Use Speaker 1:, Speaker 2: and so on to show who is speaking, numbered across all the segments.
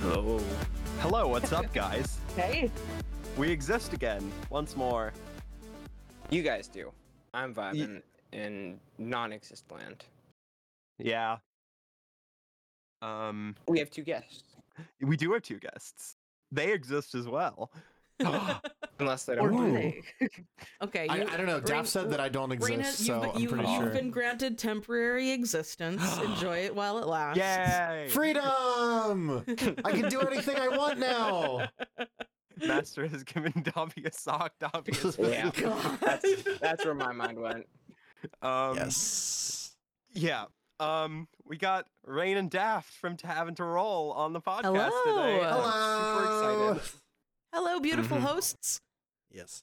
Speaker 1: Hello.
Speaker 2: Hello, what's up, guys?
Speaker 3: Hey,
Speaker 2: We exist again, once more.
Speaker 1: You guys do. I'm vibing in non-exist land.
Speaker 2: Yeah. Um,
Speaker 1: We have two guests,
Speaker 2: we do have two guests. They exist as well.
Speaker 1: unless they
Speaker 3: or
Speaker 1: don't.
Speaker 3: do
Speaker 1: want
Speaker 3: they?
Speaker 4: Okay, you,
Speaker 5: I, I don't know.
Speaker 4: Rain-
Speaker 5: Daph said that I don't exist,
Speaker 4: Raina,
Speaker 5: so
Speaker 4: you've,
Speaker 5: I'm
Speaker 4: you've,
Speaker 5: pretty
Speaker 4: you've
Speaker 5: sure.
Speaker 4: been granted temporary existence. Enjoy it while it lasts.
Speaker 2: Yay!
Speaker 5: Freedom! I can do anything I want now.
Speaker 2: Master has given Dobby a sock. Dobby is.
Speaker 1: Yeah.
Speaker 5: God.
Speaker 1: That's, that's where my mind went.
Speaker 2: Um,
Speaker 5: yes.
Speaker 2: Yeah. Um, we got Rain and Daft from Tavern to Roll on the podcast today.
Speaker 4: Hello.
Speaker 1: uh,
Speaker 3: Oh,
Speaker 2: I'm super excited.
Speaker 4: Hello, beautiful
Speaker 2: Mhm.
Speaker 4: hosts.
Speaker 5: Yes.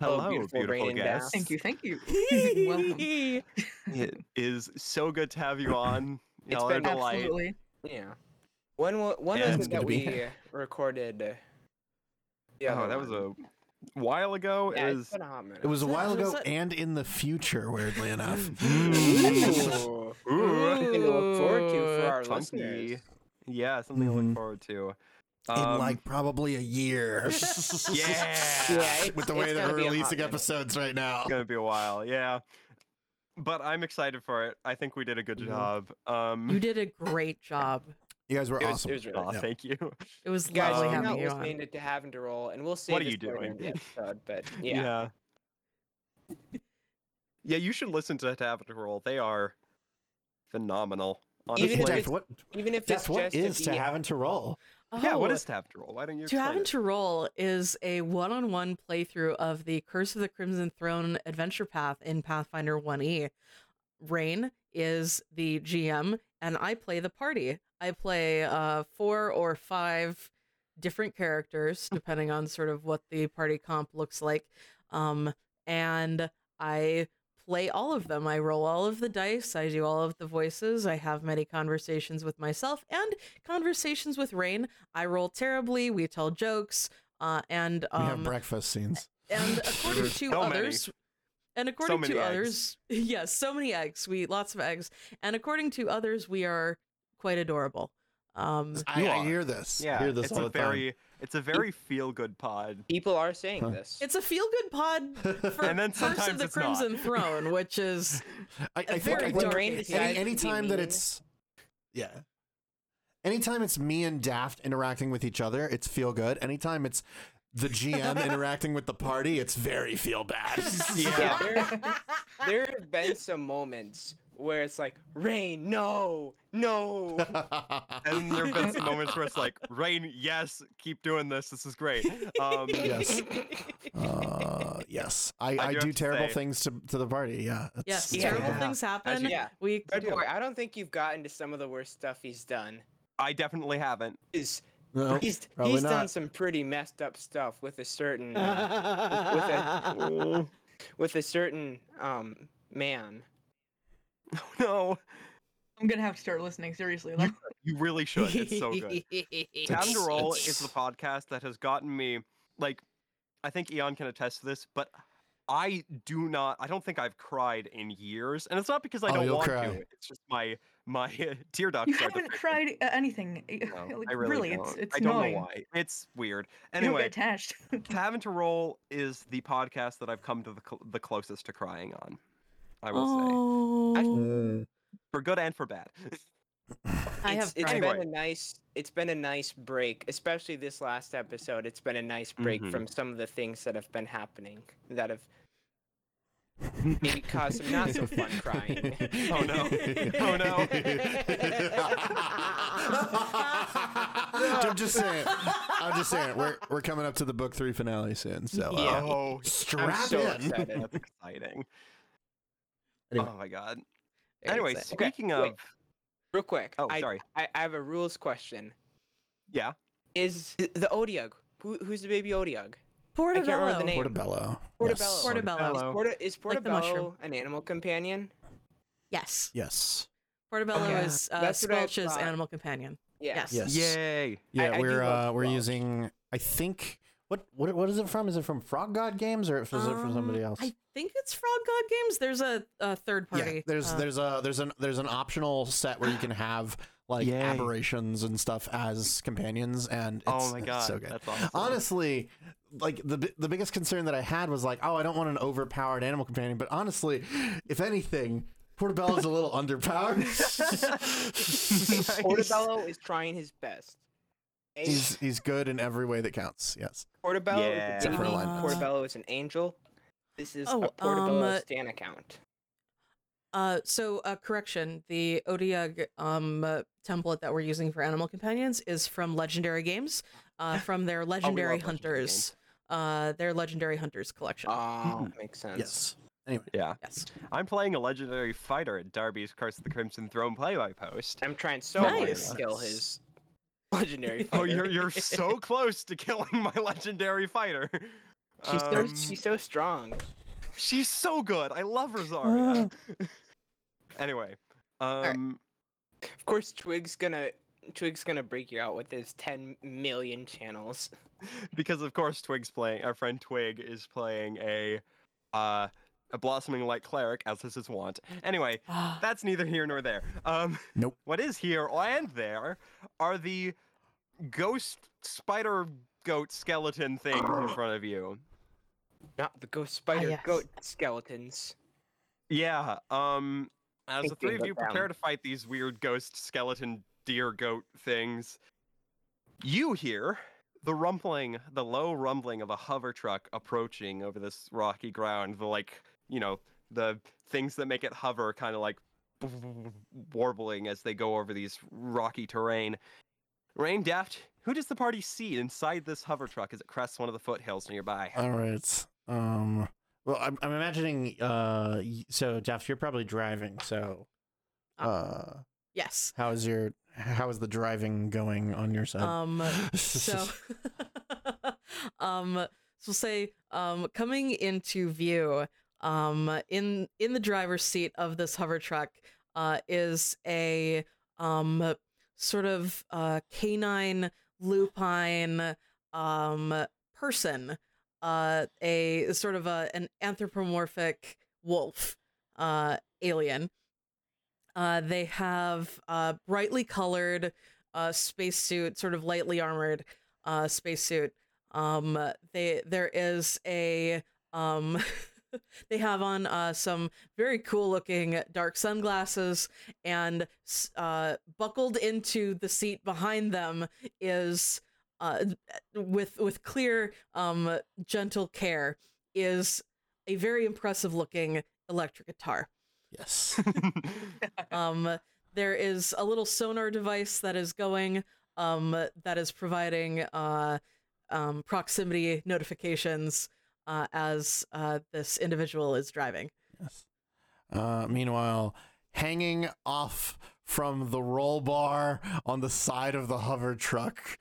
Speaker 1: Hello,
Speaker 2: Hello,
Speaker 1: beautiful
Speaker 2: beautiful,
Speaker 1: Rain and
Speaker 2: guest.
Speaker 3: Thank you, thank you. Welcome.
Speaker 4: Welcome.
Speaker 2: It is so good to have you on.
Speaker 1: It's
Speaker 2: Y'all are
Speaker 1: been
Speaker 2: a delight.
Speaker 3: Absolutely.
Speaker 1: Yeah. When wa- when
Speaker 2: Yeah,
Speaker 1: was
Speaker 2: it's
Speaker 1: it
Speaker 5: good
Speaker 1: that
Speaker 5: to be
Speaker 1: we
Speaker 5: here.
Speaker 1: recorded? uh, the
Speaker 2: Yeah,
Speaker 1: other
Speaker 2: Oh, that was
Speaker 1: one?
Speaker 2: a while ago.
Speaker 1: Yeah,
Speaker 2: it
Speaker 1: it's
Speaker 2: was
Speaker 1: been a hot minute.
Speaker 5: It was a
Speaker 4: That
Speaker 5: while
Speaker 4: was
Speaker 5: ago
Speaker 4: a-
Speaker 5: and in the future, weirdly enough. Mm.
Speaker 1: Ooh.
Speaker 2: Ooh.
Speaker 1: Something to look forward to for our
Speaker 2: Funky.
Speaker 1: listeners.
Speaker 2: Yeah, something to look
Speaker 5: Mhm.
Speaker 2: forward to.
Speaker 5: in
Speaker 2: Um,
Speaker 5: like probably a
Speaker 2: yeah,
Speaker 5: year.
Speaker 1: Yeah, it's-
Speaker 5: With
Speaker 1: it's
Speaker 5: the way
Speaker 1: gonna be
Speaker 5: that we're
Speaker 1: a hot
Speaker 5: releasing
Speaker 1: minute.
Speaker 5: episodes right now.
Speaker 2: it's gonna be a while. Yeah, but I'm excited for it. I think we did a good
Speaker 5: Mhm.
Speaker 2: job. Um,
Speaker 4: You did a great job.
Speaker 5: You guys were
Speaker 1: It was,
Speaker 5: awesome.
Speaker 1: it was really
Speaker 2: aw,
Speaker 5: yeah.
Speaker 2: Thank you.
Speaker 4: It was
Speaker 1: Guys,
Speaker 4: lovely
Speaker 2: Um,
Speaker 1: you're
Speaker 4: having
Speaker 1: not
Speaker 4: you on.
Speaker 1: listening to, to having to roll, and we'll see.
Speaker 2: What are
Speaker 1: this
Speaker 2: you
Speaker 1: later in
Speaker 2: doing?
Speaker 1: the episode, but yeah,
Speaker 2: yeah. Yeah, you should listen to Tavern Roll. They are phenomenal. Honestly.
Speaker 1: Even if
Speaker 5: Daph,
Speaker 1: it's
Speaker 5: what,
Speaker 1: even if it's
Speaker 5: Daph, what
Speaker 1: just
Speaker 5: is
Speaker 1: a
Speaker 5: to
Speaker 1: DM
Speaker 5: having to roll?
Speaker 2: yeah, what
Speaker 4: Oh,
Speaker 2: is Tavern Roll? Why don't you
Speaker 4: To
Speaker 2: explain
Speaker 4: Haven
Speaker 2: it?
Speaker 4: to Roll is a one on one playthrough of the Curse of the Crimson Throne adventure path in Pathfinder 1E. Rain is the GM, and I play the party. I play uh, four or five different characters, depending on sort of what the party comp looks like. Um, and I play all of them. I roll all of the dice, I do all of the voices, I have many conversations with myself and conversations with Rain. I roll terribly. We tell jokes, uh, and
Speaker 5: we have
Speaker 4: um,
Speaker 5: breakfast scenes.
Speaker 4: and according to
Speaker 2: So many.
Speaker 4: others, and according
Speaker 2: many
Speaker 4: to
Speaker 2: eggs.
Speaker 4: others, yes, so many eggs. We lots of eggs, and according to others, we are quite adorable. Um,
Speaker 5: I,
Speaker 2: You
Speaker 5: I
Speaker 2: are.
Speaker 5: hear this.
Speaker 2: Yeah,
Speaker 5: I hear this
Speaker 2: it's
Speaker 5: all
Speaker 2: a
Speaker 5: the time.
Speaker 2: very it's a very feel good pod.
Speaker 1: people are saying
Speaker 5: Huh.
Speaker 1: this.
Speaker 4: it's a feel good pod. For
Speaker 2: And then
Speaker 4: Curse
Speaker 2: sometimes
Speaker 4: of the
Speaker 2: it's not.
Speaker 4: Crimson Throne, which is
Speaker 5: I, I think,
Speaker 4: very
Speaker 5: I think
Speaker 4: dark
Speaker 5: any,
Speaker 4: decides
Speaker 1: to be
Speaker 5: any time that
Speaker 1: mean.
Speaker 5: it's yeah, anytime it's me and Daft interacting with each other, it's feel good. Anytime it's the GM interacting with the party, it's very feel bad.
Speaker 1: Yeah, there, there have been some moments where it's like, Rain, no, no.
Speaker 2: And there have been some moments where it's like, Rain, yes, keep doing this. This is great. Um,
Speaker 5: yes. Uh, yes. I, I,
Speaker 2: do
Speaker 5: do,
Speaker 2: have to
Speaker 5: terrible
Speaker 2: say-
Speaker 5: things to, to the party. Yeah. It's-
Speaker 4: yes,
Speaker 5: it's
Speaker 1: Yeah.
Speaker 4: terrible
Speaker 5: bad.
Speaker 4: things happen.
Speaker 2: you-
Speaker 1: Yeah.
Speaker 4: We
Speaker 1: Red
Speaker 2: do.
Speaker 1: Boy, I don't think you've gotten to some of the worst stuff he's done.
Speaker 2: I definitely haven't.
Speaker 1: Is
Speaker 5: No,
Speaker 1: he's
Speaker 5: probably
Speaker 1: he's done
Speaker 5: not.
Speaker 1: some pretty messed up stuff with a certain uh, with a certain um man.
Speaker 2: No,
Speaker 3: I'm gonna have to start listening seriously. Like,
Speaker 2: you really should. It's so good. Town to Roll is the podcast that has gotten me, like, I think Eon can attest to this, but I do not, I don't think I've cried in years. And it's not because I
Speaker 5: Oh,
Speaker 2: don't
Speaker 5: you'll
Speaker 2: want
Speaker 5: cry.
Speaker 2: to. It's just my, my tear ducts
Speaker 3: you
Speaker 2: are
Speaker 3: haven't
Speaker 2: defective.
Speaker 3: tried uh, anything.
Speaker 2: No,
Speaker 3: Like,
Speaker 2: I really,
Speaker 3: it's
Speaker 2: don't.
Speaker 3: it's
Speaker 2: I don't
Speaker 3: annoying.
Speaker 2: know why. It's weird.
Speaker 3: You don't get
Speaker 2: Anyway,
Speaker 3: attached.
Speaker 2: Tavern to Roll is the podcast that I've come to the, cl- the closest to crying on. I will say
Speaker 4: Oh,
Speaker 5: Mm.
Speaker 2: for good and for bad.
Speaker 4: I have
Speaker 1: It's- it's
Speaker 4: cried.
Speaker 2: Anyway.
Speaker 1: been a nice it's been a nice break, especially this last episode. It's been a nice break
Speaker 5: Mm-hmm.
Speaker 2: Mhm.
Speaker 1: from some of the things that have been happening that have maybe caused some not so fun crying.
Speaker 2: Oh, no. Oh, no.
Speaker 5: I'm just saying. I'm just saying. We're we're coming up to the book three finale soon, so uh,
Speaker 1: Yeah.
Speaker 2: Oh,
Speaker 5: strap
Speaker 1: I'm so
Speaker 5: in.
Speaker 1: excited.
Speaker 2: that's exciting.
Speaker 5: Anyway.
Speaker 2: Oh my god.
Speaker 4: Very
Speaker 2: anyway,
Speaker 4: exciting.
Speaker 1: Okay,
Speaker 2: speaking of,
Speaker 1: wait. Real quick,
Speaker 2: oh
Speaker 1: I,
Speaker 2: sorry,
Speaker 1: I, I have a rules question.
Speaker 2: yeah,
Speaker 1: Is the Odiug? Who, who's the baby Odiug? I can't remember
Speaker 4: Portobello.
Speaker 1: the name.
Speaker 5: Portobello.
Speaker 1: Portobello.
Speaker 5: Yes.
Speaker 4: Portobello.
Speaker 2: Portobello.
Speaker 1: Porta- is
Speaker 4: Like the mushroom.
Speaker 1: Portobello an animal companion?
Speaker 4: Yes.
Speaker 5: Yes.
Speaker 4: Portobello
Speaker 1: Okay.
Speaker 4: is uh,
Speaker 1: That's what I
Speaker 4: Squelch's
Speaker 1: thought.
Speaker 4: animal companion. Yes.
Speaker 5: Yes.
Speaker 2: Yay!
Speaker 5: Yeah,
Speaker 1: I do
Speaker 5: we're
Speaker 1: love
Speaker 5: uh, we're
Speaker 1: Portobello.
Speaker 5: using. I think what what what is it from? Is it from Frog God Games or is it from
Speaker 4: Um,
Speaker 5: somebody else?
Speaker 4: I think it's Frog God Games. There's a, a third party.
Speaker 5: Yeah, there's
Speaker 4: uh,
Speaker 5: there's a there's an there's an optional set where you can have like
Speaker 2: Yay.
Speaker 5: aberrations and stuff as companions, and it's,
Speaker 2: oh my
Speaker 5: it's
Speaker 2: god,
Speaker 5: so good.
Speaker 2: that's awesome.
Speaker 5: Honestly, like the bi- the biggest concern that I had was like, oh, I don't want an overpowered animal companion. But honestly, if anything, Portobello's a little underpowered.
Speaker 1: Portobello is trying his best. A-
Speaker 5: he's he's good in every way that counts. Yes.
Speaker 1: Portobello
Speaker 2: Yeah.
Speaker 1: is a
Speaker 5: Except for
Speaker 1: baby.
Speaker 5: alignment.
Speaker 1: Portobello is an angel. This is
Speaker 4: Oh,
Speaker 1: a Portobello
Speaker 4: um, uh,
Speaker 1: Stan account.
Speaker 4: Uh, so, uh, correction: the Odiug um, uh, template that we're using for animal companions is from Legendary Games, uh, from
Speaker 1: Oh,
Speaker 4: their Legendary
Speaker 2: Legendary
Speaker 4: Hunters, uh, their Legendary Hunters collection.
Speaker 1: Oh,
Speaker 4: Hmm.
Speaker 1: makes sense.
Speaker 5: Yes.
Speaker 2: Yeah,
Speaker 4: yes.
Speaker 2: I'm playing a legendary fighter at Darby's Curse of the Crimson Throne play-by post.
Speaker 1: I'm trying so hard
Speaker 4: Nice.
Speaker 1: to kill his legendary.
Speaker 2: Oh,
Speaker 1: fighter.
Speaker 2: you're you're so close to killing my legendary fighter.
Speaker 1: She's so
Speaker 2: Um,
Speaker 1: she's so strong.
Speaker 2: she's so good. I love Rosaria.
Speaker 5: Ah.
Speaker 2: anyway, um,
Speaker 1: Of course, Twig's gonna Twig's gonna break you out with his 10 million channels.
Speaker 2: because of course Twig's playing. Our friend Twig is playing a, uh, a blossoming light cleric as is his wont. Anyway,
Speaker 4: Ah,
Speaker 2: That's neither here nor there. Um,
Speaker 5: Nope.
Speaker 2: What is here and there are the ghost spider goat skeleton things in front of you.
Speaker 1: Not the ghost spider
Speaker 4: yes.
Speaker 1: goat skeletons.
Speaker 2: Yeah. Um, as the
Speaker 1: Thinking
Speaker 2: three of you
Speaker 1: about
Speaker 2: prepare
Speaker 1: them.
Speaker 2: to fight these weird ghost skeleton deer goat things, you hear the rumbling, the low rumbling of a hover truck approaching over this rocky ground. The like, you know, the things that make it hover, kind of like warbling as they go over these rocky terrain. Rain Daft, who does the party see inside this hover truck as it crests one of the foothills nearby?
Speaker 5: All right. Um. Well, I'm I'm imagining. Uh. y- So, Jeff, you're probably driving. So, uh,
Speaker 4: yes.
Speaker 5: how is your how is the driving going on your side?
Speaker 4: Um, so, um, so we'll say, um, coming into view, um, in in the driver's seat of this hover truck, uh, is a um sort of uh canine lupine um person, uh, a sort of a an anthropomorphic wolf, uh, alien. Uh, they have uh, brightly colored uh spacesuit, sort of lightly armored uh spacesuit. Um they there is a um they have on uh some very cool looking dark sunglasses and s- uh buckled into the seat behind them is uh with with clear um gentle care is a very impressive looking electric guitar
Speaker 5: yes.
Speaker 4: um there is a little sonar device that is going um that is providing uh um proximity notifications uh as uh this individual is driving
Speaker 5: yes. Uh. Meanwhile, hanging off from the roll bar on the side of the hover truck,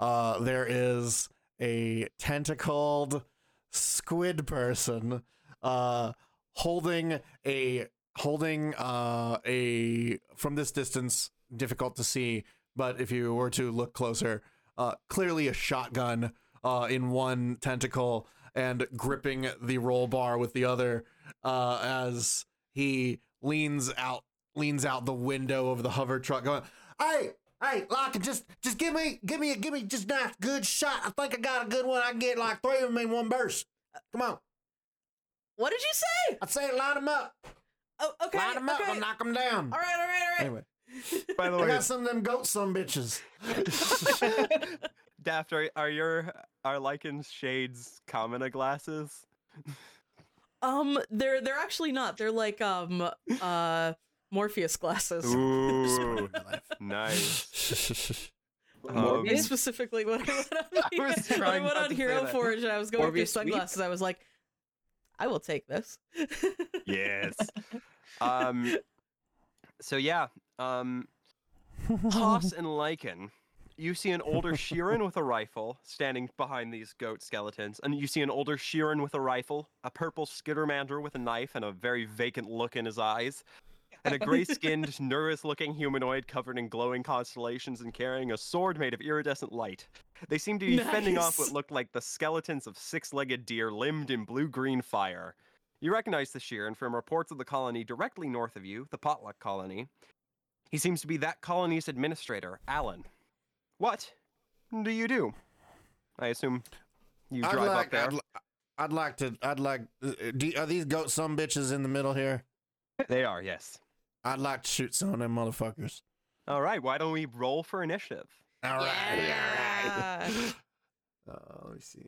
Speaker 5: uh, there is a tentacled squid person, uh, holding a holding uh a from this distance difficult to see but if you were to look closer uh clearly a shotgun uh in one tentacle and gripping the roll bar with the other uh as he leans out leans out the window of the hover truck going hey hey like just just give me give me give me just nice good shot i think i got a good one i can get like three of them in one burst come on
Speaker 4: what did you say
Speaker 5: i say line them up
Speaker 4: oh okay,
Speaker 5: line them up
Speaker 4: okay.
Speaker 5: and knock them down
Speaker 4: all right all right all right
Speaker 5: anyway
Speaker 2: By the
Speaker 5: I
Speaker 2: way,
Speaker 5: got some of them goat some bitches.
Speaker 2: Daft, are, are your are Lycan's shades Kamina glasses?
Speaker 4: um they're they're actually not they're like um uh morpheus glasses
Speaker 2: Ooh, nice. Um,
Speaker 4: Is specifically what I went on,
Speaker 2: I was
Speaker 4: when I
Speaker 2: trying
Speaker 4: went
Speaker 2: not
Speaker 4: on
Speaker 2: to say
Speaker 4: Hero
Speaker 2: that.
Speaker 4: Forge and I was going through
Speaker 1: Morbius sweep?
Speaker 4: sunglasses. I was like, I will take this.
Speaker 2: Yes. Um. So yeah, um, Hoss and Lycan you see an older Sheeran with a rifle standing behind these goat skeletons, and you see an older Sheeran with a rifle, a purple skittermander with a knife and a very vacant look in his eyes, and a gray-skinned, nervous-looking humanoid covered in glowing constellations and carrying a sword made of iridescent light. They seem to be fending off what
Speaker 4: Nice.
Speaker 2: looked like the skeletons of six-legged deer limbed in blue-green fire. You recognize the Sheeran from reports of the colony directly north of you, the Potluck Colony. He seems to be that colony's administrator, Alan. What do you do? I assume you drive up there.
Speaker 5: I'd, li- I'd like to. I'd like. uh, Do, are these goat some bitches in the middle here?
Speaker 2: They are, yes.
Speaker 5: I'd like to shoot some of them motherfuckers.
Speaker 2: All right, why don't we roll for initiative?
Speaker 5: All right.
Speaker 4: Yeah.
Speaker 5: all right. Uh, let me see.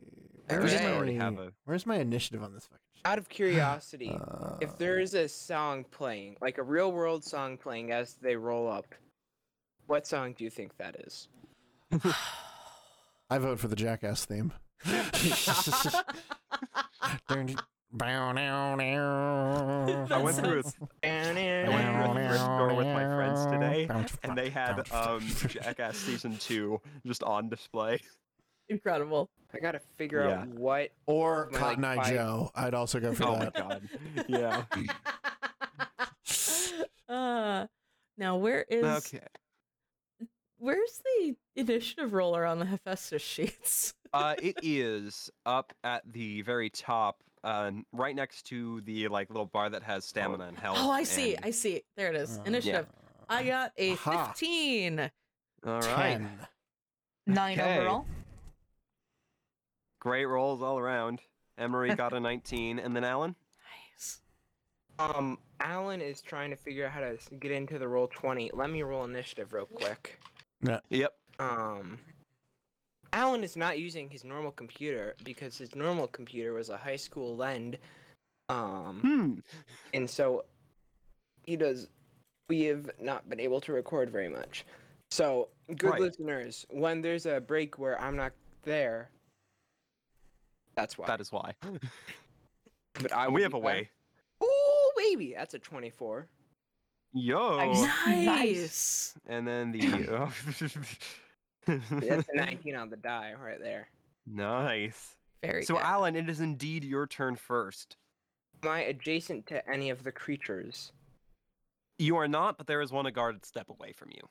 Speaker 1: I
Speaker 5: Where's
Speaker 1: think I
Speaker 5: my,
Speaker 2: already have a-
Speaker 5: where's my initiative on this fucking?
Speaker 1: Out of curiosity,
Speaker 5: shit? Uh,
Speaker 1: if there is a song playing, like a real world song playing as they roll up, what song do you think that is?
Speaker 5: I vote for the jackass theme. Bow, now, now.
Speaker 2: I went
Speaker 4: That
Speaker 2: through a I went through a thrift store with my friends today, and they had um, Jackass Season 2 just on display.
Speaker 4: Incredible.
Speaker 1: I gotta figure out what.
Speaker 5: or
Speaker 1: like,
Speaker 5: Cotton Eye
Speaker 1: five-
Speaker 5: Joe. I'd also go for
Speaker 2: Oh my
Speaker 5: that.
Speaker 2: god. Yeah.
Speaker 4: Uh, now where is
Speaker 2: Okay.
Speaker 4: where's the initiative roller on the Hephaestus sheets?
Speaker 2: Uh, it is up at the very top, uh, right next to the like little bar that has stamina and health.
Speaker 4: Oh, I see.
Speaker 2: and-
Speaker 4: I see. There it is.
Speaker 5: Uh,
Speaker 4: Initiative. I got a
Speaker 5: Aha.
Speaker 4: 15.
Speaker 2: All right.
Speaker 5: Ten.
Speaker 3: Nine
Speaker 2: Okay.
Speaker 3: overall.
Speaker 2: Great rolls all around. Emery got a 19, and then Alan.
Speaker 4: Nice.
Speaker 1: Um, Alan is trying to figure out how to s- get into the roll 20. Let me roll initiative real quick.
Speaker 2: Yep.
Speaker 1: Um, Alan is not using his normal computer because his normal computer was a high school lend. Um,
Speaker 2: Hmm.
Speaker 1: and so he does we have not been able to record very much so good
Speaker 2: Right.
Speaker 1: listeners when there's a break where i'm not there that's why
Speaker 2: That is why.
Speaker 1: but I
Speaker 2: And
Speaker 1: will
Speaker 2: we have
Speaker 1: be
Speaker 2: a
Speaker 1: back.
Speaker 2: way.
Speaker 1: oh baby that's a 24
Speaker 2: Yo.
Speaker 3: Nice.
Speaker 4: Nice.
Speaker 2: And then the.
Speaker 1: that's a 19 on the die right there
Speaker 2: nice.
Speaker 4: Very
Speaker 2: So, um,
Speaker 4: good.
Speaker 2: Alan, it is indeed your turn first.
Speaker 1: am i adjacent to any of the creatures
Speaker 2: You are not, but there is one a guarded step away from you.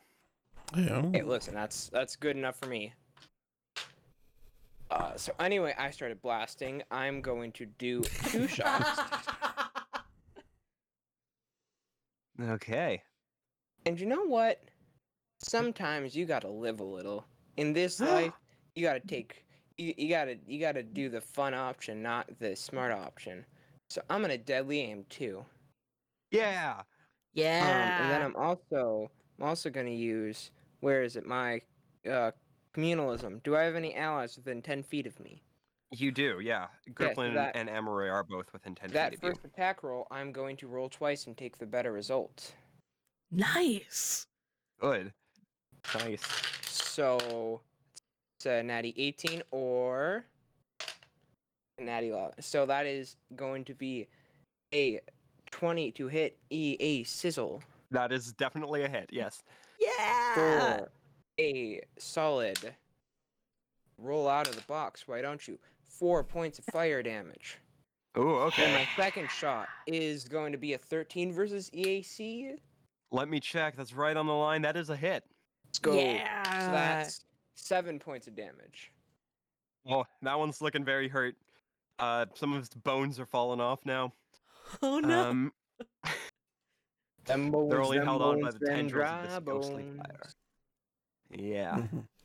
Speaker 1: hey
Speaker 5: Yeah.
Speaker 1: listen that's that's good enough for me uh, so anyway i started blasting i'm going to do two shots
Speaker 2: Okay.
Speaker 1: And you know what? Sometimes you gotta live a little. In this life, you gotta take you, you gotta you gotta do the fun option, not the smart option. So I'm gonna deadly aim too.
Speaker 2: Yeah.
Speaker 1: Um,
Speaker 4: yeah.
Speaker 1: and then I'm also I'm also gonna use where is it my uh, communalism? Do I have any allies within ten feet of me?
Speaker 2: You do, yeah. Griffin
Speaker 1: that-
Speaker 2: and Emery are both within 10
Speaker 1: that
Speaker 2: feet of you.
Speaker 1: first attack roll, I'm going to roll twice and take the better result.
Speaker 4: nice.
Speaker 2: Good. Nice.
Speaker 1: So it's a natty 18 or a natty law. So that is going to be a 20 to hit EA sizzle
Speaker 2: That is definitely a hit, yes.
Speaker 4: Yeah.
Speaker 1: for a solid roll out of the box. Why don't you? Four points of fire damage.
Speaker 2: Ooh,
Speaker 1: And
Speaker 2: okay.
Speaker 1: my second shot is going to be a 13 versus E EAC.
Speaker 2: Let me check. That's right on the line. That is a hit.
Speaker 1: Let's go.
Speaker 4: Yeah.
Speaker 1: So that's seven points of damage.
Speaker 2: Oh, that one's looking very hurt. Uh, some of his bones are falling off now.
Speaker 4: oh no.
Speaker 2: Um,
Speaker 1: Them bones,
Speaker 2: they're only
Speaker 1: them
Speaker 2: held on by
Speaker 1: bones,
Speaker 2: the
Speaker 1: them
Speaker 2: tendrils
Speaker 1: dry
Speaker 2: of this ghostly fire.
Speaker 1: bones.
Speaker 2: Yeah.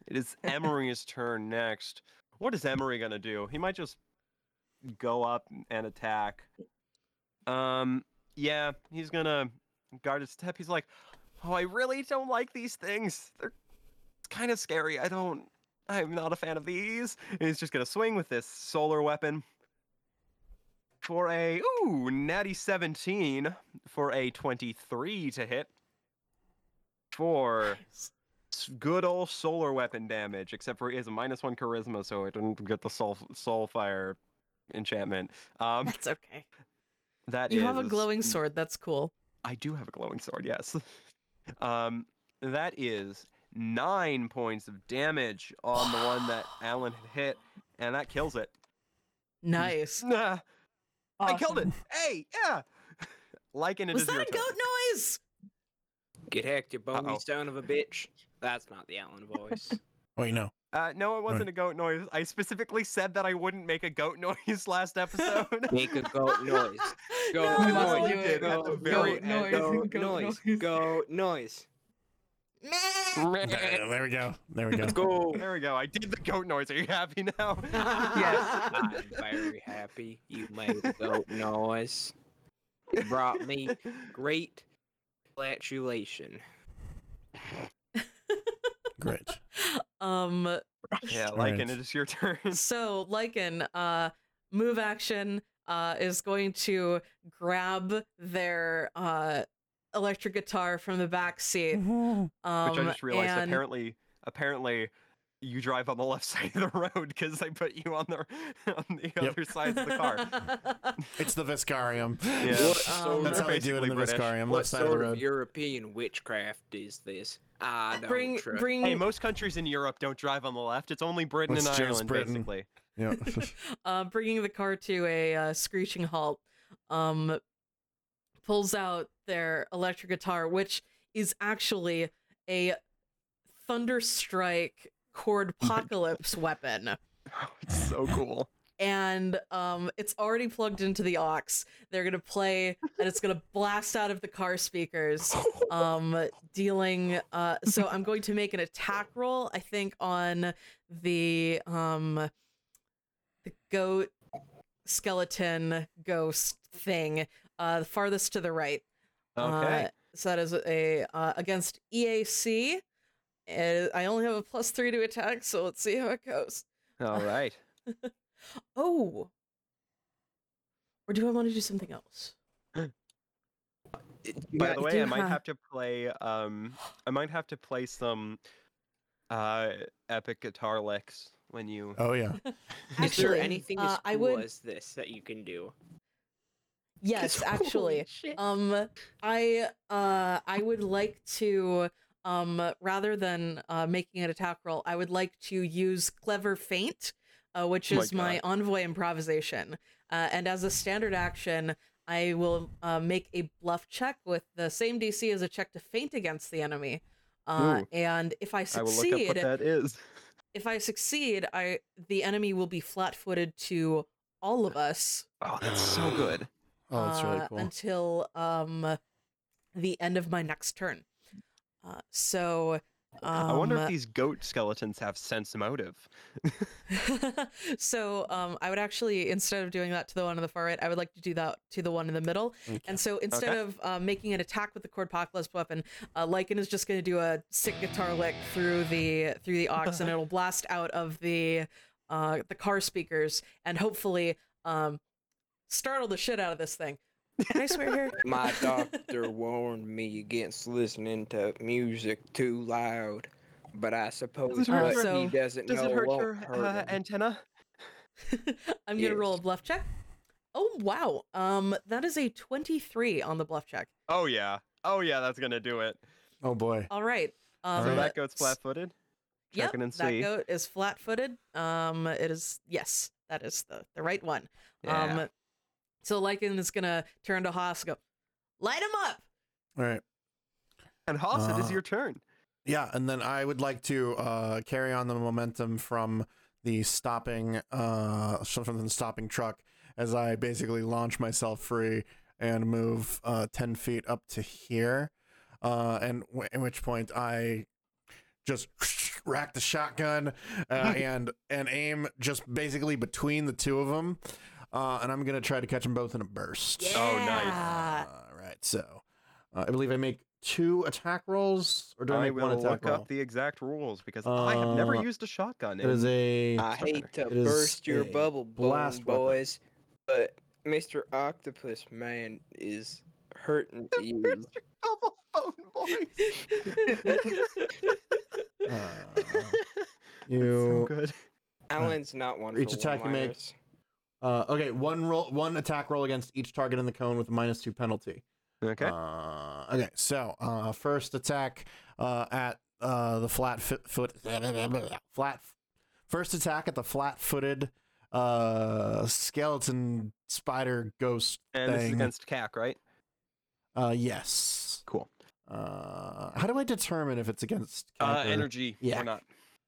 Speaker 2: It is Emery's turn next. What is Emery gonna do? He might just go up and attack. Um, yeah, he's gonna guard his step. He's like, oh, I really don't like these things. They're kind of scary. I don't. I'm not a fan of these. And he's just gonna swing with this solar weapon for a ooh natty 17 for a 23 to hit for
Speaker 4: Nice.
Speaker 2: s- good old solar weapon damage, except for he has a minus one charisma, so it didn't get the soul soul fire enchantment. Um,
Speaker 4: That's okay.
Speaker 2: that
Speaker 4: You have a
Speaker 2: is-
Speaker 4: glowing sword. That's cool.
Speaker 2: I do have a glowing sword. Yes. Um, that is nine points of damage on the one that Alan had hit, and that kills it.
Speaker 4: Nice.
Speaker 2: Nah, I
Speaker 3: Awesome.
Speaker 2: killed it. Hey, yeah. Lycan, it
Speaker 4: Was
Speaker 2: is your
Speaker 4: that a
Speaker 2: turn.
Speaker 4: goat noise?
Speaker 1: Get hecked, you bony
Speaker 2: Uh-oh.
Speaker 1: son of a bitch. That's not the Alan voice.
Speaker 5: Wait, no.
Speaker 2: Uh, no, it wasn't a goat noise. I specifically said that I wouldn't make a goat noise last episode.
Speaker 1: Make a goat noise. Goat
Speaker 4: No.
Speaker 2: I
Speaker 1: noise.
Speaker 2: literally
Speaker 3: No.
Speaker 2: did at the
Speaker 1: Goat
Speaker 2: very
Speaker 3: Goat
Speaker 2: end.
Speaker 3: noise.
Speaker 1: Goat
Speaker 3: Goat
Speaker 1: noise.
Speaker 3: noise.
Speaker 1: Goat noise.
Speaker 5: There, there we go. There we go.
Speaker 1: Let's go.
Speaker 2: There we go. I did the goat noise. Are you happy now?
Speaker 3: Yes.
Speaker 1: I'm very happy you made the goat noise. You brought me great gratulation.
Speaker 5: Great.
Speaker 4: Um,
Speaker 2: Yeah,
Speaker 5: Alright.
Speaker 2: Lycan, it is your turn.
Speaker 4: so Lycan, uh, move action uh, is going to grab their uh, electric guitar from the back seat. Um,
Speaker 2: Which I just realized
Speaker 4: and-
Speaker 2: apparently apparently you drive on the left side of the road because they put you on the on the other side of the car.
Speaker 5: It's the Viscarium.
Speaker 2: Yeah.
Speaker 4: Um,
Speaker 1: uh,
Speaker 5: That's how they do it in
Speaker 2: Basically
Speaker 5: the
Speaker 2: British.
Speaker 5: Viscarium,
Speaker 1: What
Speaker 5: left side of the
Speaker 1: sort of,
Speaker 5: road.
Speaker 1: European witchcraft is this? I don't
Speaker 4: bring,
Speaker 1: trust.
Speaker 4: bring,
Speaker 2: Hey, most countries in Europe don't drive on the left. It's only Britain
Speaker 5: It's
Speaker 2: and
Speaker 5: just
Speaker 2: Ireland,
Speaker 5: Britain.
Speaker 2: basically.
Speaker 5: Yeah.
Speaker 4: uh, bringing the car to a uh, screeching halt, um, pulls out their electric guitar, which is actually a Thunderstrike chord apocalypse weapon.
Speaker 2: It's so cool.
Speaker 4: And um, it's already plugged into the aux. They're going to play, and it's going to blast out of the car speakers, um, dealing. Uh, so I'm going to make an attack roll, I think, on the, um, the goat skeleton ghost thing, uh, the farthest to the right.
Speaker 2: Okay.
Speaker 4: Uh, so that is a uh, against EAC. Uh, I only have a plus three to attack, so let's see how it goes.
Speaker 2: All right.
Speaker 4: Oh, or do I want to do something else?
Speaker 1: You
Speaker 2: By
Speaker 1: got-
Speaker 2: the
Speaker 4: you
Speaker 2: way,
Speaker 4: do
Speaker 2: I might
Speaker 4: have-
Speaker 2: have to play um I might have to play some uh epic guitar licks when you
Speaker 5: Oh yeah.
Speaker 1: is there
Speaker 4: Actually,
Speaker 1: anything
Speaker 4: uh,
Speaker 1: as
Speaker 4: I
Speaker 1: cool
Speaker 4: would-
Speaker 1: as this that you can do?
Speaker 4: Yes,
Speaker 1: 'Cause
Speaker 4: actually.
Speaker 1: holy shit.
Speaker 4: Um, I uh, I would like to um, rather than uh, making an attack roll, I would like to use clever feint, uh, which
Speaker 2: Oh my
Speaker 4: is my envoy improvisation. Uh, and as a standard action, I will uh, make a bluff check with the same DC as a check to feint against the enemy. Uh,
Speaker 2: Ooh.
Speaker 4: and if I
Speaker 2: I will look up
Speaker 4: succeed,
Speaker 2: what that is.
Speaker 4: if I succeed, I the enemy will be flat-footed to all of us
Speaker 2: Oh, that's so good.
Speaker 5: Oh, that's really
Speaker 4: uh,
Speaker 5: cool.
Speaker 4: until um the end of my next turn. Uh, so um,
Speaker 2: I wonder if these goat skeletons have sense motive.
Speaker 4: so um, I would actually instead of doing that to the one on the far right, I would like to do that to the one in the middle.
Speaker 5: Okay.
Speaker 4: And so instead
Speaker 2: Okay.
Speaker 4: of uh, making an attack with the Chordpocalypse weapon, uh, Lycan is just going to do a sick guitar lick through the through the aux, and it'll blast out of the uh, the car speakers, and hopefully um, startle the shit out of this thing. Can I swear here?
Speaker 1: My doctor warned me against listening to music too loud, but I suppose
Speaker 2: hurt
Speaker 1: what
Speaker 4: your-
Speaker 1: he
Speaker 4: So-
Speaker 1: doesn't
Speaker 2: Does
Speaker 1: know
Speaker 2: it hurt
Speaker 1: won't
Speaker 2: your
Speaker 1: hurt
Speaker 2: uh,
Speaker 1: him.
Speaker 2: antenna?
Speaker 4: I'm gonna roll a
Speaker 1: Yes.
Speaker 4: bluff check. Oh wow. Um that is a 23 on the bluff check.
Speaker 2: Oh yeah. Oh yeah, that's gonna do it.
Speaker 5: Oh boy.
Speaker 4: All right. Um
Speaker 2: So
Speaker 5: Alright.
Speaker 2: that goat's
Speaker 4: s-
Speaker 2: flat footed.
Speaker 4: Yep,
Speaker 2: checking and
Speaker 4: that
Speaker 2: see.
Speaker 4: goat is flat footed. Um it is yes, that is the, the right one. Um so Lycan is gonna turn to Haas and go, light him up!
Speaker 5: All right.
Speaker 2: and Haas, it
Speaker 5: uh,
Speaker 2: is your turn.
Speaker 5: Yeah, and then I would like to uh, carry on the momentum from the stopping uh, from the stopping truck as I basically launch myself free and move uh, ten feet up to here, uh, and w- at which point I just rack the shotgun uh, and and aim just basically between the two of them, uh, and I'm gonna try to catch them both in a burst.
Speaker 2: Oh, nice.
Speaker 4: Yeah.
Speaker 5: All right, so uh, I believe I make two attack rolls, or do I,
Speaker 2: I
Speaker 5: make
Speaker 2: will
Speaker 5: one attack
Speaker 2: look
Speaker 5: roll?
Speaker 2: up the exact rules because I have never
Speaker 5: Uh,
Speaker 2: used a shotgun.
Speaker 5: it is
Speaker 2: in-
Speaker 5: a
Speaker 1: I
Speaker 2: Something
Speaker 1: hate to
Speaker 5: It is
Speaker 1: burst your
Speaker 5: a
Speaker 1: bubble,
Speaker 5: blast
Speaker 1: blast
Speaker 5: weapon.
Speaker 1: boys, but Mr. Octopus Man is hurting you.
Speaker 2: double phone boy.
Speaker 5: uh,
Speaker 2: so
Speaker 5: you.
Speaker 2: good.
Speaker 1: Alan's not one
Speaker 5: Each
Speaker 1: for
Speaker 5: attack you make-
Speaker 1: one-liners.
Speaker 5: Uh, okay, one roll, one attack roll against each target in the cone with a minus two penalty.
Speaker 2: Okay.
Speaker 5: Uh, okay, so uh, first attack uh, at uh, the flat fi- foot flat first attack at the flat-footed uh, skeleton spider ghost.
Speaker 2: And this is
Speaker 5: Dang.
Speaker 2: against CAC, right?
Speaker 5: Uh, yes.
Speaker 2: Cool.
Speaker 5: Uh, how do I determine if it's against
Speaker 2: Uh,
Speaker 5: cap or-
Speaker 2: energy
Speaker 5: Yeah.
Speaker 2: or not.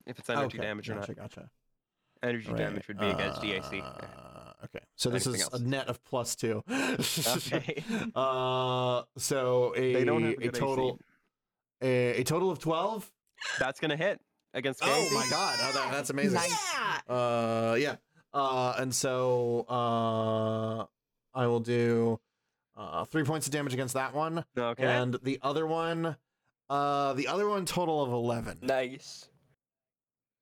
Speaker 2: If it's energy
Speaker 5: Okay,
Speaker 2: damage or
Speaker 5: gotcha,
Speaker 2: not.
Speaker 5: Gotcha.
Speaker 2: Energy
Speaker 5: Right,
Speaker 2: damage would be against DAC.
Speaker 5: uh, Okay, so this
Speaker 2: Anything
Speaker 5: is
Speaker 2: else?
Speaker 5: a net of plus two.
Speaker 2: Okay.
Speaker 5: Uh, so a
Speaker 2: They don't have
Speaker 5: a
Speaker 2: good AC.
Speaker 5: total a, a total of twelve.
Speaker 2: That's gonna hit against
Speaker 5: Oh
Speaker 2: KAC.
Speaker 5: my god, oh, that- that's amazing.
Speaker 4: Yeah.
Speaker 5: Uh, yeah. Uh, and so uh, I will do uh three points of damage against that one,
Speaker 2: Okay.
Speaker 5: and the other one, uh, the other one total of eleven.
Speaker 1: Nice.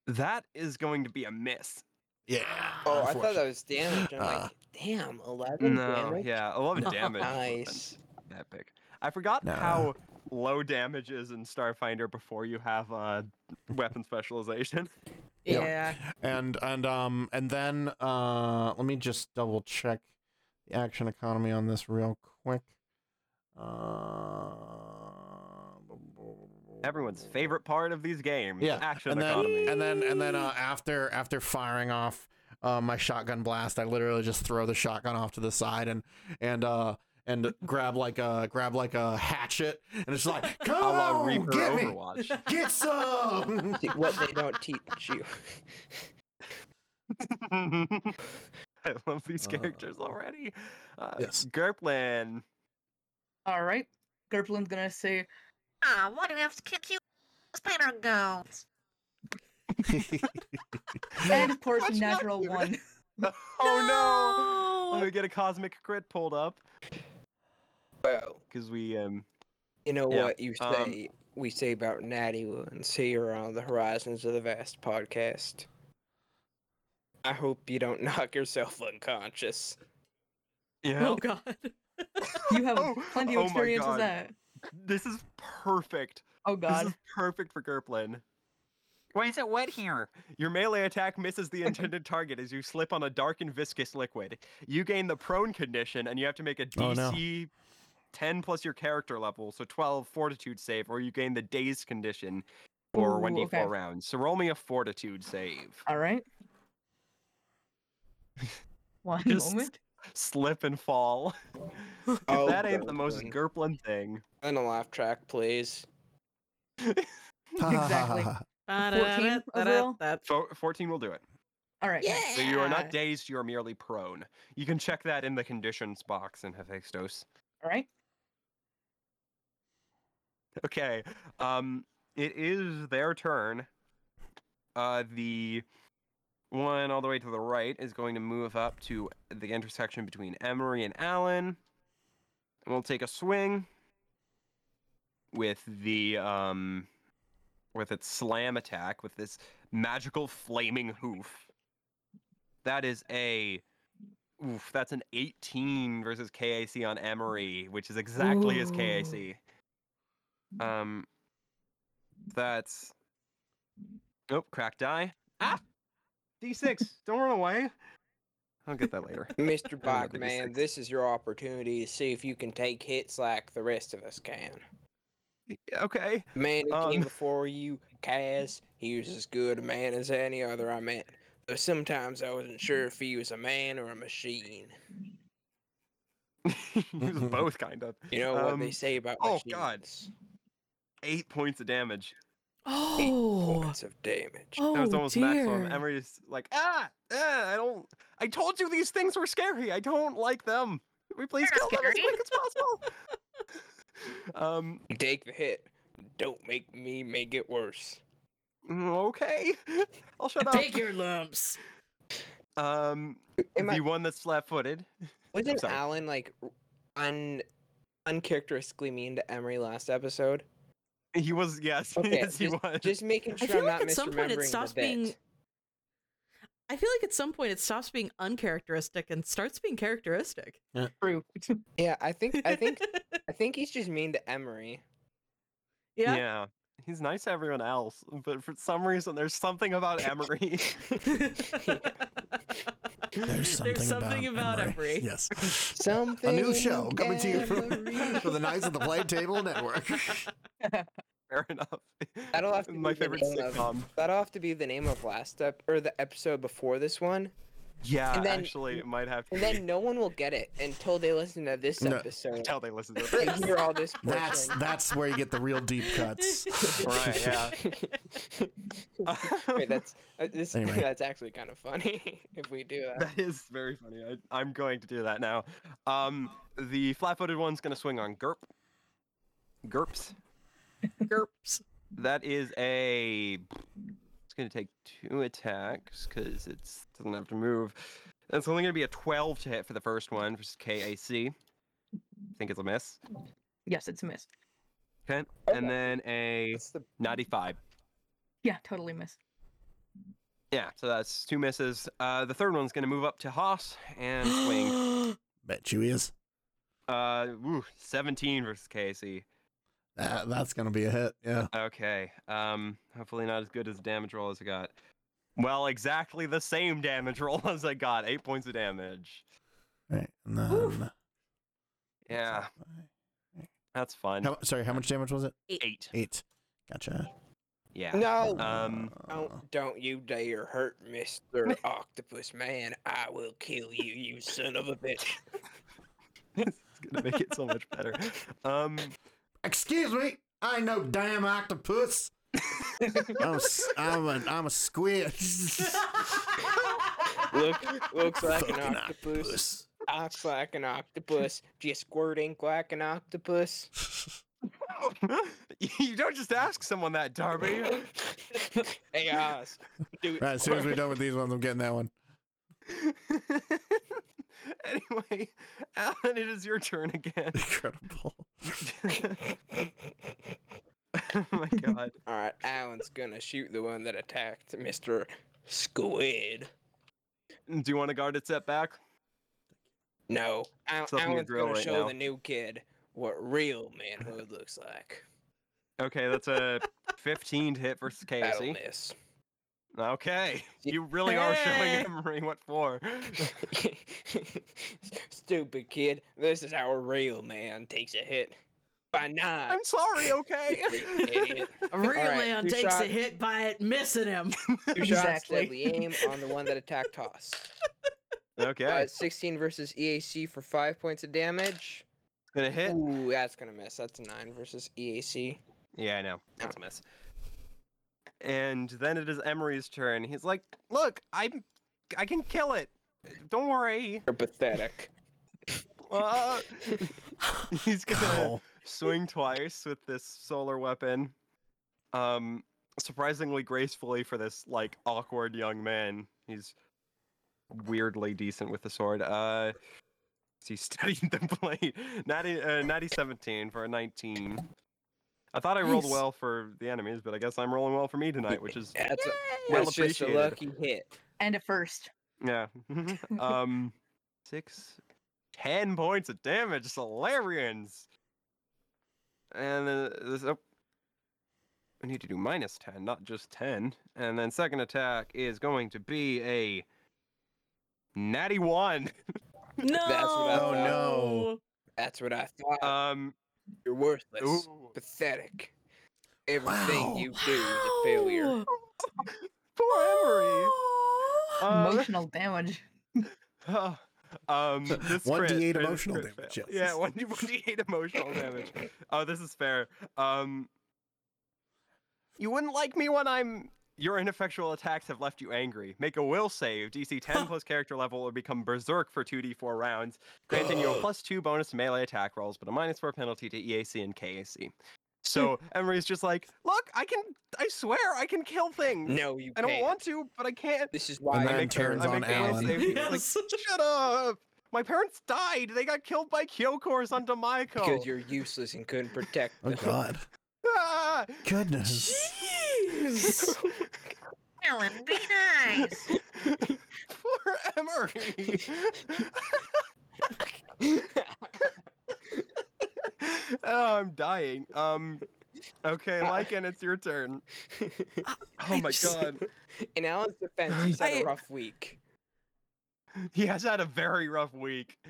Speaker 2: that is going to be a miss.
Speaker 5: Yeah.
Speaker 1: Oh, I thought that
Speaker 5: unfortunate.
Speaker 1: was damage. I'm
Speaker 5: Uh,
Speaker 1: like, damn, eleven
Speaker 2: No,
Speaker 1: damage.
Speaker 2: yeah, eleven
Speaker 4: No.
Speaker 2: damage. would've been
Speaker 1: Nice.
Speaker 2: That big. I forgot
Speaker 5: Nah.
Speaker 2: how low damage is in Starfinder before you have uh, weapon specialization.
Speaker 5: Yeah.
Speaker 3: Yeah.
Speaker 5: and and um and then uh let me just double check the action economy on this real quick uh
Speaker 2: Everyone's favorite part of these games.
Speaker 5: Yeah,
Speaker 2: Action
Speaker 5: and then
Speaker 2: economy.
Speaker 5: and then and then uh, after after firing off uh, my shotgun blast i literally just throw the shotgun off to the side and and uh and grab like a grab like a hatchet and it's like come
Speaker 2: a la
Speaker 5: on
Speaker 2: Reaper
Speaker 5: Oh, get me
Speaker 2: Overwatch.
Speaker 5: get some
Speaker 1: See, what they don't teach you.
Speaker 2: I love these
Speaker 5: Uh,
Speaker 2: characters already. Uh,
Speaker 5: yes.
Speaker 2: Gerplin.
Speaker 3: All right. Gerplin's gonna say,
Speaker 6: Ah, why do we have to kick you? Spider go.
Speaker 3: and of course,
Speaker 6: Watch out,
Speaker 3: natural
Speaker 6: you're-
Speaker 3: one.
Speaker 2: Oh no!
Speaker 4: No!
Speaker 2: Let me get a cosmic crit pulled up
Speaker 1: Well,
Speaker 2: because we um
Speaker 1: you know
Speaker 2: Yeah,
Speaker 1: what you
Speaker 2: um,
Speaker 1: say. we say about Natty and see her on the horizons of the vast podcast. I hope you don't knock yourself unconscious.
Speaker 2: yeah.
Speaker 4: Oh god.
Speaker 3: You have
Speaker 2: Oh,
Speaker 3: plenty
Speaker 2: oh my
Speaker 3: of experience
Speaker 2: God.
Speaker 3: with that.
Speaker 2: This is perfect.
Speaker 3: Oh
Speaker 2: This
Speaker 3: god.
Speaker 2: is perfect for Gerplin. Why is it wet here? Your melee attack misses the intended target as you slip on a dark and viscous liquid. You gain the prone condition, and you have to make a
Speaker 5: Oh,
Speaker 2: DC
Speaker 5: no.
Speaker 2: 10 plus your character level, so 12 fortitude save, or you gain the dazed condition for
Speaker 3: Ooh,
Speaker 2: 1d4
Speaker 3: okay.
Speaker 2: rounds. So roll me a fortitude save.
Speaker 3: All right. One
Speaker 2: Just-
Speaker 3: moment.
Speaker 2: Slip and fall. If
Speaker 1: Oh,
Speaker 2: that ain't the most
Speaker 1: Gerplin.
Speaker 2: Gerplin thing.
Speaker 1: And a laugh track, please.
Speaker 3: Exactly. overall?
Speaker 2: Fo- 14 will do it.
Speaker 3: All right. nice.
Speaker 2: So you are not dazed, you are merely prone. You can check that in the conditions box in Hephaestus.
Speaker 3: All right.
Speaker 2: Okay. Um it is their turn. Uh the one all the way to the right is going to move up to the intersection between Emery and Allen. And we'll take a swing with the um with its slam attack with this magical flaming hoof. That is a oof, that's an 18 versus KAC on Emery, which is exactly as KAC. Um that's Nope, crack die. Ah! D6. Don't run away. I'll get that later.
Speaker 1: Mr.
Speaker 2: I don't know,
Speaker 1: Bachman,
Speaker 2: thirty-six.
Speaker 1: this is your opportunity to see if you can take hits like the rest of us can.
Speaker 2: Okay.
Speaker 1: Man who
Speaker 2: Um,
Speaker 1: came before you, Kaz, he was as good a man as any other I met. Though sometimes I wasn't sure if he was a man or a machine.
Speaker 2: Use both kind of.
Speaker 1: You know what they
Speaker 2: Um,
Speaker 1: say about
Speaker 2: oh,
Speaker 1: machines.
Speaker 2: God. Eight points of damage.
Speaker 4: Oh.
Speaker 1: Points of damage.
Speaker 4: Oh,
Speaker 2: that was almost
Speaker 4: dear.
Speaker 2: maximum. Emery's like, ah, ah, I don't. I told you these things were scary. I don't like them. Can we please
Speaker 6: They're
Speaker 2: kill them as
Speaker 6: scary."
Speaker 2: quick as possible? um.
Speaker 1: You Take the hit. Don't make me make it worse.
Speaker 2: mm, Okay. I'll shut up.
Speaker 4: Take your lumps.
Speaker 2: Um.
Speaker 1: Am
Speaker 2: the
Speaker 1: I,
Speaker 2: one that's left-footed.
Speaker 1: wasn't
Speaker 2: sorry.
Speaker 1: Alan like r- un uncharacteristically mean to Emery last episode?
Speaker 2: He was yes.
Speaker 1: Okay,
Speaker 2: yes, he was.
Speaker 1: Just making
Speaker 4: I
Speaker 1: sure
Speaker 4: feel
Speaker 1: I'm
Speaker 4: like
Speaker 1: not
Speaker 4: at some point it
Speaker 1: misremembering
Speaker 4: stops
Speaker 1: the bit.
Speaker 4: being. I feel like at some point it stops being uncharacteristic and starts being characteristic.
Speaker 3: True.
Speaker 1: Yeah, I think I think I think he's just mean to Emery.
Speaker 4: yeah.
Speaker 2: He's nice to everyone else, but for some reason, there's something about Emery.
Speaker 5: There's something,
Speaker 4: about,
Speaker 5: Emery.
Speaker 4: Emery.
Speaker 5: Yes.
Speaker 1: Something.
Speaker 5: A new show coming to you
Speaker 1: Emery.
Speaker 5: from, from the Knights at the Blade Table Network.
Speaker 2: Fair enough.
Speaker 1: That'll have to
Speaker 2: My
Speaker 1: be the
Speaker 2: favorite
Speaker 1: name of-
Speaker 2: sitcom.
Speaker 1: That'll have to be the name of last ep- or the episode before this one,
Speaker 2: Yeah,
Speaker 1: And then-
Speaker 2: actually, it might have to
Speaker 1: and
Speaker 2: be
Speaker 1: then no one will get it until they listen to this
Speaker 5: No.
Speaker 1: episode
Speaker 2: until they listen to
Speaker 1: and
Speaker 2: it.
Speaker 1: hear all this.
Speaker 5: That's that's where you get the real deep cuts.
Speaker 2: right, yeah.
Speaker 1: Wait, that's uh, this.
Speaker 5: Anyway.
Speaker 1: That's actually kind of funny if we do that.
Speaker 2: That is very funny. I, I'm going to do that now. Um, the flat-footed one's going to swing on Gerp. Gerps.
Speaker 4: Gerps.
Speaker 2: That is a. It's going to take two attacks because it doesn't have to move. That's only going to be a 12 to hit for the first one versus KAC. think it's a miss.
Speaker 3: Yes, it's a miss.
Speaker 2: Okay.
Speaker 1: Okay.
Speaker 2: And then a
Speaker 1: That's the
Speaker 2: 95.
Speaker 3: Yeah, totally miss.
Speaker 2: Yeah, so that's two misses. Uh, the third one's going to move up to Haas and swing.
Speaker 5: Bet you is.
Speaker 2: uh, woo, 17 versus KAC.
Speaker 5: That, that's gonna be a hit. Yeah.
Speaker 2: Okay. Um, hopefully not as good as damage roll as I got. Well, exactly the same damage roll as I got. Eight points of damage.
Speaker 5: Right. And then,
Speaker 3: Oof.
Speaker 2: Yeah, that's fun.
Speaker 5: How, sorry, how much damage was it?
Speaker 2: Eight.
Speaker 5: Eight. Gotcha.
Speaker 2: Yeah.
Speaker 5: Oh.
Speaker 1: No,
Speaker 2: Um,
Speaker 5: Uh,
Speaker 1: don't, don't you dare hurt Mister Octopus Man. I will kill you, you son of a bitch.
Speaker 2: it's gonna make it so much better. Um,
Speaker 5: Excuse me. I no damn octopus. I'm, s- I'm a I'm a squid.
Speaker 1: Look, looks like an
Speaker 5: Fucking
Speaker 1: octopus. Acts like an octopus. Just squirting like an octopus.
Speaker 2: you don't just ask someone that, Darby.
Speaker 1: hey, Oz. Do it.
Speaker 5: Right, as soon as we're
Speaker 1: squirt.
Speaker 5: done with these ones, I'm getting that one.
Speaker 2: anyway, Alan, it is your turn again.
Speaker 5: Incredible.
Speaker 2: oh my god.
Speaker 1: All right, Alan's gonna shoot the one that attacked Mister Squid.
Speaker 2: Do you want to guard it set back?
Speaker 1: No, Al-
Speaker 2: It's up in your
Speaker 1: Alan's
Speaker 2: grill
Speaker 1: gonna
Speaker 2: right
Speaker 1: show
Speaker 2: now.
Speaker 1: the new kid what real manhood looks like.
Speaker 2: Okay, that's a 15 to hit versus
Speaker 1: That'll
Speaker 2: KC.
Speaker 1: miss.
Speaker 2: Okay,
Speaker 1: Ye-
Speaker 2: you really are
Speaker 4: Hey!
Speaker 2: showing him re- what
Speaker 1: Uh,
Speaker 2: for.
Speaker 1: Stupid kid. This is how a real man takes a hit. By nine.
Speaker 2: I'm sorry. Okay.
Speaker 1: Idiot.
Speaker 4: A real
Speaker 1: Alright,
Speaker 4: man
Speaker 1: two
Speaker 4: takes a
Speaker 1: shots.
Speaker 4: hit by it missing him.
Speaker 1: Two shots
Speaker 3: Exactly.
Speaker 1: deadly aim on the one that attacked Toss. Uh,
Speaker 2: okay,
Speaker 1: 16 versus EAC for five points of damage.
Speaker 2: gonna hit.
Speaker 1: Ooh, that's gonna miss. That's a nine versus EAC.
Speaker 2: Yeah, I know. That's a mess. And then it is Emery's turn. He's like, "Look, I'm, I can kill it. Don't worry."
Speaker 1: You're pathetic.
Speaker 2: Uh, he's gonna
Speaker 5: Cool.
Speaker 2: swing twice with this solar weapon. Um, surprisingly gracefully for this like awkward young man, he's weirdly decent with the sword. Uh, he studied the blade. Natty, uh, natty seventeen for a nineteen. I thought I rolled
Speaker 4: Nice.
Speaker 2: well for the enemies, but I guess I'm rolling well for me tonight, which is
Speaker 1: That's, a,
Speaker 2: Well
Speaker 1: that's just a
Speaker 2: appreciated.
Speaker 1: lucky hit.
Speaker 3: And a first.
Speaker 2: yeah. um, six, ten points of damage, Solarians. And then this. Oh, I need to do minus ten, not just ten. And then second attack is going to be a natty one.
Speaker 4: No.
Speaker 1: what I-
Speaker 5: Oh, no.
Speaker 1: That's what I thought.
Speaker 2: Um,
Speaker 1: You're worthless.
Speaker 2: ooh,
Speaker 1: Pathetic. Everything
Speaker 5: Wow.
Speaker 1: you do is a failure.
Speaker 4: Wow.
Speaker 2: poor Emery.
Speaker 4: Aw.
Speaker 2: Um,
Speaker 3: Emotional damage.
Speaker 2: Oh, um, this
Speaker 5: 1d8
Speaker 2: crit- this
Speaker 5: emotional
Speaker 2: crit
Speaker 5: damage,
Speaker 2: fail.
Speaker 5: yes.
Speaker 2: Yeah, one d eight emotional damage. Oh, this is fair. Um, you wouldn't like me when I'm. Your ineffectual attacks have left you angry. Make a will save, DC 10 plus character level, or become berserk for 2d4 rounds, granting you a plus two bonus to melee attack rolls, but a minus four penalty to EAC and
Speaker 5: Hmm.
Speaker 2: KAC. So Emery's just like, look, I can, I swear, I can kill things.
Speaker 1: No, you
Speaker 2: I don't
Speaker 1: can't.
Speaker 2: want to, but I can't.
Speaker 1: This is why
Speaker 5: And
Speaker 2: I
Speaker 5: then
Speaker 1: I'm
Speaker 2: make the-
Speaker 5: turns
Speaker 2: I
Speaker 5: on
Speaker 2: make the will
Speaker 5: Alan.
Speaker 2: save. He's like,
Speaker 4: Yes.
Speaker 2: Shut up! My parents died. They got killed by Kyokors on
Speaker 1: because
Speaker 2: Damaiko.
Speaker 1: you're useless and couldn't protect
Speaker 5: Oh
Speaker 1: them.
Speaker 5: God.
Speaker 2: Ah!
Speaker 5: Goodness.
Speaker 4: Jeez.
Speaker 6: Alan, be nice.
Speaker 2: Poor Emery. oh, I'm dying. Um. Okay, Lycan, it's your turn. Oh my god,
Speaker 1: In Alan's defense, he's had
Speaker 4: I-
Speaker 1: a rough week.
Speaker 2: he has had a very rough week.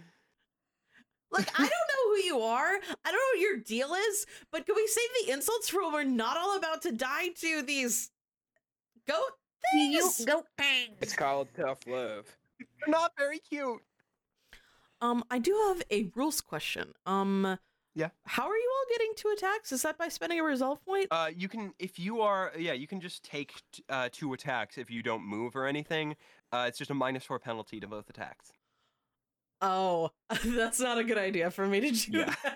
Speaker 4: Like I don't know who who you are. I don't know what your deal is, but can we save the insults for when we're not all about to die to these goat
Speaker 6: You
Speaker 4: things?
Speaker 6: goat thing.
Speaker 1: It's called tough love.
Speaker 2: They're not very cute.
Speaker 4: Um, I do have a rules question. Um,
Speaker 2: Yeah.
Speaker 4: How are you all getting two attacks? Is that by spending a resolve point?
Speaker 2: Uh, you can if you are yeah, you can just take t- uh, two attacks if you don't move or anything. Uh, it's just a minus four penalty to both attacks.
Speaker 4: oh, that's not a good idea for me to do.
Speaker 2: Yeah.
Speaker 1: Yeah.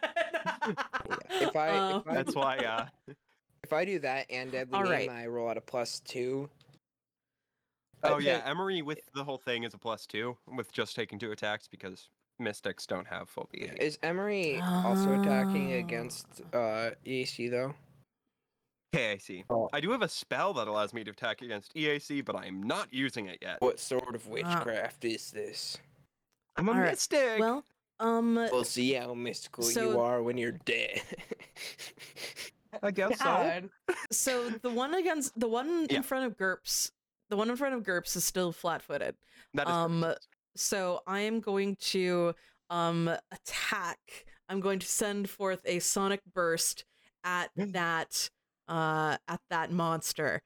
Speaker 4: That.
Speaker 1: If I
Speaker 4: Uh,
Speaker 1: if I,
Speaker 2: That's why uh,
Speaker 1: if I do that and deadly
Speaker 4: All
Speaker 1: name,
Speaker 4: right.
Speaker 1: I roll out a plus two.
Speaker 2: Oh
Speaker 1: Okay,
Speaker 2: yeah, Emery with the whole thing is a plus two with just taking two attacks because mystics don't have full E BA.
Speaker 1: Is Emery also attacking
Speaker 4: Ah.
Speaker 1: against uh EAC though?
Speaker 2: KAC.
Speaker 1: Oh.
Speaker 2: I do have a spell that allows me to attack against EAC, but I'm not using it yet.
Speaker 1: What sort
Speaker 4: Uh,
Speaker 1: of witchcraft is this?
Speaker 2: I'm a
Speaker 4: All right,
Speaker 2: mystic.
Speaker 4: well, um,
Speaker 1: We'll see how mystical
Speaker 4: So-
Speaker 1: you are when you're dead.
Speaker 2: I guess so.
Speaker 3: God.
Speaker 4: so the one against the one
Speaker 2: Yeah.
Speaker 4: in front of GURPS, the one in front of GURPS is still flat-footed.
Speaker 2: That is
Speaker 4: Um,
Speaker 2: correct.
Speaker 4: So I am going to um attack. I'm going to send forth a sonic burst at
Speaker 2: Mm.
Speaker 4: that uh at that monster.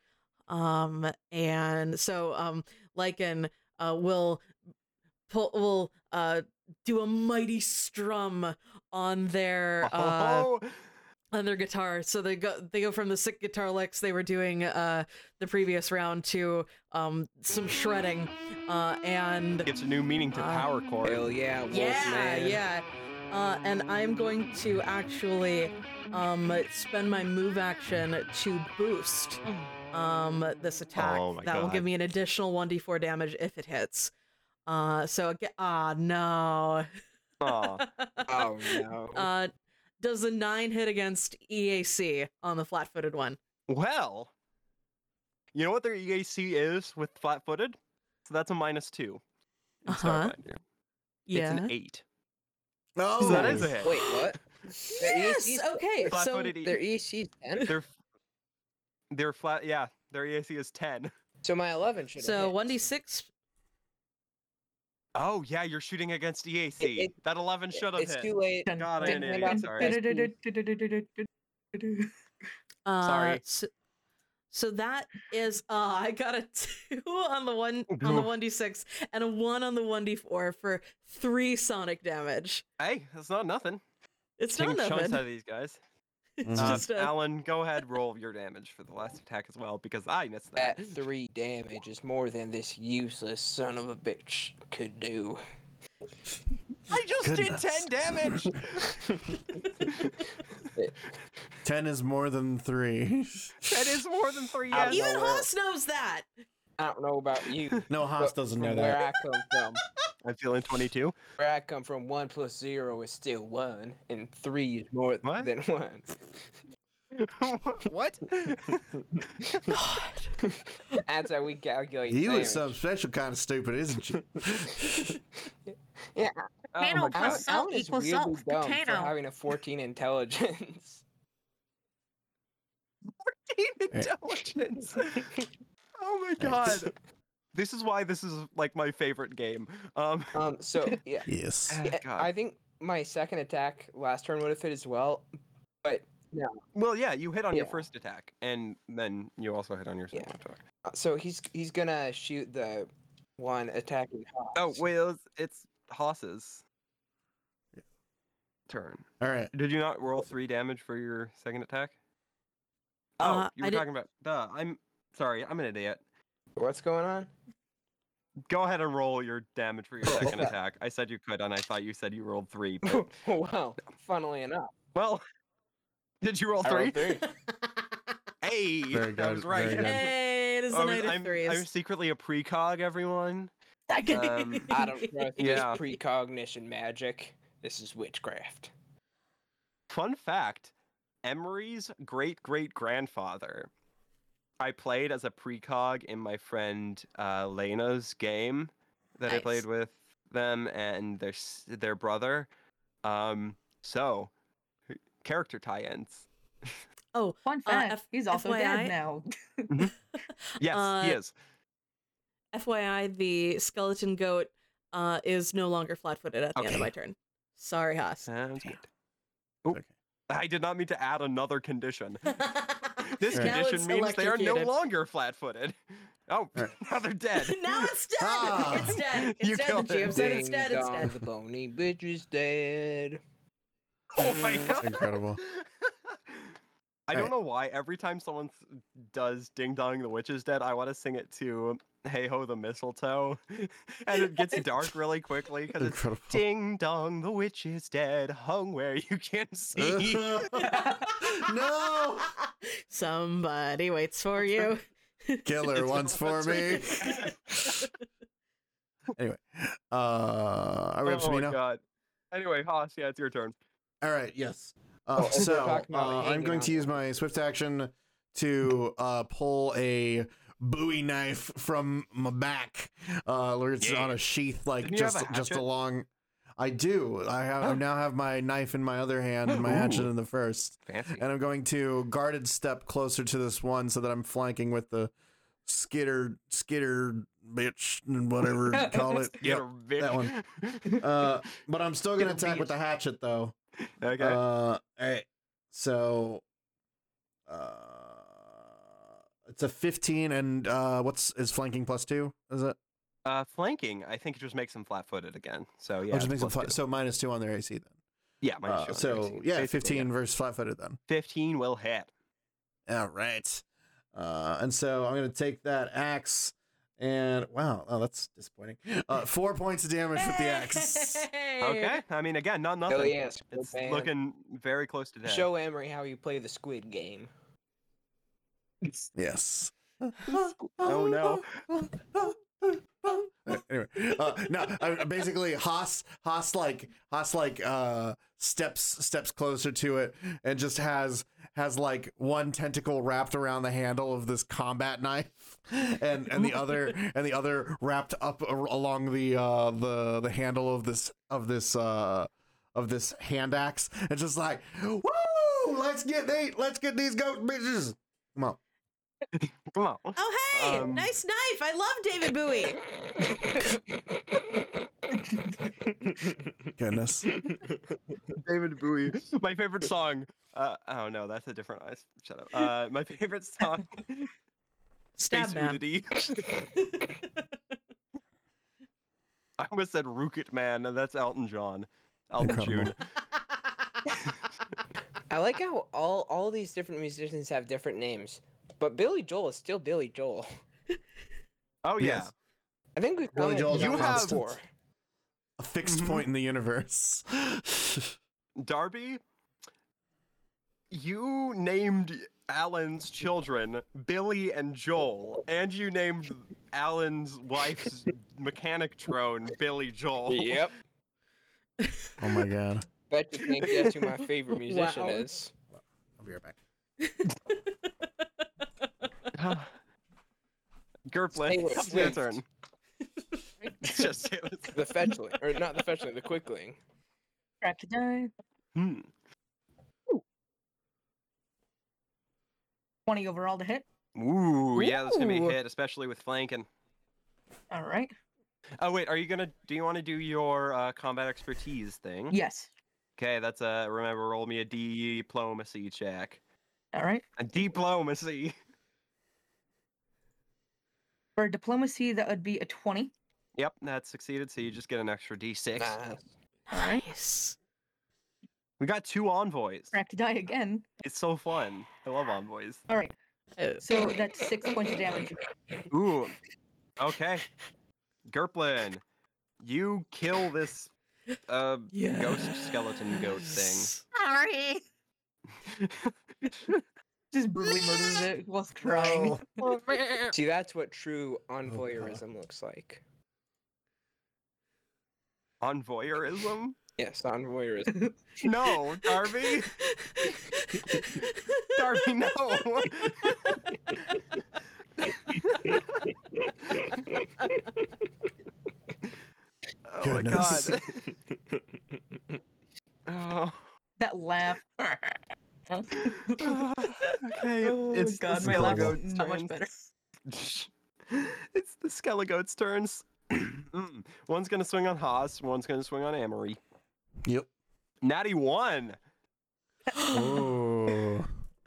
Speaker 4: Um and so um Lycan uh will pull will uh do a mighty strum on their uh
Speaker 2: oh,
Speaker 4: on their guitar. So they go they go from the sick guitar licks they were doing uh the previous round to um some shredding uh and
Speaker 2: gives a new meaning to
Speaker 4: uh,
Speaker 2: power chord.
Speaker 1: Hell
Speaker 4: yeah,
Speaker 1: yeah, Wolfman.
Speaker 4: yeah. Uh, and I'm going to actually um, spend my move action to boost um, this attack.
Speaker 2: Oh my
Speaker 4: that will
Speaker 2: God.
Speaker 4: give me an additional 1d4 damage if it hits. Uh, so again, ah no.
Speaker 2: Aw.
Speaker 1: Oh no.
Speaker 4: uh, does a nine hit against EAC on the flat-footed one?
Speaker 2: Well, you know what their EAC is with flat-footed, so that's a minus two. in
Speaker 4: Uh-huh.
Speaker 2: Starbinder.
Speaker 4: Yeah.
Speaker 2: It's an eight.
Speaker 5: No.
Speaker 2: So that is a hit.
Speaker 1: Wait, what? Their
Speaker 4: yes.
Speaker 1: EAC
Speaker 4: Okay. So
Speaker 2: Flat-footed
Speaker 1: Their EAC ten.
Speaker 2: They're they're flat. Yeah, their EAC is ten.
Speaker 1: So my eleven should.
Speaker 4: so
Speaker 1: hit.
Speaker 4: 1d6.
Speaker 2: Oh yeah, you're shooting against EAC.
Speaker 1: it-
Speaker 2: that eleven should have
Speaker 1: It's
Speaker 2: hit.
Speaker 1: too late.
Speaker 3: Dun,
Speaker 2: God, I
Speaker 1: am an
Speaker 3: dun, dun,
Speaker 1: idiot,
Speaker 3: dun,
Speaker 1: sorry.
Speaker 3: dun, dun, dun, dun, dun, dun, dun, dun.
Speaker 4: Uh,
Speaker 2: Sorry.
Speaker 4: So, so that is uh, I got a two on the one on the
Speaker 2: Oof.
Speaker 4: one d six and a one on the one d four for three sonic damage.
Speaker 2: Hey, that's not nothing.
Speaker 4: It's
Speaker 2: Taking
Speaker 4: not
Speaker 2: chunks out
Speaker 4: nothing.
Speaker 2: of these guys. Um,
Speaker 4: It's
Speaker 5: Uh,
Speaker 4: just a,
Speaker 2: Alan, go ahead, roll your damage for the last attack as well because I missed that.
Speaker 1: That three damage is more than this useless son of a bitch could do.
Speaker 2: I just did
Speaker 5: Goodness.
Speaker 2: ten damage.
Speaker 5: 10 is more than 3.
Speaker 2: that is more than three.
Speaker 1: Ow.
Speaker 2: Yes.
Speaker 4: even
Speaker 1: Well,
Speaker 4: Haas knows that.
Speaker 1: I don't know about you.
Speaker 5: No, Haas
Speaker 1: but
Speaker 5: doesn't
Speaker 1: from
Speaker 5: know
Speaker 1: Where
Speaker 5: that.
Speaker 1: I come from,
Speaker 2: I'm feeling twenty-two.
Speaker 1: where I come from, one plus zero is still one, and three is more
Speaker 2: What?
Speaker 1: than one.
Speaker 2: what?
Speaker 1: That's how we calculate.
Speaker 5: You
Speaker 1: damage.
Speaker 5: is some special kind of stupid, isn't you?
Speaker 2: Oh
Speaker 6: Man,
Speaker 2: my god.
Speaker 6: oh,
Speaker 1: Alan,
Speaker 6: Plus
Speaker 1: Alan
Speaker 6: salt
Speaker 1: is
Speaker 6: equals
Speaker 1: really
Speaker 6: salt,
Speaker 1: dumb for
Speaker 6: potato.
Speaker 1: having a fourteen intelligence.
Speaker 2: intelligence. oh my god. This is why this is like my favorite game. Um,
Speaker 1: Um. So yeah,
Speaker 5: yes.
Speaker 1: yeah,
Speaker 2: Oh God.
Speaker 1: I think my second attack last turn would have hit as well.
Speaker 2: well, yeah, you hit on your
Speaker 1: Yeah.
Speaker 2: first attack, and then you also hit on your second
Speaker 1: Yeah.
Speaker 2: attack.
Speaker 1: Uh, So he's he's gonna shoot the one attacking. Haas.
Speaker 2: Oh wait, it's, it's Haas's turn.
Speaker 5: All right.
Speaker 2: Did you not roll three damage for your second attack? Oh,
Speaker 4: Uh,
Speaker 2: you
Speaker 4: I
Speaker 2: were
Speaker 4: did-
Speaker 2: talking about. Duh, I'm sorry, I'm an idiot.
Speaker 1: What's going on?
Speaker 2: Go ahead and roll your damage for your second
Speaker 1: Okay.
Speaker 2: attack. I said you could, and I thought you said you rolled three. But,
Speaker 1: wow. Funnily enough,
Speaker 2: well, did you roll
Speaker 1: I
Speaker 2: three?
Speaker 1: rolled three.
Speaker 2: Hey,
Speaker 5: Very
Speaker 2: that
Speaker 5: good,
Speaker 2: was right.
Speaker 5: very good.
Speaker 4: Hey, it is
Speaker 2: I
Speaker 4: a
Speaker 2: was-
Speaker 4: night of
Speaker 2: Oh, I'm,
Speaker 4: threes.
Speaker 2: I'm secretly a precog, everyone.
Speaker 4: Uh,
Speaker 2: um,
Speaker 1: I don't trust
Speaker 2: Yeah.
Speaker 1: this precognition magic. This is witchcraft.
Speaker 2: Fun fact Emery's great great grandfather, I played as a precog in my friend uh, Lena's game that I
Speaker 4: Nice.
Speaker 2: played with them and their, s- their brother. Um, so, character tie ins.
Speaker 3: Fun fact,
Speaker 4: F-
Speaker 3: he's also
Speaker 4: FYI.
Speaker 3: dead now.
Speaker 2: Yes, he
Speaker 4: Uh,
Speaker 2: is.
Speaker 4: FYI, the skeleton goat uh, is no longer flat-footed at the end
Speaker 2: Okay.
Speaker 4: of my turn. Sorry, Haas.
Speaker 2: Sounds good. Oop. I did not mean to add another condition. This
Speaker 5: Right.
Speaker 4: Now
Speaker 2: condition
Speaker 4: it's
Speaker 2: means they are no
Speaker 4: electrocuted.
Speaker 2: longer flat-footed. Oh,
Speaker 5: Right.
Speaker 2: now they're dead.
Speaker 4: now it's dead.
Speaker 5: Ah.
Speaker 4: it's dead. It's
Speaker 2: You
Speaker 4: dead.
Speaker 2: killed
Speaker 4: The GM
Speaker 2: it.
Speaker 4: said it's
Speaker 1: Ding
Speaker 4: dead. It's
Speaker 1: dong,
Speaker 4: dead.
Speaker 1: The bony bitch is dead.
Speaker 2: Oh my god.
Speaker 5: Incredible.
Speaker 2: I
Speaker 5: Alright.
Speaker 2: don't know why every time someone s- does Ding Dong the Witch is Dead, I want to sing it to Hey Ho the Mistletoe. and it gets dark really quickly because it's
Speaker 5: Incredible.
Speaker 2: Ding Dong the Witch is Dead, hung where you can see.
Speaker 5: no!
Speaker 4: Somebody waits for you.
Speaker 5: Killer once for me. Anyway, uh, are we up to
Speaker 2: oh
Speaker 5: me
Speaker 2: my
Speaker 5: now?
Speaker 2: god. Anyway, Haas, yeah, it's your turn.
Speaker 5: All right. Yes.
Speaker 1: Oh,
Speaker 5: Uh,
Speaker 1: if we're
Speaker 5: so
Speaker 1: talking about
Speaker 5: uh, I'm
Speaker 1: hanging
Speaker 5: going
Speaker 1: on
Speaker 5: to use my swift action to uh, pull a Bowie knife from my back. Uh, where it's
Speaker 2: Yeah.
Speaker 5: on a sheath, like
Speaker 2: Didn't you have
Speaker 5: just
Speaker 2: a
Speaker 5: just
Speaker 2: hatchet?
Speaker 5: along. I do. I have. I
Speaker 2: Huh?
Speaker 5: now have my knife in my other hand and my hatchet
Speaker 2: Ooh.
Speaker 5: in the first,
Speaker 2: Fancy.
Speaker 5: and I'm going to guarded step closer to this one so that I'm flanking with the skitter skitter bitch and whatever you call it.
Speaker 2: Get
Speaker 5: Yep.
Speaker 2: her, Vic.
Speaker 5: that Uh, but I'm still gonna
Speaker 2: Skitter
Speaker 5: attack with
Speaker 2: bitch.
Speaker 5: the hatchet though.
Speaker 2: okay.
Speaker 5: Uh, all right. So, uh, it's a 15, and uh, what's is flanking plus two? Is it?
Speaker 2: Uh, flanking, I think it just makes him flat-footed again. So yeah.
Speaker 5: oh, just makes them
Speaker 2: plus two.
Speaker 5: fla- so minus two on their AC then.
Speaker 2: yeah, minus
Speaker 5: Uh,
Speaker 2: two on
Speaker 5: so
Speaker 2: their AC.
Speaker 5: yeah,
Speaker 2: Basically,
Speaker 5: 15 versus flat footed then.
Speaker 2: 15 will hit.
Speaker 5: All right. Uh, and so I'm gonna take that axe. And wow, oh, that's disappointing. Uh, four points of damage with the axe.
Speaker 2: Okay. I mean, again, not nothing.
Speaker 1: Oh yes, good
Speaker 2: It's
Speaker 1: man.
Speaker 2: looking very close to death.
Speaker 1: Show Emery how you play the Squid Game.
Speaker 5: Yes.
Speaker 2: Oh, no.
Speaker 5: anyway, uh, no, I, I basically Haas Haas like Haas like uh, steps steps closer to it and just has has like one tentacle wrapped around the handle of this combat knife and and the other and the other wrapped up a- along the uh, the the handle of this of this uh, of this hand axe and just like woo let's get they let's get these goat bitches come on
Speaker 2: Come on.
Speaker 4: Oh hey,
Speaker 2: Um,
Speaker 4: nice knife. I love David Bowie.
Speaker 5: goodness
Speaker 2: David Bowie. My favorite song. Uh, oh no, that's a different. I, shut up. Uh, my favorite song.
Speaker 4: Stab
Speaker 2: Space
Speaker 4: man.
Speaker 2: Nudity. I almost said Rookit Man, and that's Elton John. Elton
Speaker 5: Incredible.
Speaker 2: June.
Speaker 1: I like how all all these different musicians have different names, but Billy Joel is still Billy Joel.
Speaker 2: Oh yeah.
Speaker 5: Yes.
Speaker 1: I think we've
Speaker 5: Billy
Speaker 1: commented
Speaker 5: Joel's
Speaker 1: on
Speaker 2: a
Speaker 1: this
Speaker 2: constant.
Speaker 1: before.
Speaker 5: a fixed
Speaker 2: Mhm.
Speaker 5: point in the universe. Oh
Speaker 2: Darby, you named Alan's children Billy and Joel, and you named Alan's wife's mechanic drone Billy Joel.
Speaker 1: Yep.
Speaker 5: oh my god.
Speaker 1: Bet you think that's who my favorite musician
Speaker 4: Wow.
Speaker 1: is.
Speaker 5: I'll be right back.
Speaker 1: Taylor
Speaker 2: Gerplin, it's your
Speaker 1: Swift.
Speaker 2: turn. It's just Taylor Swift.
Speaker 1: The fetchling, or not the fetchling, the quickling.
Speaker 3: Crap to die.
Speaker 2: Hmm.
Speaker 3: 20 overall to hit.
Speaker 2: Ooh, yeah, that's gonna be
Speaker 4: Ooh.
Speaker 2: a hit, especially with flanking.
Speaker 3: All right.
Speaker 2: Oh wait, are you gonna? Do you want to do your uh, combat expertise
Speaker 1: Hmm?
Speaker 2: thing?
Speaker 3: Yes.
Speaker 2: Okay, that's a remember. Roll me a diplomacy check.
Speaker 3: All right.
Speaker 2: A diplomacy.
Speaker 3: For diplomacy, that would be a 20.
Speaker 2: Yep, that succeeded. So you just get an extra d6.
Speaker 1: Nice.
Speaker 4: Nice.
Speaker 2: We got two envoys.
Speaker 3: Crap to die again.
Speaker 2: It's so fun. I love envoys.
Speaker 3: All right.
Speaker 4: Uh,
Speaker 3: So that's six points of damage.
Speaker 2: Ooh. Okay. Gerplin, you kill this uh, ghost skeleton goat thing.
Speaker 4: yes.
Speaker 6: Sorry.
Speaker 3: Just brutally murders it whilst crying.
Speaker 1: See, that's what true envoyeurism looks like.
Speaker 2: Envoyerism?
Speaker 1: Yes, envoyeurism.
Speaker 2: No, Darby. Darby, no. oh my
Speaker 5: Goodness.
Speaker 2: god. oh.
Speaker 3: That laugh.
Speaker 2: Ah, okay,
Speaker 3: Oh,
Speaker 2: it's
Speaker 3: God,
Speaker 2: the
Speaker 3: Oh my laugh
Speaker 5: Skelegoat's
Speaker 2: Skelegoat's
Speaker 3: is not much
Speaker 2: turns.
Speaker 3: better.
Speaker 2: it's the Skelegoat's turns. Mm. one's gonna swing on Haas, one's gonna swing on Amory.
Speaker 5: Yep.
Speaker 2: Natty one.
Speaker 5: Ooh.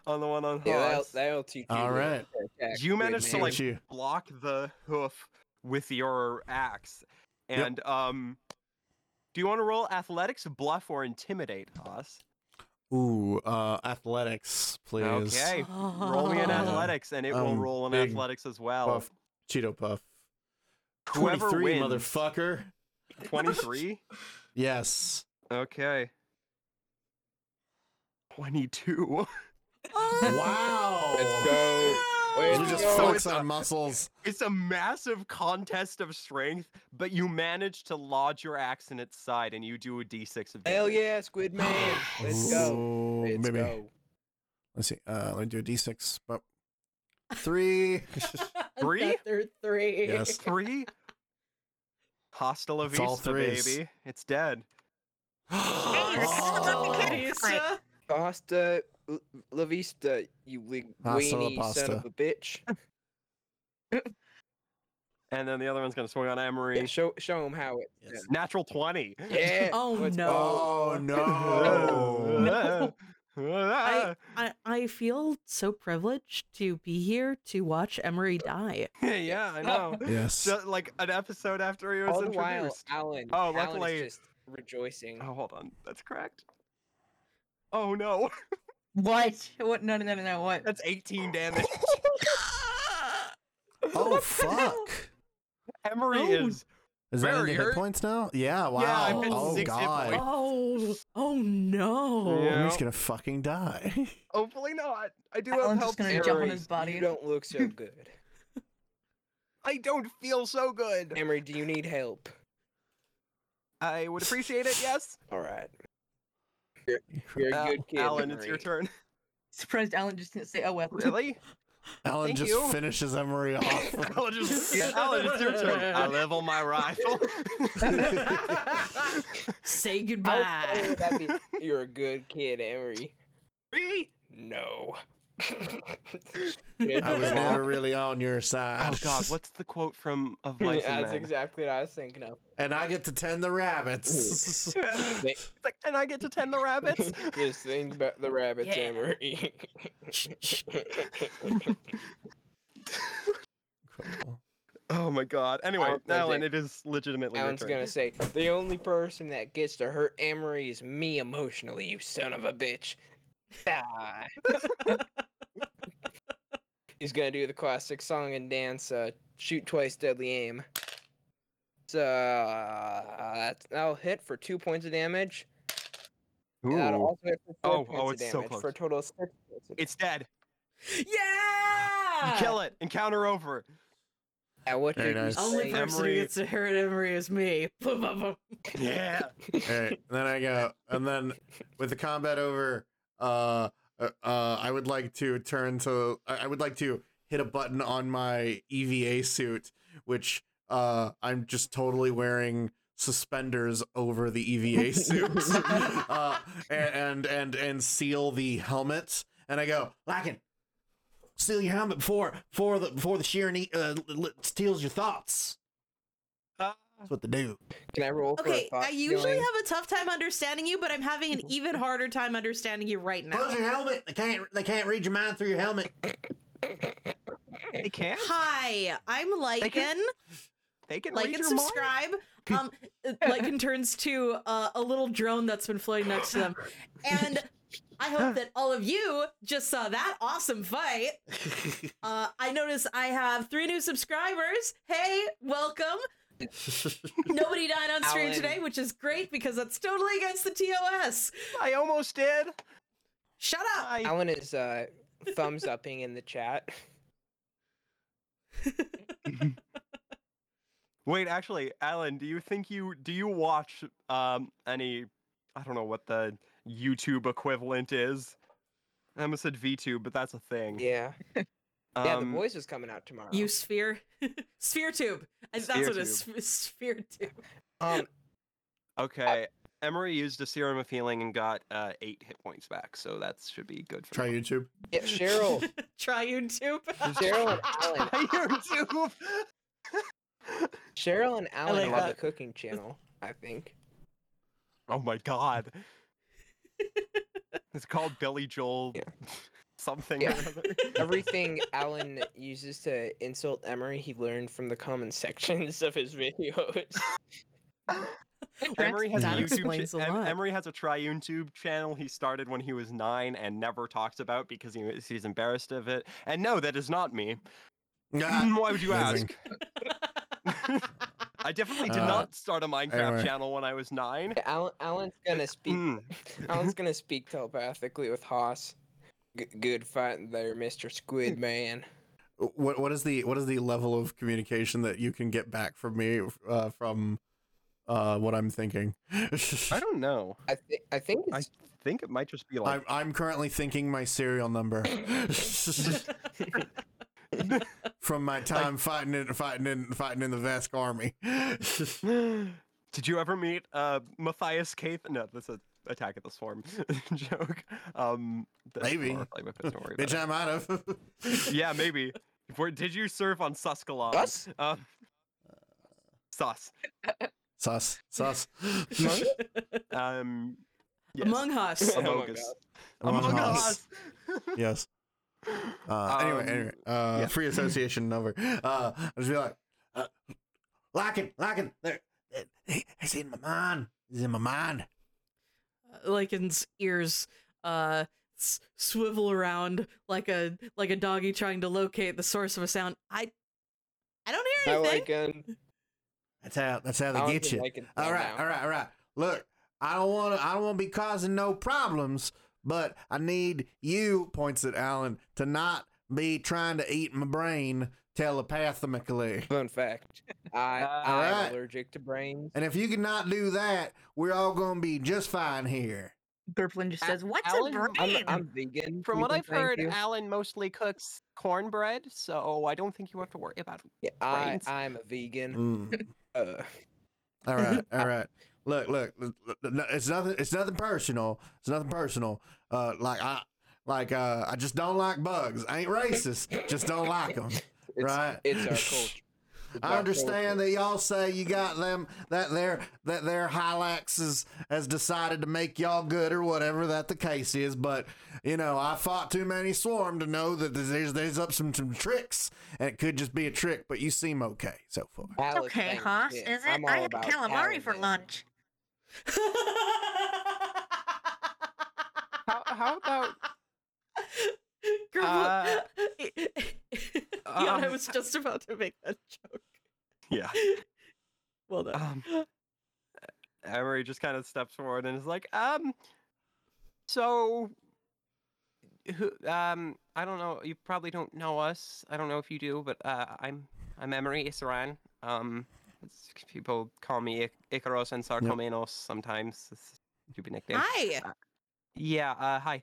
Speaker 2: on the one on
Speaker 1: Yeah, that'll,
Speaker 2: Hans.
Speaker 1: that'll teach you.
Speaker 5: All
Speaker 1: the
Speaker 5: right.
Speaker 1: attack
Speaker 2: You
Speaker 1: good
Speaker 2: managed to,
Speaker 5: See
Speaker 1: man.
Speaker 2: like,
Speaker 5: what you.
Speaker 2: block the hoof with your axe.
Speaker 5: Yep.
Speaker 2: And um do you want to roll athletics, bluff, or intimidate, Haas?
Speaker 5: Ooh. Uh, athletics, please.
Speaker 2: Okay. Roll me an
Speaker 5: Oh.
Speaker 2: athletics and it will
Speaker 5: Um,
Speaker 2: roll in
Speaker 5: big
Speaker 2: athletics as well.
Speaker 5: Puff. Cheeto puff.
Speaker 2: Whoever
Speaker 5: Twenty-three,
Speaker 2: wins.
Speaker 5: motherfucker.
Speaker 2: 23?
Speaker 5: Yes.
Speaker 2: Okay. 22.
Speaker 5: Wow.
Speaker 1: Let's go.
Speaker 5: Those
Speaker 1: Let's
Speaker 5: are just
Speaker 1: go.
Speaker 2: fuck-
Speaker 5: fucks on muscles.
Speaker 2: It's a massive contest of strength, but you manage to lodge your axe in its side and you do a d6 of damage.
Speaker 1: Hell yeah, Squid Man. Let's go.
Speaker 5: Ooh,
Speaker 1: Let's
Speaker 5: maybe.
Speaker 1: go.
Speaker 5: Let's see. Uh, let me do a d6. But three.
Speaker 2: Three?
Speaker 4: They're three.
Speaker 5: Yes.
Speaker 2: Three? Hasta la
Speaker 5: It's all
Speaker 2: vista,
Speaker 5: threes.
Speaker 2: baby. It's dead.
Speaker 5: Oh.
Speaker 4: Oh,
Speaker 1: Pasta L- La Vista, you lig-
Speaker 5: Pasta la
Speaker 1: weenie son of
Speaker 5: pasta.
Speaker 1: a bitch.
Speaker 2: And then the other one's going to swing on Emery.
Speaker 1: Yeah, show show him how it.
Speaker 5: Yes.
Speaker 2: Natural 20.
Speaker 1: Yeah.
Speaker 4: Oh,
Speaker 1: let's
Speaker 4: no.
Speaker 1: go.
Speaker 5: Oh no.
Speaker 1: Oh,
Speaker 4: No.
Speaker 2: I,
Speaker 4: I, I feel so privileged to be here to watch Emery die.
Speaker 2: yeah, I know.
Speaker 5: Yes.
Speaker 2: So, like an episode after he was
Speaker 1: All the while,
Speaker 2: introduced.
Speaker 1: Alan.
Speaker 2: Oh,
Speaker 1: Alan is
Speaker 2: luckily-
Speaker 1: just rejoicing.
Speaker 2: Oh, hold on. That's cracked. Oh no.
Speaker 3: What? What? No, no, no, no, no. What?
Speaker 2: That's 18 damage.
Speaker 5: Oh fuck.
Speaker 2: Emery
Speaker 3: Oh,
Speaker 2: is.
Speaker 5: Is that
Speaker 2: Very
Speaker 5: into hit
Speaker 2: hurt.
Speaker 5: points now? Yeah. Wow.
Speaker 2: Yeah, I've
Speaker 4: been
Speaker 5: oh
Speaker 4: six hit
Speaker 5: god.
Speaker 2: points.
Speaker 4: Oh, oh no.
Speaker 5: I'm
Speaker 2: Yeah.
Speaker 5: just gonna fucking die.
Speaker 2: Hopefully not. I do have
Speaker 3: Alan's
Speaker 2: health.
Speaker 3: just gonna jump on
Speaker 1: Emery,
Speaker 3: his body.
Speaker 1: You don't look so good.
Speaker 2: I don't feel so good.
Speaker 1: Emery, do you need help?
Speaker 2: I would appreciate it. Yes.
Speaker 1: All right. You're
Speaker 2: Al-
Speaker 1: a good kid.
Speaker 2: Alan, it's your
Speaker 1: Emery.
Speaker 2: turn.
Speaker 3: Surprised Alan just didn't say, "Oh well."
Speaker 2: Really?
Speaker 5: Alan
Speaker 2: Thank
Speaker 5: just
Speaker 2: you. Oh,
Speaker 5: finishes Emery off.
Speaker 2: Alan, just, yeah, Alan, it's your turn. I level my rifle. Oh.
Speaker 4: Say
Speaker 1: How
Speaker 4: goodbye.
Speaker 1: funny would that be? You're a good kid, Emery.
Speaker 2: Three.
Speaker 1: No.
Speaker 5: I was never really on your side.
Speaker 2: Oh God, what's the quote from of Life and
Speaker 1: That's
Speaker 2: Men?
Speaker 1: exactly what I was thinking of.
Speaker 5: And I get to tend the rabbits.
Speaker 1: They-
Speaker 2: It's like, and I get to tend the rabbits.
Speaker 1: Just think about the rabbits,
Speaker 4: Yeah.
Speaker 1: Emery.
Speaker 5: Incredible.
Speaker 2: Oh my God. Anyway,
Speaker 1: Alan,
Speaker 2: Alan,
Speaker 1: they-
Speaker 2: it is legitimately your
Speaker 1: Alan's
Speaker 2: turn.
Speaker 1: gonna say, the only person that gets to hurt Emery is me emotionally, you son of a bitch. Die. He's gonna do the classic song and dance, uh, shoot twice, deadly aim. So, uh, that's- that'll hit for two points of damage. and that'll also hit for four
Speaker 2: Oh, oh,
Speaker 1: points of
Speaker 2: it's so
Speaker 1: damage for a
Speaker 2: close.
Speaker 1: total of six points of
Speaker 2: It's dead.
Speaker 4: yeah. Ah.
Speaker 2: You kill it. Encounter over.
Speaker 1: Yeah, what
Speaker 5: Very
Speaker 1: did you
Speaker 5: nice.
Speaker 4: Only
Speaker 1: say?
Speaker 2: per-
Speaker 4: person who
Speaker 2: Emery-
Speaker 4: gets to hurt Emery is me. Boom, boom, boom.
Speaker 2: Yeah.
Speaker 5: All right, then I go, and then with the combat over, uh, uh, uh, I would like to turn to, I I would like to hit a button on my EVA suit, which uh, I'm just totally wearing suspenders over the E EVA suit, uh, and, and and and seal the helmet, and I go, Lacken, seal your helmet before before the before the sheer ne- uh, l- l- steals your thoughts.
Speaker 2: Uh,
Speaker 5: That's what they do.
Speaker 1: Can I roll for a
Speaker 4: Okay,
Speaker 1: thought
Speaker 4: I usually
Speaker 1: stealing?
Speaker 4: have a tough time understanding you, but I'm having an even harder time understanding you right now.
Speaker 5: Close your helmet. They can't they can't read your mind through your helmet.
Speaker 2: they can.
Speaker 4: Hi, I'm
Speaker 2: Like it-
Speaker 4: Lycan.
Speaker 2: They can
Speaker 4: Like
Speaker 2: read
Speaker 4: and
Speaker 2: your mind.
Speaker 4: subscribe. Um, Lycan turns to uh, a little drone that's been floating next to them, and I hope that all of you just saw that awesome fight. Uh, I notice I have three new subscribers. Hey, welcome. Nobody died on stream
Speaker 1: Alan.
Speaker 4: today, which is great because that's totally against the TOS.
Speaker 2: I almost did.
Speaker 4: Shut up.
Speaker 2: I,
Speaker 1: Alan is uh, thumbs upping in the chat.
Speaker 2: Wait, actually, Alan, do you think you do you watch um any I don't know what the YouTube equivalent is? I almost said VTube, but that's a thing.
Speaker 1: Yeah,
Speaker 2: um,
Speaker 1: yeah. The voice is coming out tomorrow.
Speaker 4: You sphere, sphere tube. And that's
Speaker 2: Sphere
Speaker 4: what it is. Sphere tube.
Speaker 1: um,
Speaker 2: Okay. Emery used a serum of healing and got uh, eight hit points back, so that should be good for
Speaker 5: Try
Speaker 2: now.
Speaker 5: YouTube.
Speaker 1: yeah, Cheryl,
Speaker 4: Triune tube.
Speaker 1: Cheryl and Alan,
Speaker 2: YouTube.
Speaker 1: Cheryl and Alan
Speaker 4: like
Speaker 1: have
Speaker 4: that.
Speaker 1: a cooking channel. I think.
Speaker 2: Oh my god. It's called Billy Joel
Speaker 1: Yeah.
Speaker 2: something
Speaker 1: Yeah.
Speaker 2: or other.
Speaker 1: Everything Alan uses to insult Emery, he learned from the comment sections of his videos.
Speaker 2: Emery has
Speaker 5: That
Speaker 2: a YouTube
Speaker 4: explains
Speaker 2: cha-
Speaker 4: a lot.
Speaker 2: em- Emery has a try YouTube channel he started when he was nine and never talks about because he, he's embarrassed of it. And no, that is not me.
Speaker 5: Ah,
Speaker 2: Why would you ask?
Speaker 5: amazing.
Speaker 2: I definitely did
Speaker 5: Uh,
Speaker 2: not start a Minecraft
Speaker 5: anyway.
Speaker 2: channel when I was nine.
Speaker 1: Alan, Alan's gonna speak.
Speaker 2: Mm.
Speaker 1: Alan's gonna speak telepathically with Haas. G- good fight there, Mister Squid Man.
Speaker 5: What what is the what is the level of communication that you can get back from me uh, from uh, what I'm thinking?
Speaker 2: I don't know.
Speaker 1: I think I think
Speaker 2: I
Speaker 1: it's
Speaker 2: think it might just be like
Speaker 5: I'm, I'm currently thinking my serial number from my time fighting in fighting in fighting in the Vasque army.
Speaker 2: Did you ever meet uh, Matthias Cape? No, that's a Attack of the Swarm joke. Um, that's
Speaker 5: Maybe.
Speaker 2: horrifying, but don't worry
Speaker 5: Bitch,
Speaker 2: about
Speaker 5: I'm out of.
Speaker 2: it. Yeah, maybe. Where did you serve on Suskalon?
Speaker 1: Sus?
Speaker 2: Um, sus.
Speaker 5: Sus, sus.
Speaker 2: Um, yes.
Speaker 4: Among us.
Speaker 1: Oh my
Speaker 2: Amogus.
Speaker 1: God.
Speaker 5: Among
Speaker 2: Among
Speaker 5: Us.
Speaker 2: us.
Speaker 5: yes. Uh, anyway,
Speaker 2: Um,
Speaker 5: anyway, uh,
Speaker 2: yeah.
Speaker 5: free association number. Uh, I just be like, uh, lock it, lock it. There, it- it- it's in my mind. It's in my mind.
Speaker 4: uh, Lycan's ears uh s- swivel around like a like a doggy trying to locate the source of a sound. I I don't hear
Speaker 1: I
Speaker 4: anything.
Speaker 1: like um,
Speaker 5: That's how. That's how they
Speaker 1: Alan's
Speaker 5: get
Speaker 1: been
Speaker 5: you.
Speaker 1: liking
Speaker 5: All
Speaker 1: that
Speaker 5: right,
Speaker 1: now.
Speaker 5: all right, all right. Look, I don't want to. I don't want to be causing no problems, but I need you. Points at Alan to not be trying to eat my brain telepathically.
Speaker 1: Fun fact: I I'm
Speaker 5: Alright.
Speaker 1: allergic to brains.
Speaker 5: And if you cannot do that, we're all gonna be just fine here.
Speaker 3: Gerplin just says, "What's
Speaker 2: Alan,
Speaker 3: a
Speaker 1: I'm,
Speaker 3: brain?"
Speaker 1: I'm vegan.
Speaker 2: From what
Speaker 1: vegan,
Speaker 2: I've heard,
Speaker 1: thank you.
Speaker 2: Alan mostly cooks cornbread, so I don't think you have to worry about it.
Speaker 1: Yeah, I,
Speaker 2: brains.
Speaker 1: I'm a vegan.
Speaker 5: Mm.
Speaker 1: Uh,
Speaker 5: All right, all right. Look, look, look, look, no, it's nothing. It's nothing personal. It's nothing personal. Uh, like I, like uh, I just don't like bugs. I ain't racist. Just don't like them.
Speaker 1: it's,
Speaker 5: Right.
Speaker 1: It's our culture. It's
Speaker 5: I
Speaker 1: our
Speaker 5: understand
Speaker 1: culture.
Speaker 5: that y'all say you got them that their that their Hylax has has decided to make y'all good or whatever that the case is, but you know I fought too many swarm to know that there's there's up some some tricks and it could just be a trick. But you seem okay so far.
Speaker 6: It's
Speaker 1: Alice
Speaker 6: okay,
Speaker 1: thinks
Speaker 6: Haas,
Speaker 1: shit.
Speaker 6: is it?
Speaker 1: I'm
Speaker 6: I
Speaker 1: all
Speaker 6: had
Speaker 1: about
Speaker 6: calamari for
Speaker 1: Alan.
Speaker 6: lunch.
Speaker 2: How, how about
Speaker 4: Girl,
Speaker 2: Uh,
Speaker 4: I
Speaker 2: um,
Speaker 4: was just about to make that joke.
Speaker 2: yeah?
Speaker 4: Well done.
Speaker 2: Um, Emery just kind of steps forward and is like, um, so, who, um, I don't know. You probably don't know us. I don't know if you do, but uh, I'm I'm Emery Isaran. Um, it's- people call me I- Icaros and Sarcomenos sometimes. It's a stupid nickname. Uh,
Speaker 4: Hi.
Speaker 2: Yeah. Uh, hi.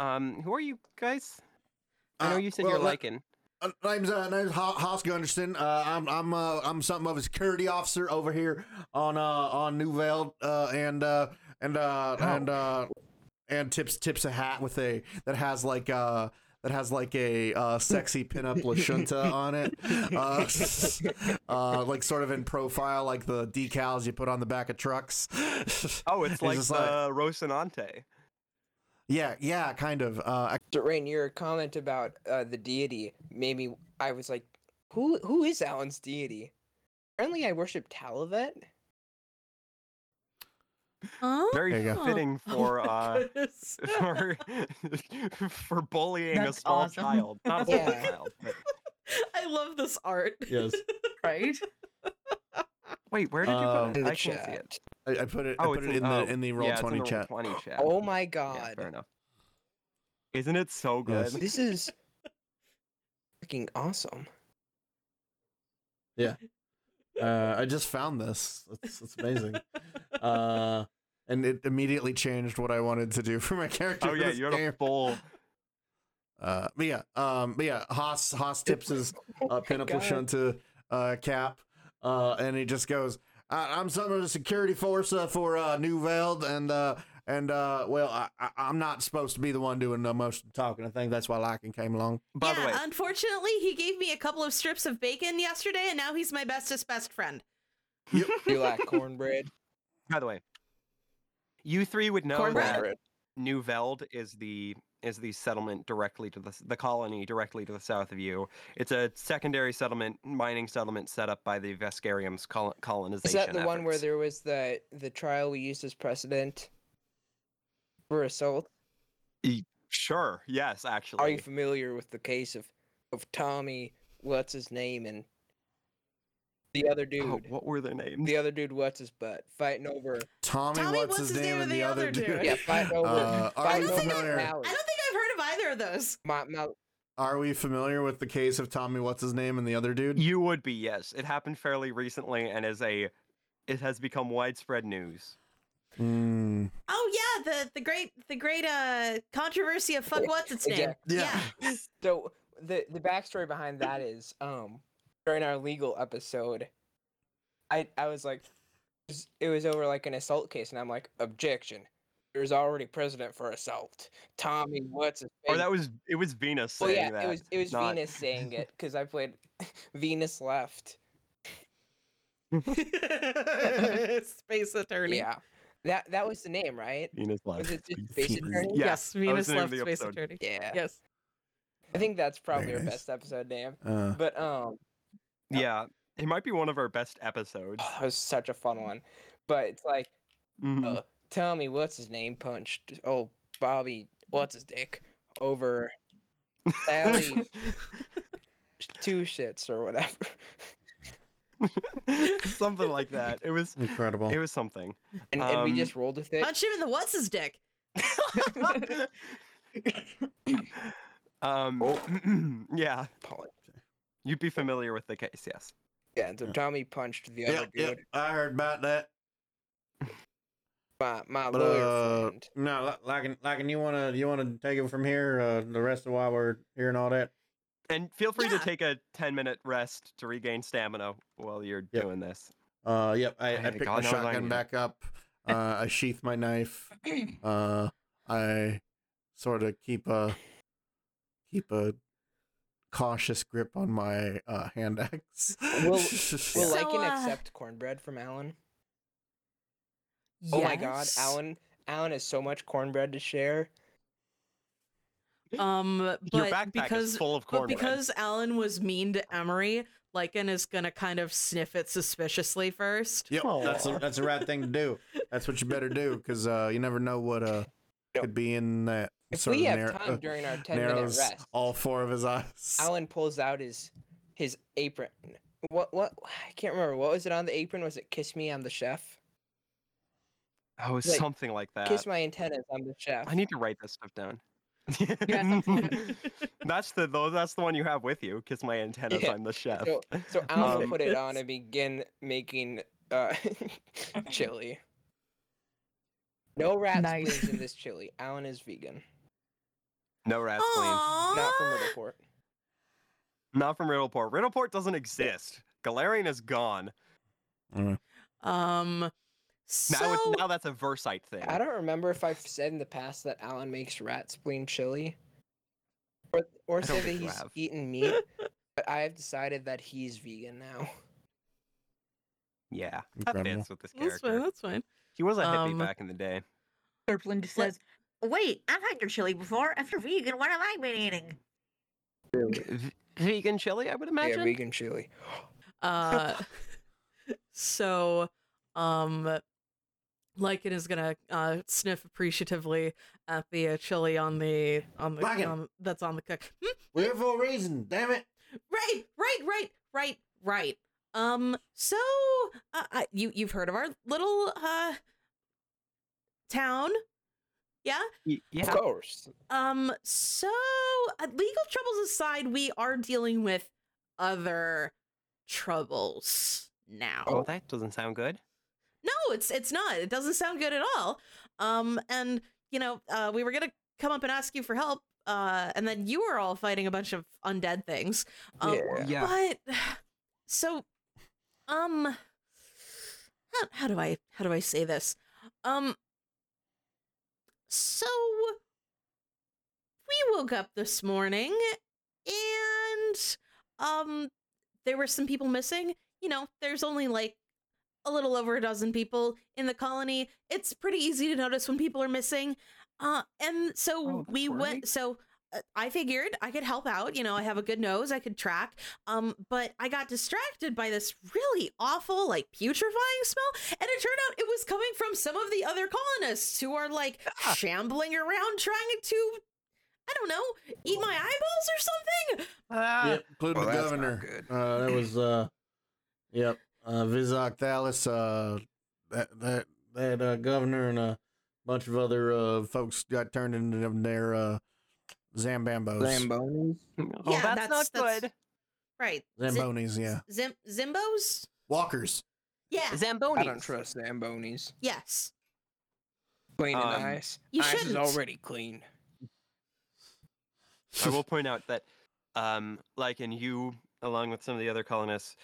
Speaker 2: Um, who are you guys? I know
Speaker 5: Uh,
Speaker 2: you said
Speaker 5: well,
Speaker 2: you're
Speaker 5: let-
Speaker 2: Lycan.
Speaker 5: Uh, name's uh, name's Ho- Hoss Gunderson. Uh, I'm I'm uh, I'm something of a security officer over here on uh on Newveld uh, and uh and uh and uh and tips tips a hat with a that has like uh that has like a uh, sexy pinup lashunta on it, uh, uh, like sort of in profile, like the decals you put on the back of trucks.
Speaker 2: Oh, it's
Speaker 5: It's
Speaker 2: like
Speaker 5: just
Speaker 2: the
Speaker 5: like-
Speaker 2: Rocinante.
Speaker 5: yeah, yeah, kind of. Uh,
Speaker 1: So, Rain, your comment about uh, the deity made me. I was like, who who is Alan's deity? Apparently, I worship Talavet.
Speaker 4: Huh?
Speaker 2: Very
Speaker 5: There you go.
Speaker 2: fitting for
Speaker 4: oh my
Speaker 2: uh,
Speaker 4: goodness.
Speaker 2: for for bullying
Speaker 3: That's
Speaker 2: a small
Speaker 3: awesome.
Speaker 2: child. Not a small
Speaker 1: Yeah.
Speaker 2: child. but-
Speaker 4: I love this art.
Speaker 5: yes,
Speaker 3: right?
Speaker 2: Wait, where did you
Speaker 5: Um,
Speaker 2: put it?
Speaker 1: In the
Speaker 2: I can't see
Speaker 1: chat.
Speaker 2: it.
Speaker 5: I, I put it.
Speaker 2: Oh,
Speaker 5: I put
Speaker 2: it's
Speaker 5: it in
Speaker 2: oh,
Speaker 5: the in the roll
Speaker 2: yeah, it's in
Speaker 5: twenty
Speaker 2: the
Speaker 5: chat.
Speaker 2: Roll 20 chat.
Speaker 1: Oh my
Speaker 2: Yeah, fair
Speaker 1: god.
Speaker 2: enough. Isn't it so good?
Speaker 5: Yes.
Speaker 1: this is freaking awesome.
Speaker 5: Uh, I just found this. It's, it's amazing. uh, and it immediately changed what I wanted to do for my character.
Speaker 2: Oh
Speaker 5: for
Speaker 2: yeah,
Speaker 5: this
Speaker 2: you had a
Speaker 5: game.
Speaker 2: full.
Speaker 5: Uh, but yeah, um, but yeah, Haas Haas tips his uh, pinup
Speaker 1: oh God.
Speaker 5: Lashunta uh, cap, uh, and he just goes, I- "I'm some of the security force uh, for uh, New Veld, and uh, and uh, well, I- I- I'm not supposed to be the one doing the most of the talking. I think that's why Lycan came along.
Speaker 2: By
Speaker 4: yeah,
Speaker 2: the way,
Speaker 4: unfortunately, he gave me a couple of strips of bacon yesterday, and now he's my bestest best friend.
Speaker 1: You like cornbread?
Speaker 2: by the way, you three would know
Speaker 4: Cornbread?
Speaker 2: that New Veld is the is the settlement directly to the s- the colony directly to the south of you. It's a secondary settlement, mining settlement set up by the Vescarium's col- colonization.
Speaker 1: Is that the one where
Speaker 2: efforts.
Speaker 1: there was the the trial we used as precedent for assault?
Speaker 2: Sure. Yes, actually.
Speaker 1: Are you familiar with the case of of Tommy? What's his name and the other dude?
Speaker 2: Oh, what were their names?
Speaker 1: The other dude, what's his butt? Fighting over,
Speaker 5: Tommy, what's, his, name, and the other dude?
Speaker 1: yeah, fighting over,
Speaker 5: Uh, are
Speaker 1: fighting
Speaker 5: we
Speaker 1: over
Speaker 5: familiar?
Speaker 4: I don't
Speaker 1: Mallory.
Speaker 4: think I've heard of either of those.
Speaker 1: My, my,
Speaker 5: Are we familiar with the case of Tommy, what's his name, and the other dude?
Speaker 2: You would be, yes. It happened fairly recently and is a it has become widespread news.
Speaker 5: Mm.
Speaker 4: Oh yeah, the the great the great uh controversy of fuck what's its name.
Speaker 5: Yeah.
Speaker 1: so the the backstory behind that is um during our legal episode i i was like s- it was over like an assault case and i'm like objection there's already precedent for assault tommy what's his
Speaker 2: Or
Speaker 1: face?"
Speaker 2: that was it was Venus
Speaker 1: well
Speaker 2: saying
Speaker 1: yeah
Speaker 2: that.
Speaker 1: it was it was
Speaker 2: not-
Speaker 1: venus saying it because i played venus left
Speaker 4: Space attorney.
Speaker 1: yeah that that was the name right
Speaker 2: Venus
Speaker 1: was
Speaker 2: left.
Speaker 1: it just space
Speaker 5: Venus.
Speaker 1: attorney
Speaker 2: Yeah,
Speaker 4: yes,
Speaker 2: was
Speaker 4: Venus
Speaker 2: the name of
Speaker 4: left
Speaker 2: the
Speaker 4: space
Speaker 2: episode.
Speaker 4: attorney.
Speaker 1: yeah
Speaker 4: Yes.
Speaker 1: i think that's probably our
Speaker 5: nice.
Speaker 1: best episode name
Speaker 5: Uh,
Speaker 1: but um
Speaker 2: Yeah. It might be one of our best episodes.
Speaker 1: that was such a fun one but it's like
Speaker 2: Mhm.
Speaker 1: uh, tell me what's his name punched oh Bobby what's his dick over Sally two shits or whatever.
Speaker 2: Mm-hmm. something like that. It was
Speaker 5: incredible.
Speaker 2: it was something.
Speaker 1: And, and we
Speaker 2: Um,
Speaker 1: just rolled with it.
Speaker 4: Punch him in the what's his dick.
Speaker 2: um
Speaker 1: Oh.
Speaker 2: yeah.
Speaker 1: Polly.
Speaker 2: You'd be familiar with the case, yes.
Speaker 1: Yeah, so
Speaker 5: yeah.
Speaker 1: Tommy punched the
Speaker 5: Yeah,
Speaker 1: other
Speaker 5: yeah,
Speaker 1: dude.
Speaker 5: I heard about that.
Speaker 1: My my
Speaker 5: But
Speaker 1: lawyer
Speaker 5: uh,
Speaker 1: friend.
Speaker 5: no, li- like, and- like, and you wanna, you wanna take it from here. Uh, the rest of why we're here and all that.
Speaker 2: And feel free
Speaker 4: Yeah.
Speaker 2: to take a 10 minute rest to regain stamina while you're
Speaker 5: Yep.
Speaker 2: doing this.
Speaker 5: Uh, yep. I, I
Speaker 2: Man,
Speaker 5: picked
Speaker 2: God
Speaker 5: my
Speaker 2: knows I
Speaker 5: shotgun
Speaker 2: need-
Speaker 5: back up. Uh, I sheath my knife. Uh, I sort of keep a keep a cautious grip on my uh, hand axe.
Speaker 1: We'll- Will
Speaker 4: So,
Speaker 1: Lycan
Speaker 4: uh,
Speaker 1: accept cornbread from Alan? Oh my god,
Speaker 4: Yes.
Speaker 1: Alan Alan has so much cornbread to share.
Speaker 4: Um
Speaker 2: Your
Speaker 4: but
Speaker 2: backpack
Speaker 4: because
Speaker 2: is full of
Speaker 4: but
Speaker 2: cornbread.
Speaker 4: because Alan was mean to Emery, Lycan is gonna kind of sniff it suspiciously first.
Speaker 5: Yep, that's a,
Speaker 2: Aw.
Speaker 5: that's the right thing to do. That's what you better do because uh, you never know what uh
Speaker 1: Yep.
Speaker 5: could be in that.
Speaker 1: If
Speaker 5: sort
Speaker 1: we
Speaker 5: of
Speaker 1: have
Speaker 5: narr-
Speaker 1: time
Speaker 5: uh,
Speaker 1: during our ten minute
Speaker 5: narrows
Speaker 1: rest,
Speaker 5: all four of his eyes.
Speaker 1: Alan pulls out his his apron. What what I can't remember. What was it on the apron? Was it kiss me I'm the chef?
Speaker 2: Oh, something like that.
Speaker 1: Kiss my antennas. I'm the chef.
Speaker 2: I need to write this stuff down.
Speaker 4: Yeah.
Speaker 2: that's the though that's the one you have with you. Kiss my antennas.
Speaker 1: Yeah.
Speaker 2: I'm the chef.
Speaker 1: So, so Alan
Speaker 2: Um,
Speaker 1: put it on
Speaker 4: Yes.
Speaker 1: and begin making uh, chili. No rats
Speaker 3: Nice.
Speaker 1: please, in this chili. Alan is vegan,
Speaker 2: No rats, please.
Speaker 1: not from
Speaker 4: Aww.
Speaker 1: Riddleport.
Speaker 2: Not from Riddleport. Riddleport doesn't exist. Galarian is gone.
Speaker 4: Um so
Speaker 2: Now, it's now that's a Versite thing.
Speaker 1: I don't remember if I've said in the past that Alan makes rat spleen chili, or or
Speaker 2: don't
Speaker 1: said that
Speaker 2: think you
Speaker 1: he's
Speaker 2: have.
Speaker 1: eaten meat. but I have decided that he's vegan now.
Speaker 2: Yeah, that
Speaker 5: Incredible.
Speaker 2: fits with this
Speaker 4: that's fine,
Speaker 2: character.
Speaker 4: that's fine.
Speaker 2: He was a hippie
Speaker 4: Um,
Speaker 2: back in the day.
Speaker 3: Serpland just
Speaker 4: Let-
Speaker 3: says,
Speaker 6: Wait, I've had your chili before. If you're vegan, what have I been eating?
Speaker 2: vegan chili, I would imagine.
Speaker 1: Yeah, vegan chili.
Speaker 4: Uh, so, um, Lycan is gonna uh, sniff appreciatively at the uh, chili on the on the
Speaker 5: Lycan.
Speaker 4: um, that's on the cook. Hmm,
Speaker 5: We're here for a reason. Damn it!
Speaker 4: right, right, right, right, right. Um, so uh, I, you you've heard of our little uh town, yeah?
Speaker 2: Y-
Speaker 1: Of
Speaker 2: yeah.
Speaker 1: course.
Speaker 4: Um, so uh, legal troubles aside, we are dealing with other troubles now.
Speaker 2: Oh, that doesn't sound good.
Speaker 4: No, it's it's not. It doesn't sound good at all. Um, and you know, uh, we were gonna come up and ask you for help, uh, and then you were all fighting a bunch of undead things. Um,
Speaker 1: Yeah.
Speaker 4: But so, um, how, how do I how do I say this? Um, so we woke up this morning, and um, there were some people missing. You know, there's only like a little over a dozen people in the colony. It's pretty easy to notice when people are missing. Uh, and so
Speaker 3: Oh,
Speaker 4: we
Speaker 3: right.
Speaker 4: went. So uh, I figured I could help out. You know, I have a good nose. I could track. Um, but I got distracted by this really awful, like putrefying smell, and it turned out it was coming from some of the other colonists who are like shambling around trying to, I don't know, eat my eyeballs or something. Ah,
Speaker 5: yep, including
Speaker 1: well,
Speaker 5: the
Speaker 1: that's not
Speaker 5: governor.
Speaker 1: good.
Speaker 5: Uh, that was uh, yep, uh, Vizak Dallas. Uh, that that that uh, governor and a bunch of other uh folks got turned into them their uh, Zambambos,
Speaker 1: Lambonis.
Speaker 2: Oh,
Speaker 4: Yeah,
Speaker 2: that's,
Speaker 4: that's-
Speaker 2: not
Speaker 4: that's- ah.
Speaker 2: good.
Speaker 4: Right. Zim-
Speaker 5: Zambonis, yeah,
Speaker 4: Zim- Zimbos.
Speaker 5: walkers.
Speaker 4: Yeah.
Speaker 2: Zamboni.
Speaker 1: I don't trust Lambonis.
Speaker 4: yes.
Speaker 1: Cleaning
Speaker 2: Um,
Speaker 1: ice.
Speaker 4: You
Speaker 1: ice is
Speaker 4: shouldn't.
Speaker 1: already clean.
Speaker 2: I will point out that, um, like in you, along with some of the other colonists,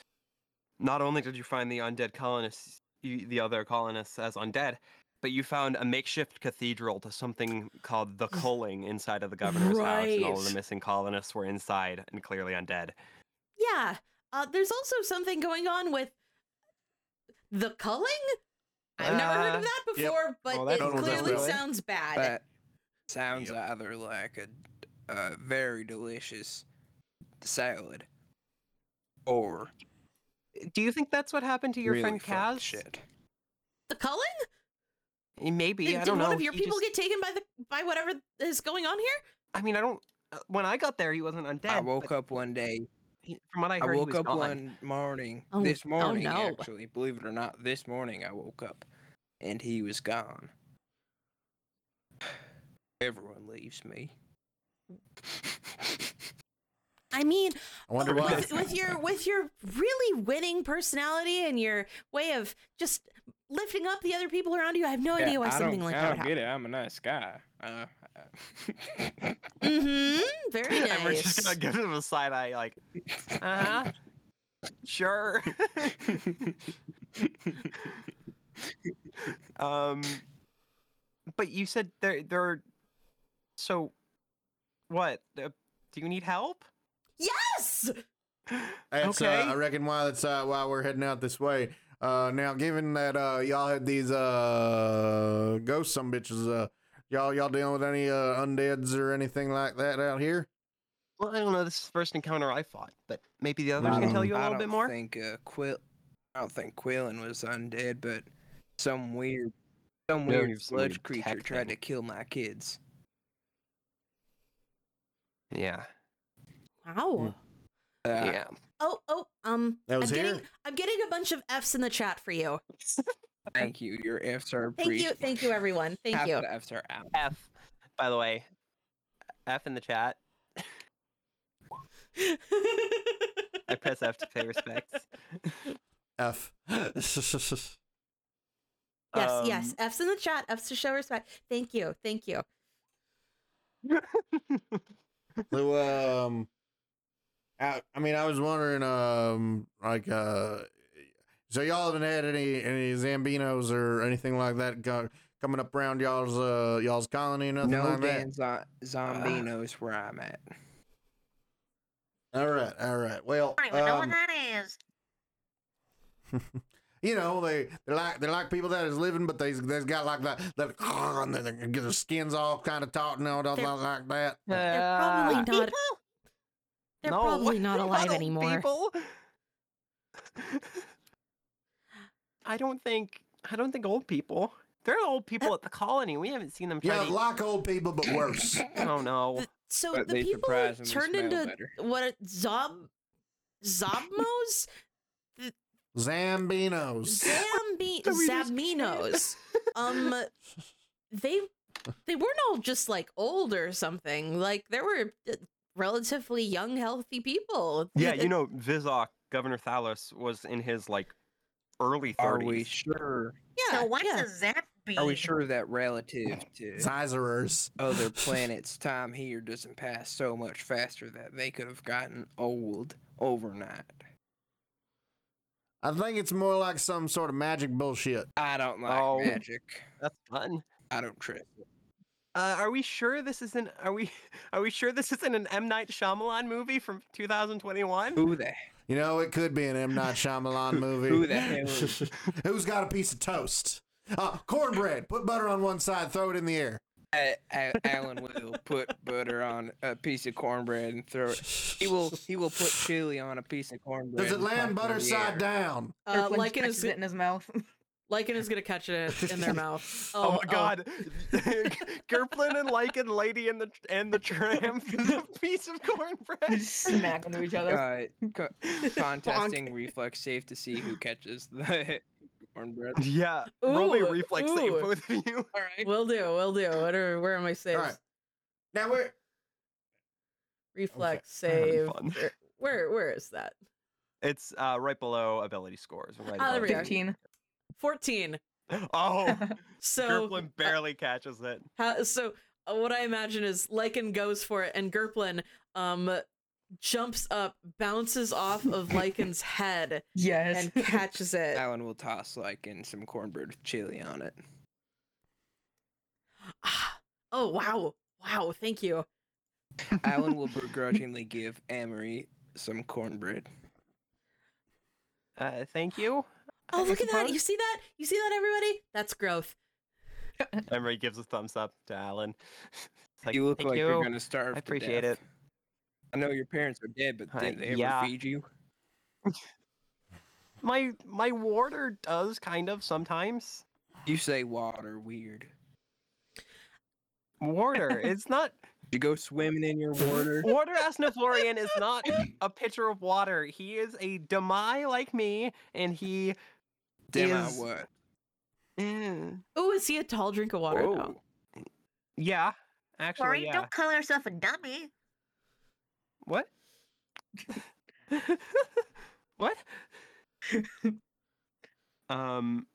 Speaker 2: not only did you find the undead colonists, you, the other colonists as undead, but you found a makeshift cathedral to something called the culling inside of the governor's house, and all of the
Speaker 4: Right.
Speaker 2: missing colonists were inside and clearly undead.
Speaker 4: Yeah. Uh, there's also something going on with the culling. I've never heard
Speaker 2: Uh,
Speaker 4: of that
Speaker 5: yep.
Speaker 4: before, but
Speaker 2: Oh, that
Speaker 4: it
Speaker 5: don't sound
Speaker 4: clearly
Speaker 5: good.
Speaker 4: sounds bad.
Speaker 1: That sounds either like a, a very delicious salad or
Speaker 2: Do you think that's what happened to your
Speaker 1: really
Speaker 2: friend
Speaker 1: fucked
Speaker 2: Kaz?
Speaker 1: shit.
Speaker 4: the culling?
Speaker 2: Eh, Maybe
Speaker 4: Did,
Speaker 2: I
Speaker 4: did
Speaker 2: don't know.
Speaker 4: one of your
Speaker 2: he
Speaker 4: people
Speaker 2: just-
Speaker 4: get taken by the by whatever is going on here?
Speaker 2: I mean, I don't. uh, When I got there, he wasn't undead.
Speaker 1: I woke
Speaker 2: but
Speaker 1: up one day.
Speaker 2: he- From what I
Speaker 1: I,
Speaker 2: heard, he
Speaker 1: woke
Speaker 2: was
Speaker 1: up
Speaker 2: gone.
Speaker 1: one morning.
Speaker 4: Oh,
Speaker 1: this
Speaker 4: oh
Speaker 1: morning,
Speaker 4: no.
Speaker 1: actually, believe it or not, this morning I woke up and he was gone. Everyone leaves me.
Speaker 4: I mean,
Speaker 5: I wonder
Speaker 4: with-
Speaker 5: why.
Speaker 4: with, your with your really winning personality and your way of just lifting up the other people around you, I have no
Speaker 1: Yeah,
Speaker 4: idea why
Speaker 1: I
Speaker 4: something
Speaker 1: don't,
Speaker 4: like
Speaker 1: I
Speaker 4: that would
Speaker 1: don't
Speaker 4: happen.
Speaker 1: get it. I'm a nice guy. Uh, I-
Speaker 4: Mm-hmm. Very nice.
Speaker 2: And we're just gonna give him a side eye, like, uh huh, sure. um, but you said there, there. Are... So, what? Uh, do you need help?
Speaker 4: Yes!
Speaker 5: That's,
Speaker 2: Okay.
Speaker 5: uh, I reckon why that's uh, why we're heading out this way. Uh, now, given that uh, y'all had these uh, ghost some bitches, uh, y'all y'all dealing with any uh, undeads or anything like that out here?
Speaker 2: Well, I don't know. This is the first encounter I fought, but maybe the others
Speaker 5: I
Speaker 2: can tell
Speaker 5: don't-
Speaker 2: you a
Speaker 1: I
Speaker 2: little
Speaker 1: don't
Speaker 2: bit more.
Speaker 1: Think uh, Quill, I don't think Quillen was undead, but some weird, some
Speaker 2: No,
Speaker 1: weird
Speaker 2: you've seen
Speaker 1: sludge
Speaker 2: weird
Speaker 1: creature
Speaker 2: tech
Speaker 1: tried to
Speaker 2: thing.
Speaker 1: kill my kids.
Speaker 2: Yeah,
Speaker 4: Wow.
Speaker 1: Uh,
Speaker 2: yeah.
Speaker 4: Oh, oh, um,
Speaker 5: Mm. That was
Speaker 4: I'm
Speaker 5: here?
Speaker 4: getting I'm getting a bunch of Fs in the chat for you.
Speaker 1: Thank you. Your F's are
Speaker 4: Thank you, thank you, everyone. Thank
Speaker 1: Half
Speaker 4: you.
Speaker 1: of the F's are out.
Speaker 2: F, by the way, F in the chat. I press F to pay respects.
Speaker 5: F.
Speaker 4: Yes, yes.
Speaker 2: Um,
Speaker 4: F's in the chat. F's to show respect. Thank you. Thank you.
Speaker 5: so, um, I, I mean, I was wondering, um, like, uh, so y'all haven't had any any Zambinos or anything like that go, coming up around y'all's uh, y'all's colony, nothing
Speaker 1: No
Speaker 5: like that.
Speaker 1: damn zo- zombie knows where I'm at.
Speaker 5: All right, all right. Well,
Speaker 6: I don't even know what
Speaker 5: um,
Speaker 6: that is.
Speaker 5: you know they they're like they're like people that is living, but they they's got like that that and their, their skins all kind of taut and all that
Speaker 4: They're-
Speaker 5: like that.
Speaker 4: They're probably
Speaker 2: Uh,
Speaker 4: not.
Speaker 6: People?
Speaker 4: They're
Speaker 2: Um, no,
Speaker 4: probably not alive
Speaker 2: no,
Speaker 4: anymore.
Speaker 2: people. I don't think. I don't think old people. There are old people at the colony. We haven't seen them. try
Speaker 5: Yeah,
Speaker 2: to eat-
Speaker 5: like old people, but worse.
Speaker 2: oh no.
Speaker 4: The- so
Speaker 1: But
Speaker 4: the
Speaker 1: they
Speaker 4: people
Speaker 1: surprisingly
Speaker 4: turned
Speaker 1: smell
Speaker 4: into
Speaker 1: better.
Speaker 4: what are- zob zobmos
Speaker 5: Zambinos.
Speaker 4: zambi
Speaker 2: Did we just-
Speaker 4: zabminos. Um, they they weren't all just like old or something. Like there were uh, relatively young, healthy people.
Speaker 2: Yeah, you know, Vizok, Governor Thalos, was in his like early
Speaker 1: Are we
Speaker 2: thirties.
Speaker 1: sure?
Speaker 4: Yeah.
Speaker 6: So what
Speaker 4: yeah.
Speaker 6: does that be?
Speaker 1: Are we sure that relative to
Speaker 5: Sizerers.
Speaker 1: other planets, time here doesn't pass so much faster that they could have gotten old overnight?
Speaker 5: I think it's more like some sort of magic bullshit.
Speaker 1: I don't like
Speaker 2: Oh.
Speaker 1: magic.
Speaker 2: That's fun.
Speaker 1: I don't trust it.
Speaker 2: Uh, are we sure this isn't? Are we? Are we sure this isn't an M Night Shyamalan movie from 2021?
Speaker 1: Who the
Speaker 5: You know, it could be an M Night Shyamalan movie.
Speaker 1: Who the hell is-
Speaker 5: Who's got a piece of toast? Uh, cornbread. Put butter on one side. Throw it in the air.
Speaker 1: A- A- Alan will put butter on a piece of cornbread and throw it. He will he will put chili on a piece of cornbread.
Speaker 5: Does it
Speaker 1: and
Speaker 5: land
Speaker 1: toss it in
Speaker 5: butter
Speaker 1: the
Speaker 5: side
Speaker 1: air.
Speaker 5: down?
Speaker 4: Uh,
Speaker 3: Flinch
Speaker 4: Lycan
Speaker 3: catches
Speaker 4: is
Speaker 3: it in his mouth.
Speaker 4: Lycan is gonna catch it in their mouth.
Speaker 2: Oh,
Speaker 4: Oh,
Speaker 2: my god. Gerplin and Lycan, Lady and the and the Tramp, the piece of
Speaker 3: They
Speaker 2: cornbread.
Speaker 3: just smack into each other.
Speaker 1: Uh, co- contesting reflex save to see who catches the cornbread.
Speaker 2: Yeah. Roll a
Speaker 4: Ooh,
Speaker 2: reflex save,
Speaker 4: ooh.
Speaker 2: both of you.
Speaker 1: All right.
Speaker 4: Will do. Will do. What are, where am I safe?
Speaker 5: All right. Now we're
Speaker 4: Reflex
Speaker 2: Okay, I'm having fun.
Speaker 4: save. Where, where where is that?
Speaker 2: It's uh, right below ability scores. Right
Speaker 4: Ah, there
Speaker 2: above
Speaker 4: we go.
Speaker 2: it.
Speaker 3: 15.
Speaker 4: Fourteen.
Speaker 2: Oh,
Speaker 4: So uh,
Speaker 2: Gerplin barely catches it.
Speaker 4: How, so uh, what I imagine is Lycan goes for it, and Gerplin um jumps up, bounces off of Lycan's head,
Speaker 3: Yes.
Speaker 4: and catches it.
Speaker 1: Alan will toss like in some cornbread with chili on it.
Speaker 4: Ah, oh wow, wow! Thank you.
Speaker 1: Alan will begrudgingly give Amory some cornbread.
Speaker 2: Uh, thank you.
Speaker 4: Oh look at that! You see that? You see that, everybody? That's growth.
Speaker 2: Emery gives a thumbs up to Alan. It's
Speaker 1: you look
Speaker 2: "Thank
Speaker 1: like you. are gonna starve.
Speaker 2: I
Speaker 1: to
Speaker 2: appreciate
Speaker 1: death.
Speaker 2: it.
Speaker 1: I know your parents are dead, but
Speaker 2: Uh,
Speaker 1: did they
Speaker 2: yeah.
Speaker 1: ever feed you?
Speaker 2: My my warder does kind of sometimes.
Speaker 1: You say water weird.
Speaker 2: Warder, it's not
Speaker 1: You go swimming in your water.
Speaker 2: Warder Asnaflorian is not a pitcher of water. He is a demi like me, and he
Speaker 1: Damn
Speaker 2: Is-
Speaker 1: what?
Speaker 2: Mm,
Speaker 4: Oh, is he a tall drink of water now?
Speaker 2: yeah, actually
Speaker 6: Maureen,
Speaker 2: yeah.
Speaker 6: don't call yourself a dummy.
Speaker 2: What? what? um.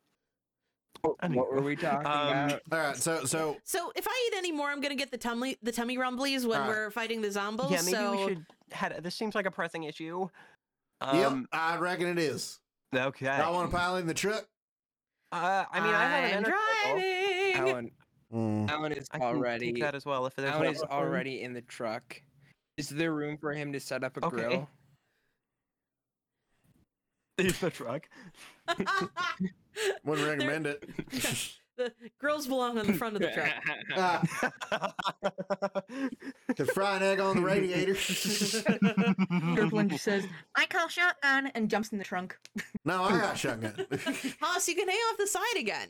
Speaker 1: What,
Speaker 2: Anyway.
Speaker 1: were we talking
Speaker 2: Um,
Speaker 1: about?
Speaker 5: all right. So so
Speaker 4: So if I eat any more, I'm gonna get the tummy the tummy rumblies when
Speaker 5: Alright.
Speaker 4: we're fighting the zombies.
Speaker 2: Ah. Yeah, maybe
Speaker 4: so
Speaker 2: we should. Had, this seems like a pressing issue.
Speaker 5: yep,
Speaker 2: Um.
Speaker 5: I reckon it is.
Speaker 2: Okay.
Speaker 5: Y'all want to pile in the truck?
Speaker 2: Uh, I mean, I have an
Speaker 4: I'm
Speaker 2: energy level.
Speaker 4: driving.
Speaker 1: Alan,
Speaker 5: Mm.
Speaker 1: Alan is
Speaker 2: I can
Speaker 1: already
Speaker 2: take that as well. If there's
Speaker 1: Alan
Speaker 2: one
Speaker 1: is
Speaker 2: other-
Speaker 1: already in the truck. Is there room for him to set up a
Speaker 2: Okay.
Speaker 1: grill?
Speaker 2: in the truck.
Speaker 5: Wouldn't
Speaker 4: They're-
Speaker 5: recommend it.
Speaker 4: The girls belong on the front of the truck.
Speaker 2: Uh,
Speaker 5: Ah, can fry an egg on the radiator.
Speaker 3: Gerplin just says,
Speaker 6: I call shotgun.
Speaker 3: and jumps in the trunk.
Speaker 5: no, I got shotgun.
Speaker 4: Haas, you can hang off the side again.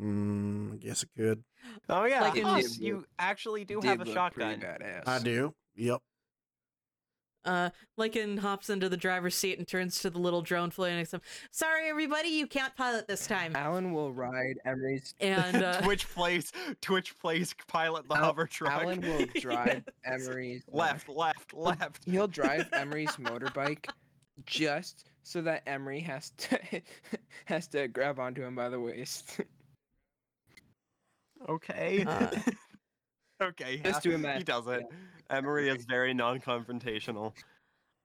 Speaker 5: mm, I guess it could.
Speaker 2: oh yeah,
Speaker 4: Like,
Speaker 1: it
Speaker 2: Haas,
Speaker 1: did look-
Speaker 2: you actually do
Speaker 1: Did
Speaker 2: have a
Speaker 1: look
Speaker 2: shotgun.
Speaker 1: Pretty badass.
Speaker 5: I do. Yep.
Speaker 4: Uh, Lycan hops into the driver's seat and turns to the little drone flying next to him. Sorry, everybody, you can't pilot this time.
Speaker 1: Alan will ride Emery's.
Speaker 4: And uh,
Speaker 2: Twitch plays, Twitch plays, pilot the
Speaker 1: Al-
Speaker 2: hover truck.
Speaker 1: Alan will drive Emery's
Speaker 2: left, left, left.
Speaker 1: He'll drive Emery's motorbike just so that Emery has to has to grab onto him by the waist.
Speaker 2: Okay.
Speaker 4: Uh,
Speaker 2: okay.
Speaker 1: Just
Speaker 2: yeah,
Speaker 1: do a math-
Speaker 2: He doesn't. Emery is very non-confrontational.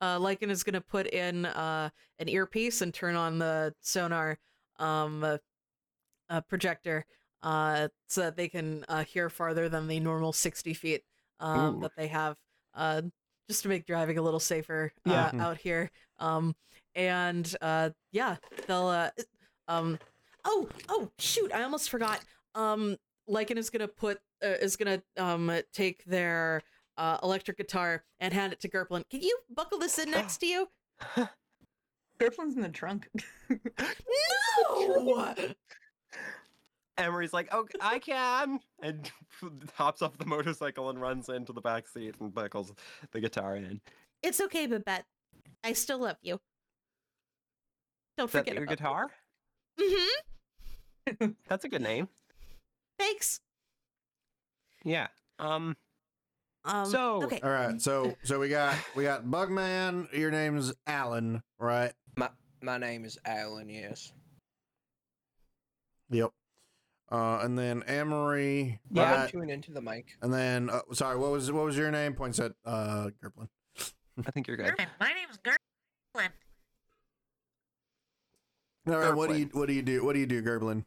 Speaker 4: uh, Lycan is going to put in uh, an earpiece and turn on the sonar um, uh, uh, projector uh, so that they can uh, hear farther than the normal 60 feet um,
Speaker 2: Ooh.
Speaker 4: that they have, uh, just to make driving a little safer uh,
Speaker 2: Yeah.
Speaker 4: out here. Um, and uh, yeah, they'll. Uh, um, oh, oh, shoot! I almost forgot. Um, Lycan is gonna put uh, is gonna um take their uh, electric guitar and hand it to Gerplin. Can you buckle this in next to you?
Speaker 3: Gerplin's in the trunk.
Speaker 4: No.
Speaker 2: Emery's like, "Oh, I can," and hops off the motorcycle and runs into the back seat and buckles the guitar in.
Speaker 4: It's okay, Babette. I still love you. Don't
Speaker 2: Is that
Speaker 4: forget
Speaker 2: your
Speaker 4: about
Speaker 2: guitar?
Speaker 4: Mm-hmm.
Speaker 2: That's a good name.
Speaker 4: Thanks.
Speaker 2: Yeah. Um.
Speaker 4: Um,
Speaker 2: So-
Speaker 4: okay.
Speaker 5: All right. So so we got we got Bugman. Your name's Alan, right?
Speaker 1: My my name is Alan. Yes.
Speaker 5: Yep. Uh, and then Amory.
Speaker 1: Yeah.
Speaker 5: right?
Speaker 1: tune into the mic.
Speaker 5: And then uh, sorry, what was what was your name? Points at uh Gerplin.
Speaker 2: I think you're good.
Speaker 6: German. My name's German.
Speaker 5: All right. What do
Speaker 2: Gerplin.
Speaker 5: you what do you do? What do you do, Gerplin?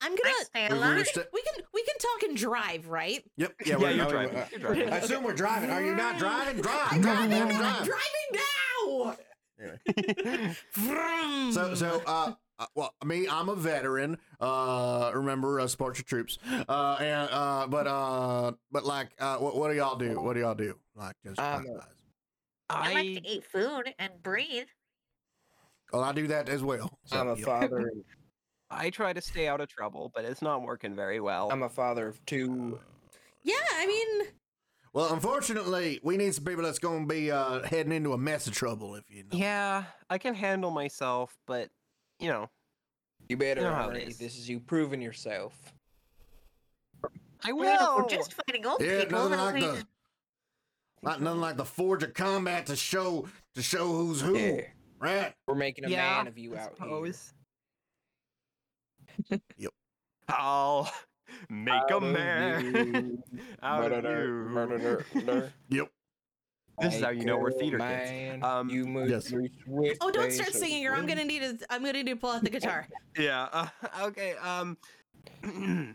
Speaker 4: I'm gonna.
Speaker 6: I stay
Speaker 5: We've
Speaker 6: alive.
Speaker 5: reached it.
Speaker 4: We can we can talk and drive, right?
Speaker 5: Yep.
Speaker 2: Yeah,
Speaker 5: we're-
Speaker 2: you're
Speaker 5: oh,
Speaker 2: driving.
Speaker 5: uh,
Speaker 2: You're driving.
Speaker 5: I assume we're driving. Are you not driving? Drive.
Speaker 4: I'm
Speaker 5: Drive.
Speaker 4: driving now.
Speaker 5: Drive.
Speaker 4: I'm
Speaker 5: drive.
Speaker 4: driving now.
Speaker 5: So so uh uh, well, I mean, I'm a veteran. Uh, remember, uh, support your troops. Uh, and uh, but uh, but like, uh, what what do y'all do? What do y'all do? Like, just
Speaker 1: Um,
Speaker 5: uh,
Speaker 6: I like
Speaker 2: I
Speaker 6: to eat food and breathe.
Speaker 5: well, I do that as well. So,
Speaker 1: I'm a
Speaker 5: yeah.
Speaker 1: father.
Speaker 2: I try to stay out of trouble, but it's not working very well.
Speaker 1: I'm a father of two.
Speaker 4: Yeah, I mean,
Speaker 5: Well, unfortunately, we need some people that's going to be uh, heading into a mess of trouble. If you know.
Speaker 2: yeah, I can handle myself, but you know,
Speaker 1: You better
Speaker 4: Oh,
Speaker 2: know how it
Speaker 1: already.
Speaker 2: is.
Speaker 1: This is you proving yourself.
Speaker 2: I
Speaker 6: You
Speaker 2: will.
Speaker 6: know, we're just fighting old
Speaker 5: Yeah,
Speaker 6: people.
Speaker 5: nothing
Speaker 6: that
Speaker 5: like
Speaker 6: we
Speaker 5: the
Speaker 6: just-
Speaker 5: not, nothing like the forge of combat to show to show who's who,
Speaker 1: Yeah,
Speaker 5: right?
Speaker 1: we're making a
Speaker 2: yeah,
Speaker 1: man of you
Speaker 2: I
Speaker 1: out here.
Speaker 2: suppose.
Speaker 5: Yep.
Speaker 2: I'll make
Speaker 1: Out
Speaker 2: a
Speaker 1: of
Speaker 2: man
Speaker 1: you.
Speaker 2: out of
Speaker 1: Murder,
Speaker 2: you.
Speaker 1: murder, murder.
Speaker 5: Yep.
Speaker 2: This is how you know we're
Speaker 1: Michael
Speaker 2: theater kids.
Speaker 1: Mann,
Speaker 2: Um,
Speaker 1: you move
Speaker 5: Yes.
Speaker 1: through swift
Speaker 4: oh, don't
Speaker 1: ways
Speaker 4: start
Speaker 1: of
Speaker 4: singing, or I'm
Speaker 1: wind.
Speaker 4: gonna need to. I'm gonna need to pull out the guitar.
Speaker 2: Yeah. uh, okay. Um.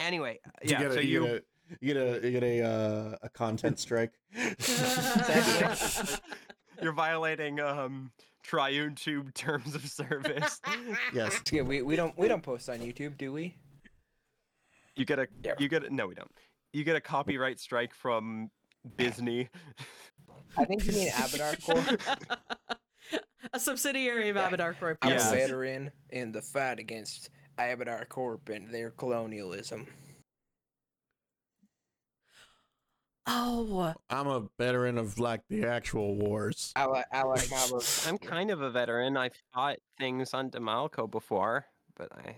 Speaker 2: anyway, yeah.
Speaker 5: get a,
Speaker 2: so you.
Speaker 5: get a, you get a you get a uh, a content strike.
Speaker 2: Exactly. You're violating um Triune Tube terms of service.
Speaker 5: yes.
Speaker 1: Yeah, we, we don't we don't post on YouTube, do we?
Speaker 2: You get a
Speaker 1: Yeah.
Speaker 2: you get a, no we don't. You get a copyright strike from Disney.
Speaker 1: I think you mean Abadar Corp.
Speaker 4: a subsidiary of
Speaker 1: Yeah.
Speaker 4: Abadar Corp.
Speaker 1: I'm
Speaker 2: Yeah.
Speaker 1: a veteran in the fight against Abadar Corp and their colonialism.
Speaker 4: Oh,
Speaker 5: I'm a veteran of like the actual wars.
Speaker 1: I like I like my book.
Speaker 2: I'm kind of a veteran. I've fought things on Demalco before, but I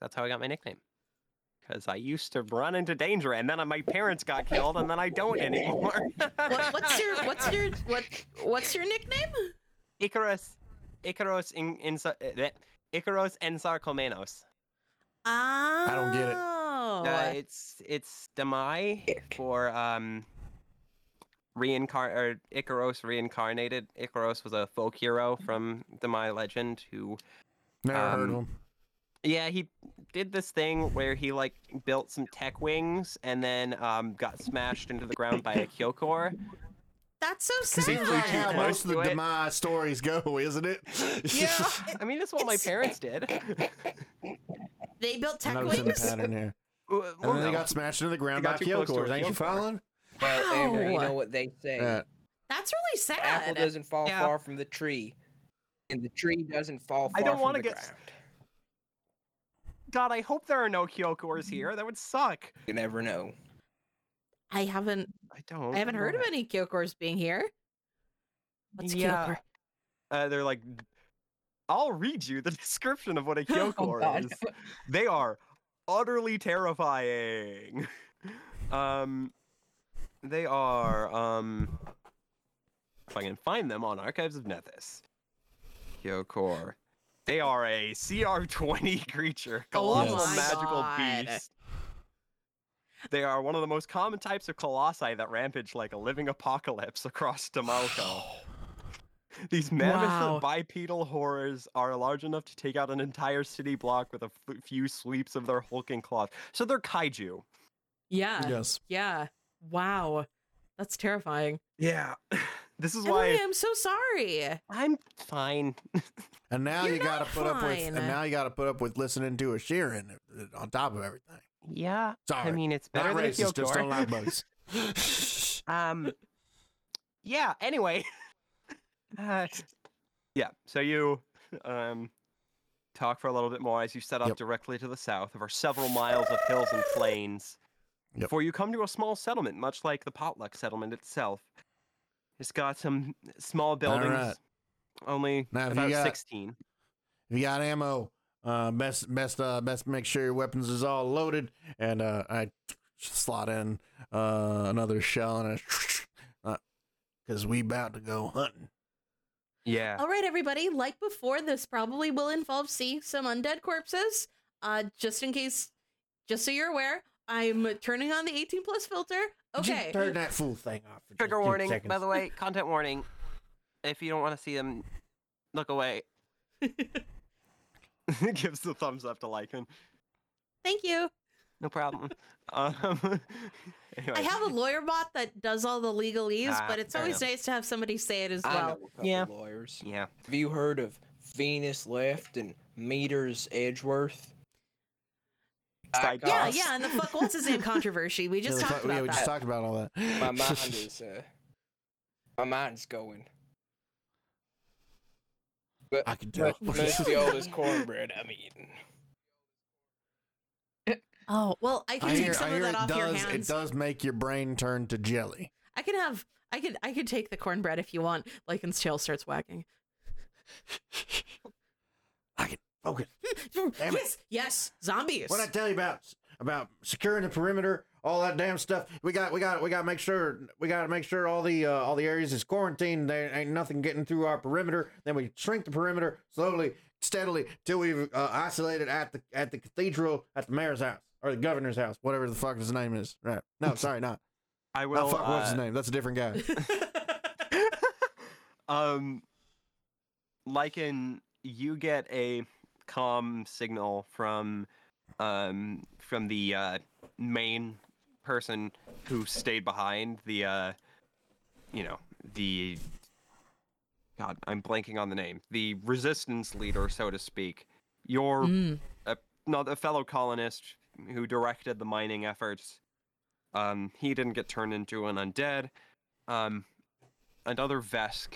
Speaker 2: that's how I got my nickname. Because I used to run into danger, and then my parents got killed, and then I don't anymore.
Speaker 4: what, what's your what's your what what's your nickname?
Speaker 2: Icarus, Icarus in, in, Icarus and Sarcomenos.
Speaker 4: Oh. I
Speaker 5: don't get it.
Speaker 4: Oh,
Speaker 2: Uh, it's it's Demai
Speaker 1: Ick.
Speaker 2: for um reincar or Icaros reincarnated. Icaros was a folk hero from Demai legend who
Speaker 5: Never heard of
Speaker 2: Um,
Speaker 5: them.
Speaker 2: yeah, he did this thing where he like built some tech wings and then um got smashed into the ground by a Kyokor.
Speaker 4: that's so
Speaker 5: Seems like how
Speaker 2: close
Speaker 4: sad.
Speaker 5: most of the
Speaker 2: to it.
Speaker 5: demise stories go, isn't it?
Speaker 2: Yeah, I mean that's what my
Speaker 4: it's-
Speaker 2: parents did.
Speaker 4: They built
Speaker 5: I'm
Speaker 4: tech
Speaker 5: noticing a
Speaker 4: wings.
Speaker 5: pattern here.
Speaker 2: Well,
Speaker 5: And then
Speaker 2: no.
Speaker 5: they got smashed into the ground
Speaker 2: They
Speaker 5: by
Speaker 2: got too close to
Speaker 5: Kyokors.
Speaker 2: a
Speaker 5: Ain't you
Speaker 2: Kyokor.
Speaker 5: following?
Speaker 1: Well, Andrew, you
Speaker 4: Wow.
Speaker 1: know what they say.
Speaker 5: Yeah.
Speaker 4: That's really
Speaker 1: The apple
Speaker 4: sad.
Speaker 1: doesn't fall
Speaker 2: Yeah.
Speaker 1: far from the tree, and the tree doesn't fall far
Speaker 2: I don't
Speaker 1: from
Speaker 2: wanna
Speaker 1: the
Speaker 2: get s-
Speaker 1: ground.
Speaker 2: God, I hope there are no Kyokors here. That would suck.
Speaker 1: You never know.
Speaker 4: I haven't
Speaker 2: I don't.
Speaker 4: I haven't heard of
Speaker 2: it.
Speaker 4: any Kyokors being here. What's a
Speaker 2: Yeah.
Speaker 4: Kyokor?
Speaker 2: uh, they're like, I'll read you the description of what a
Speaker 3: Oh,
Speaker 2: Kyokor
Speaker 3: God.
Speaker 2: is. They are utterly terrifying. um, they are, um, if I can find them on Archives of Nethys. Kyokor. They are a CR20 creature,
Speaker 4: Oh
Speaker 2: colossal
Speaker 5: my
Speaker 2: magical
Speaker 4: God.
Speaker 2: beast. They are one of the most common types of colossi that rampage like a living apocalypse across Demalco. These mammoth
Speaker 4: Wow.
Speaker 2: bipedal horrors are large enough to take out an entire city block with a f- few sweeps of their hulking claws. So they're kaiju.
Speaker 4: Yeah. yeah.
Speaker 5: Yes.
Speaker 4: Wow. That's terrifying.
Speaker 2: Yeah. this is
Speaker 4: Emily,
Speaker 2: why
Speaker 4: I'm so sorry.
Speaker 2: I'm fine.
Speaker 5: And now
Speaker 4: You're
Speaker 5: you gotta
Speaker 4: not
Speaker 5: put up with and
Speaker 4: fine.
Speaker 5: now you gotta put up with listening to a Sheeran uh, on top of everything.
Speaker 2: Yeah.
Speaker 5: Sorry.
Speaker 2: I mean, it's better
Speaker 5: not
Speaker 2: than a
Speaker 5: racist, just don't like
Speaker 2: Kyogre.
Speaker 5: bugs.
Speaker 2: Um. Yeah. Anyway. Uh, yeah. So you um talk for a little bit more as you set off
Speaker 5: Yep.
Speaker 2: directly to the south over several miles of hills and plains.
Speaker 5: Yep.
Speaker 2: Before you come to a small settlement, much like the potluck settlement itself. It's got some small buildings.
Speaker 5: right.
Speaker 2: Only
Speaker 5: Now, if you uh,
Speaker 2: about
Speaker 5: got-
Speaker 2: sixteen.
Speaker 5: if you got ammo, uh, best best uh, best make sure your weapons is all loaded. And uh, I slot in uh, another shell and I, because we about to go hunting.
Speaker 2: Yeah.
Speaker 4: All right, everybody. Like before, this probably will involve see some undead corpses. Uh, just in case, just so you're aware, I'm turning on the 18 plus filter.
Speaker 5: Did you
Speaker 4: Okay.
Speaker 5: turn that fool thing off. For
Speaker 2: Trigger
Speaker 5: just two
Speaker 2: warning,
Speaker 5: seconds?
Speaker 2: by the way, content warning. If you don't want to see them, look away. Gives the thumbs up to Lycan.
Speaker 4: Thank you.
Speaker 2: No problem. um,
Speaker 4: I
Speaker 2: anyway.
Speaker 4: have a lawyer bot that does all the legalese,
Speaker 2: Ah,
Speaker 4: but it's
Speaker 2: fair
Speaker 4: always
Speaker 2: enough.
Speaker 4: nice to have somebody say it as
Speaker 1: I
Speaker 4: well.
Speaker 1: know a couple
Speaker 2: yeah.
Speaker 1: lawyers.
Speaker 2: Yeah.
Speaker 1: Have you heard of Venus left and meters Edgeworth.
Speaker 2: Side
Speaker 1: Back
Speaker 4: Yeah,
Speaker 1: off.
Speaker 4: yeah, and the fuck what's his name controversy. We just
Speaker 5: yeah, we
Speaker 4: talked
Speaker 5: talked- yeah,
Speaker 4: about
Speaker 5: we
Speaker 4: that.
Speaker 5: just talked about all that.
Speaker 1: My mind is uh, my mind's going.
Speaker 5: I can tell.
Speaker 1: But that's the oldest cornbread I'm eating.
Speaker 4: oh, well, I can
Speaker 5: I
Speaker 4: take
Speaker 5: hear,
Speaker 4: some
Speaker 5: I
Speaker 4: of
Speaker 5: hear
Speaker 4: that
Speaker 5: it
Speaker 4: off your
Speaker 5: does. It
Speaker 4: hands.
Speaker 5: does make your brain turn to jelly.
Speaker 4: I can have I could I could take the cornbread if you want. Lycan's tail starts wagging.
Speaker 5: Okay, Damn it.
Speaker 4: yes, yes, zombies.
Speaker 5: what I tell you about about securing the perimeter, all that damn stuff. We got, we got, we got to make sure we got to make sure all the uh, all the areas is quarantined. There ain't nothing getting through our perimeter. Then we shrink the perimeter slowly, steadily, till we've uh, isolated at the at the cathedral, at the mayor's house or the governor's house, whatever the fuck his name is. Right? No, sorry, not.
Speaker 2: I
Speaker 5: Well,
Speaker 2: will.
Speaker 5: fuck, what's his
Speaker 2: uh,
Speaker 5: name? That's a different guy.
Speaker 2: um, Lycan, you get a com signal from um from the uh, main person who stayed behind the uh, you know the God, I'm blanking on the name. The resistance leader, so to speak. Your
Speaker 4: Mm.
Speaker 2: not a fellow colonist who directed the mining efforts. Um, he didn't get turned into an undead. Um, another Vesk,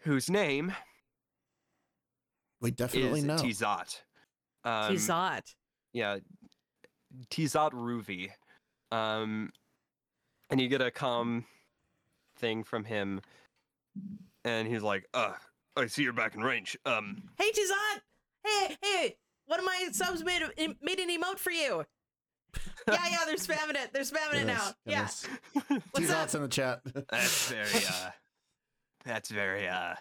Speaker 2: whose name
Speaker 5: We definitely
Speaker 2: is
Speaker 5: know.
Speaker 2: Tizat. Um,
Speaker 4: Tizot.
Speaker 2: Yeah, Tizat Ruvi. Um, and you get a calm thing from him, and he's like, "Uh, I see you're back in range. Um,
Speaker 4: Hey, Tizot. Hey, hey. One of my subs made a, em- made an emote for you. Yeah, yeah, they're spamming it. They're spamming it now. Yeah. What's up?
Speaker 5: Tizot's in the chat.
Speaker 2: That's very uh that's very uh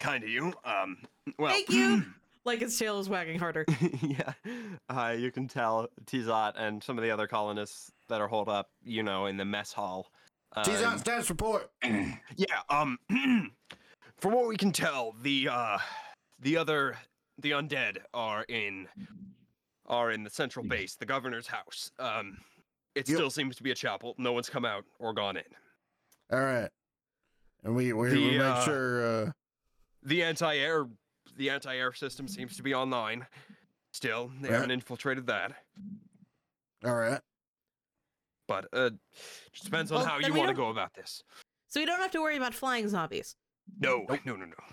Speaker 2: kind of you. Um well
Speaker 4: Thank you. Like its tail is wagging harder.
Speaker 2: yeah. Uh you can tell Tizot and some of the other colonists that are holed up, you know, in the mess hall. Um,
Speaker 5: Tizot status report.
Speaker 2: Yeah, um from what we can tell, the uh the other the undead are in are in the central base, the governor's house. Um it
Speaker 5: Yep.
Speaker 2: still seems to be a chapel. No one's come out or gone in.
Speaker 5: All right. And we we,
Speaker 2: The,
Speaker 5: we make
Speaker 2: uh,
Speaker 5: sure uh,
Speaker 2: the anti-air the anti-air system seems to be online still they
Speaker 5: Right.
Speaker 2: haven't infiltrated that
Speaker 5: all right.
Speaker 2: but uh just depends on
Speaker 4: Well,
Speaker 2: how
Speaker 4: then
Speaker 2: you
Speaker 4: we
Speaker 2: want to
Speaker 4: don't-
Speaker 2: go about this
Speaker 4: So we don't have to worry about flying zombies.
Speaker 2: no no no no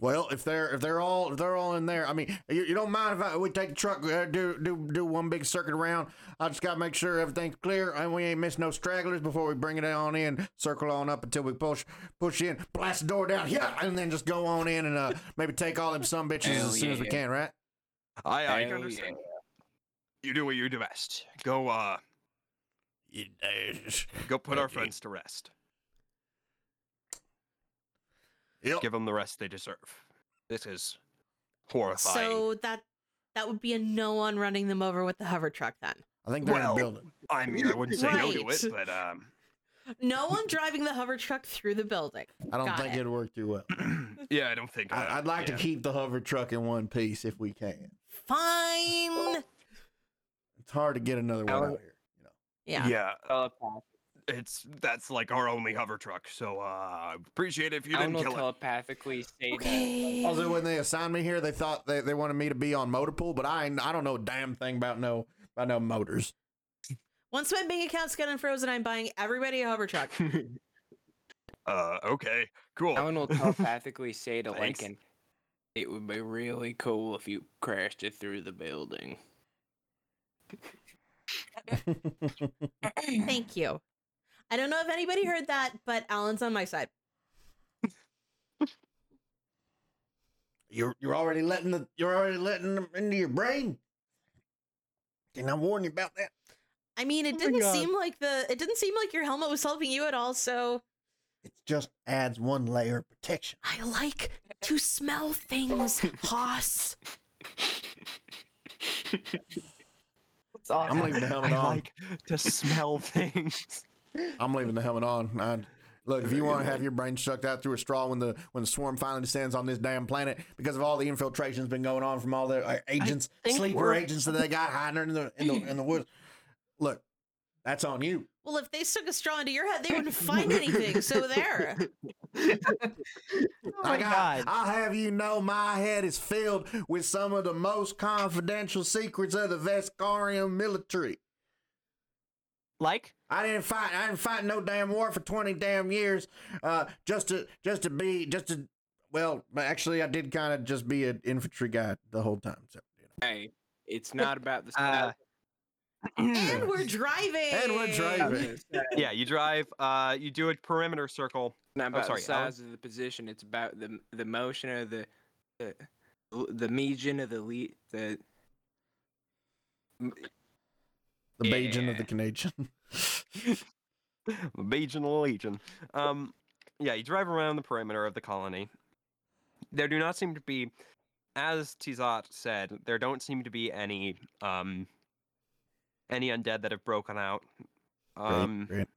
Speaker 5: Well, if they're if they're all if they're all in there, I mean, you, you don't mind if I, we take the truck, uh, do do do one big circuit around. I just gotta make sure everything's clear and we ain't miss no stragglers before we bring it on in. Circle on up until we push push in, blast the door down, yeah, and then just go on in and uh maybe take all them some bitches
Speaker 1: Hell
Speaker 5: as soon as we
Speaker 1: yeah.
Speaker 5: can, right?
Speaker 2: i i
Speaker 1: Hell
Speaker 2: understand you do what you do best go uh go put our
Speaker 5: Okay.
Speaker 2: friends to rest
Speaker 5: Yep.
Speaker 2: give them the rest they deserve this is horrifying
Speaker 4: So that that would be a no on running them over with the hover truck then.
Speaker 5: I think they're
Speaker 2: Well-
Speaker 5: in the building.
Speaker 2: i mean i wouldn't say no to it
Speaker 4: Right.
Speaker 2: but um
Speaker 4: No one driving the hover truck through the building.
Speaker 5: I don't
Speaker 4: Got
Speaker 5: think
Speaker 4: it.
Speaker 5: it. would work too well.
Speaker 2: yeah i don't think uh,
Speaker 5: I, I'd like
Speaker 2: yeah.
Speaker 5: to keep the hover truck in one piece if we can.
Speaker 4: Fine.
Speaker 5: It's hard to get another one
Speaker 1: Our-
Speaker 5: out here. You know.
Speaker 4: Yeah.
Speaker 2: it's that's like our only hover truck so uh appreciate it if you
Speaker 1: I
Speaker 2: didn't
Speaker 1: will
Speaker 2: kill it
Speaker 1: telepathically say
Speaker 4: Okay.
Speaker 5: Also, when they assigned me here, they thought they, they wanted me to be on motor pool, but I ain't- I don't know a damn thing about no about no motors.
Speaker 4: Once my bank account's getting frozen, I'm buying everybody a hover truck.
Speaker 2: uh okay cool
Speaker 1: that. Alan will telepathically say to
Speaker 2: Thanks.
Speaker 1: Lincoln, "It would be really cool if you crashed it through the building."
Speaker 4: Thank you. I don't know if anybody heard that, but Alan's on my side.
Speaker 5: You're you're already letting the you're already letting them into your brain. Didn't I warn you about that?
Speaker 4: I mean, it
Speaker 3: Oh my
Speaker 4: didn't
Speaker 3: God.
Speaker 4: seem like the it didn't seem like your helmet was helping you at all. So
Speaker 5: It just adds one layer of protection.
Speaker 4: I like to smell things, Hoss.
Speaker 3: It's awesome.
Speaker 5: I'm leaving the helmet
Speaker 2: I
Speaker 5: on.
Speaker 2: like to smell things.
Speaker 5: I'm leaving the helmet on. I, look, if you want to have your brain sucked out through a straw when the when the swarm finally descends on this damn planet because of all the infiltration's been going on from all the uh, agents,
Speaker 3: think
Speaker 5: sleeper
Speaker 3: we're-
Speaker 5: agents that they got hiding in the in the in the woods. Look, That's on you.
Speaker 4: Well, if they stuck a straw into your head, they wouldn't find anything. So there.
Speaker 2: my
Speaker 5: I got, I'll have you know my head is filled with some of the most confidential secrets of the Vescarium military.
Speaker 2: Like,
Speaker 5: I didn't fight. I didn't fight no damn war for twenty damn years. Uh, just to just to be just to. Well, actually, I did kind of just be an infantry guy the whole time. So, you know.
Speaker 1: Hey, it's not about the
Speaker 2: Uh,
Speaker 1: style.
Speaker 4: and we're driving.
Speaker 5: And we're
Speaker 2: oh,
Speaker 5: driving.
Speaker 1: it's not
Speaker 2: yeah, you drive. Uh, you do a perimeter circle.
Speaker 1: about
Speaker 2: sorry,
Speaker 1: the
Speaker 2: Alan?
Speaker 1: size of the position. It's about the the motion of the the the median of the le the
Speaker 5: The Bajan of
Speaker 1: Yeah.
Speaker 5: the Canadian.
Speaker 2: Legion Legion. Um, yeah, you drive around the perimeter of the colony. There do not seem to be, as Tizat said, there don't seem to be any um any undead that have broken out. Um,
Speaker 5: Great, great.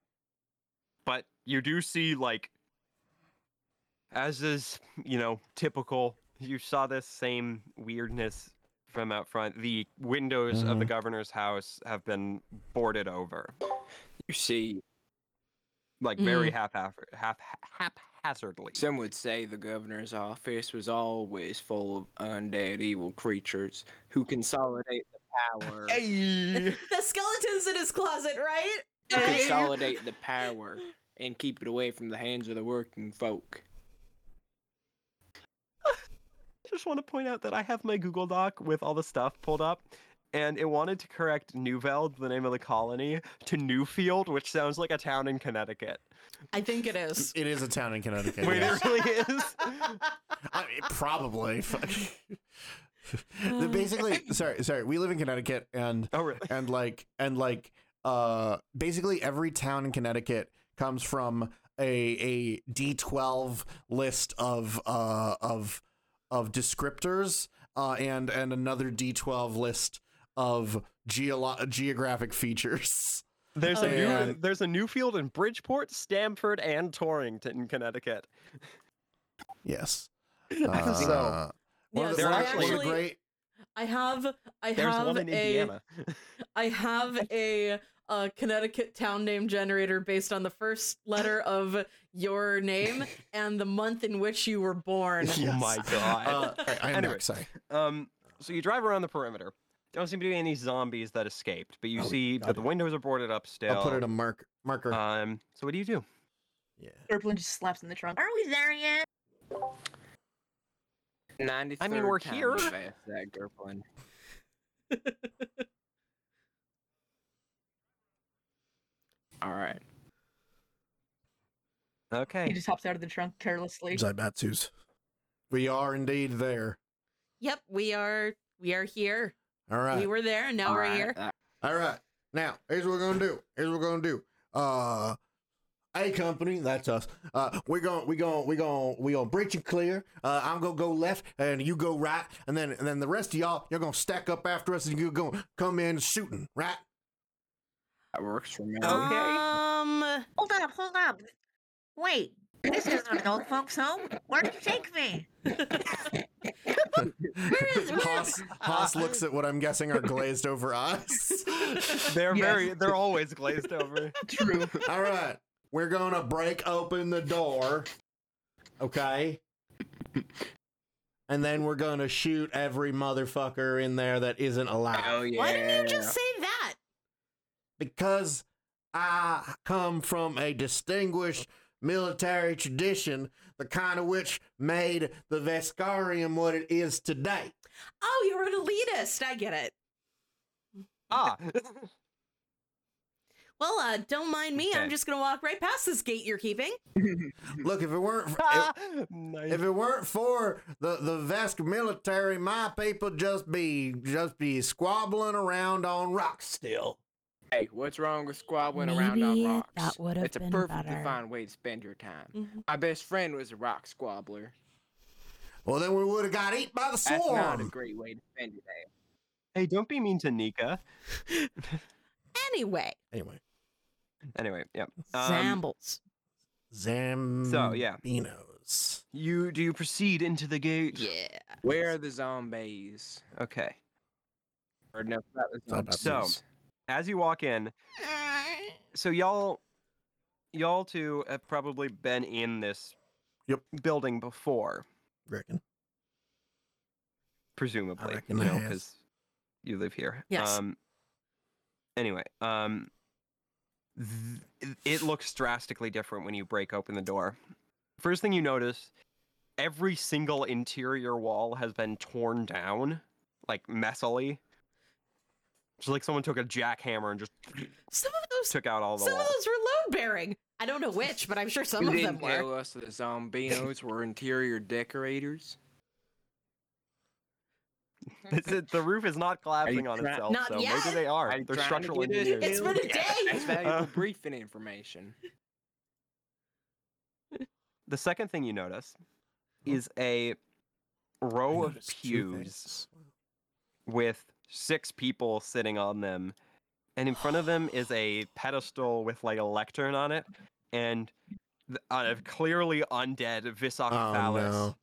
Speaker 2: but you do see like as is you know typical you saw this same weirdness from out front the windows of the
Speaker 5: Mhm.
Speaker 2: governor's house have been boarded over
Speaker 1: you see.
Speaker 2: like very half half haphazardly
Speaker 1: Some would say the governor's office was always full of undead evil creatures who consolidate the power.
Speaker 2: hey
Speaker 4: The skeleton's in his closet, right?
Speaker 1: to consolidate the power and keep it away from the hands of the working folk.
Speaker 2: just want to point out that i have my google doc with all the stuff pulled up and it wanted to correct Newveld, the name of the colony, to Newfield, which sounds like a town in Connecticut.
Speaker 4: I think it is.
Speaker 5: It is a town in Connecticut.
Speaker 2: Wait,
Speaker 5: yes.
Speaker 2: it really is.
Speaker 5: I mean, probably. Fuck. The- basically, sorry, sorry. We live in Connecticut, and
Speaker 2: Oh, really?
Speaker 5: and like and like uh basically every town in Connecticut comes from a a D12 list of uh of of descriptors uh and and another D12 list of geolo- geographic features.
Speaker 2: There's
Speaker 4: Oh,
Speaker 2: a new
Speaker 5: yeah.
Speaker 2: there's a new field in Bridgeport, Stamford, and Torrington, Connecticut.
Speaker 5: Yes.
Speaker 2: I think
Speaker 5: Uh, one
Speaker 4: Yeah,
Speaker 5: of the,
Speaker 2: they're
Speaker 5: one of-
Speaker 2: actually-
Speaker 5: one of the great
Speaker 4: I have I
Speaker 2: There's
Speaker 4: have
Speaker 2: one in
Speaker 4: a
Speaker 2: Indiana.
Speaker 4: I have a uh, Connecticut town name generator based on the first letter of your name and the month in which you were born.
Speaker 2: Oh my god.
Speaker 5: uh, I- I am
Speaker 2: Anyway.
Speaker 5: back, sorry.
Speaker 2: um, so you drive around the perimeter. Don't seem to be any zombies that escaped, but you
Speaker 5: Oh,
Speaker 2: see
Speaker 5: got
Speaker 2: that the
Speaker 5: it.
Speaker 2: windows are boarded up still.
Speaker 5: I'll put it a mark marker.
Speaker 2: um, so what do you do?
Speaker 5: yeah.
Speaker 3: Gerblin just slaps in the trunk.
Speaker 6: Are we there yet?
Speaker 1: 93rd
Speaker 2: we're
Speaker 1: time
Speaker 2: here.
Speaker 1: you asked That Gerplin. All right.
Speaker 3: He
Speaker 2: Okay.
Speaker 3: just hops out of the trunk carelessly.
Speaker 5: Zaibatsus. We are indeed there.
Speaker 4: Yep, we are we are here.
Speaker 5: All right.
Speaker 4: We were there and now
Speaker 1: all
Speaker 4: we're
Speaker 1: right,
Speaker 4: here.
Speaker 1: uh,
Speaker 5: All right. Now, here's what we're gonna do. Here's what we're gonna do. Uh A company, that's us. Uh we're gonna we're gonna we're gonna we gonna breach and clear. Uh I'm gonna go left and you go right, and then and then the rest of y'all, you're gonna stack up after us and you're gonna come in shooting, right?
Speaker 1: That works for me.
Speaker 4: Um
Speaker 6: Hold up, hold up. Wait, this isn't an old folks' home. Where would you take me?
Speaker 4: where is where
Speaker 5: Haas, Haas looks at what I'm guessing are glazed over eyes.
Speaker 2: They're
Speaker 3: Yes.
Speaker 2: very they're always glazed over.
Speaker 3: True.
Speaker 5: All right. We're gonna break open the door. Okay. And then we're gonna shoot every motherfucker in there that isn't alive.
Speaker 1: Oh yeah.
Speaker 4: Why didn't you just say that?
Speaker 5: because I come from a distinguished military tradition, the kind of which made the Vescarium what it is today.
Speaker 4: Oh, you're an elitist. I get it.
Speaker 2: Ah.
Speaker 4: Well, uh, don't mind me.
Speaker 2: Okay.
Speaker 4: I'm just gonna walk right past this gate you're keeping.
Speaker 5: Look, if it weren't for, if,
Speaker 2: nice.
Speaker 5: if it weren't for the the Vesk military, my people just be just be squabbling around on rocks still.
Speaker 1: Hey, what's wrong with squabbling around on
Speaker 4: Maybe
Speaker 1: rocks?
Speaker 4: that would've
Speaker 1: It's a
Speaker 4: been
Speaker 1: perfectly
Speaker 4: better.
Speaker 1: fine way to spend your time.
Speaker 4: Mhm.
Speaker 1: My best friend was a rock squabbler.
Speaker 5: Well, then we would have got eaten by the
Speaker 1: That's not a
Speaker 5: swarm.
Speaker 1: great way to spend your day.
Speaker 2: Hey, don't be mean to Nika.
Speaker 4: Anyway,
Speaker 5: Anyway,
Speaker 2: Anyway, yeah. Um,
Speaker 4: Zambles.
Speaker 5: Zambinos.
Speaker 2: yeah. you do you proceed into the gate?
Speaker 4: Yeah.
Speaker 1: Where are the zombies?
Speaker 2: Okay.
Speaker 1: Or no, not the
Speaker 5: Zombies.
Speaker 1: zombies.
Speaker 2: As you walk in, so y'all, y'all two have probably been in this
Speaker 5: Yep.
Speaker 2: building before,
Speaker 5: Reckon.
Speaker 2: presumably.
Speaker 5: reckon
Speaker 2: you
Speaker 5: I
Speaker 2: know,
Speaker 5: have.
Speaker 2: because you live here.
Speaker 4: Yes.
Speaker 2: Um, anyway, um, th- it looks drastically different when you break open the door. First thing you notice, every single interior wall has been torn down, like messily. It's like someone took a jackhammer and just
Speaker 4: Some of those,
Speaker 2: took out all the
Speaker 4: some of
Speaker 2: walls.
Speaker 4: those were load bearing. I don't know which, but I'm sure some
Speaker 1: you
Speaker 4: of them
Speaker 1: didn't
Speaker 4: were.
Speaker 1: tell us the Zombinos were interior decorators.
Speaker 2: This is- the roof is not collapsing
Speaker 1: you
Speaker 2: on
Speaker 1: try-
Speaker 2: itself,
Speaker 4: Not
Speaker 2: so
Speaker 4: yet?
Speaker 2: maybe they are.
Speaker 1: I'm
Speaker 2: They're
Speaker 1: trying to
Speaker 2: structural
Speaker 1: get it.
Speaker 2: engineers.
Speaker 4: It's been a day.
Speaker 1: That's valuable
Speaker 2: Uh,
Speaker 1: briefing information.
Speaker 2: The second thing you notice is a row of pews with six people sitting on them. And in front of them is a pedestal with like a lectern on it and th- a clearly undead Visakathalas
Speaker 5: Oh,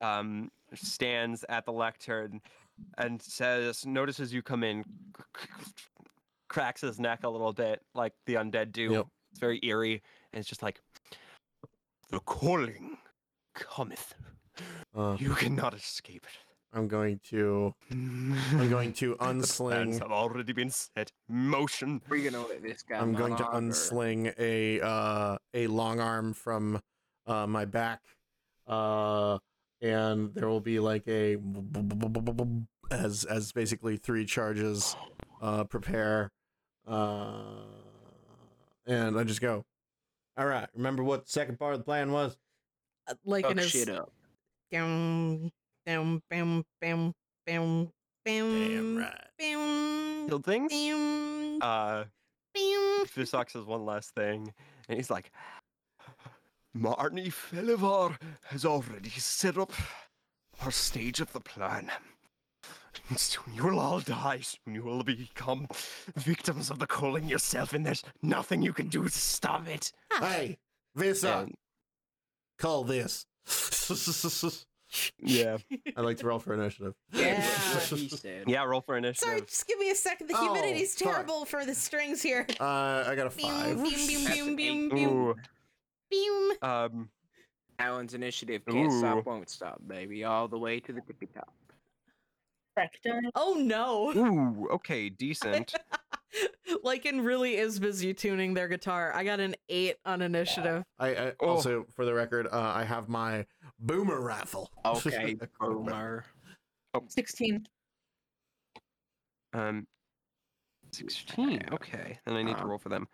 Speaker 5: no.
Speaker 2: um, stands at the lectern and says, notices you come in, cracks his neck a little bit like the undead do.
Speaker 5: Yep.
Speaker 2: It's very eerie. And it's just like, the calling cometh.
Speaker 5: Uh,
Speaker 2: You cannot escape it.
Speaker 5: I'm going to. I'm going to
Speaker 2: The plans
Speaker 5: unsling.
Speaker 2: have already been set. Motion.
Speaker 1: We're gonna let this guy.
Speaker 5: I'm going to
Speaker 1: monologue, or-
Speaker 5: unsling a uh, a long arm from uh, my back, uh, and there will be like a as as basically three charges uh, prepare, uh, and I just go. All right, remember what the second part of the plan was?
Speaker 4: Uh, Like in
Speaker 1: fuck
Speaker 4: his
Speaker 1: shit up.
Speaker 4: down, down, bam, bam, bam, bam, bam,
Speaker 2: Kill things.
Speaker 4: bam,
Speaker 2: Uh,
Speaker 4: bam.
Speaker 2: Fusak says one last thing, and he's like, Marnie Felivar has already set up her stage of the plan. And soon you will all die. Soon you will become victims of the calling yourself, and there's nothing you can do to stop it.
Speaker 5: Hey, this up.
Speaker 2: And-
Speaker 5: Call this.
Speaker 2: yeah.
Speaker 5: I like to roll for initiative.
Speaker 1: Yeah,
Speaker 4: Yeah.
Speaker 1: that's what he said.
Speaker 2: Yeah, roll for initiative.
Speaker 4: Sorry, just give me a second. The
Speaker 5: Oh,
Speaker 4: humidity's
Speaker 5: fuck.
Speaker 4: terrible for the strings here.
Speaker 5: Uh, I got a
Speaker 4: Beam,
Speaker 5: five.
Speaker 4: beam, beam,
Speaker 1: That's
Speaker 4: beam,
Speaker 1: an
Speaker 4: beam,
Speaker 1: eight.
Speaker 4: beam,
Speaker 2: Ooh.
Speaker 4: beam.
Speaker 2: Um,
Speaker 1: Alan's initiative can't
Speaker 2: Ooh.
Speaker 1: stop, won't stop, baby, all the way to the tippy top.
Speaker 3: Rectum.
Speaker 4: Oh no.
Speaker 2: ooh, okay, decent.
Speaker 4: Lycan really is busy tuning their guitar. I got an eight on initiative.
Speaker 5: I, I
Speaker 2: Oh.
Speaker 5: also, for the record, uh, I have my boomer rifle.
Speaker 1: Okay,
Speaker 5: Equipped.
Speaker 1: boomer.
Speaker 3: 16.
Speaker 2: Um, sixteen.
Speaker 1: Yeah.
Speaker 2: Okay, then I need to
Speaker 1: Um,
Speaker 2: roll for them.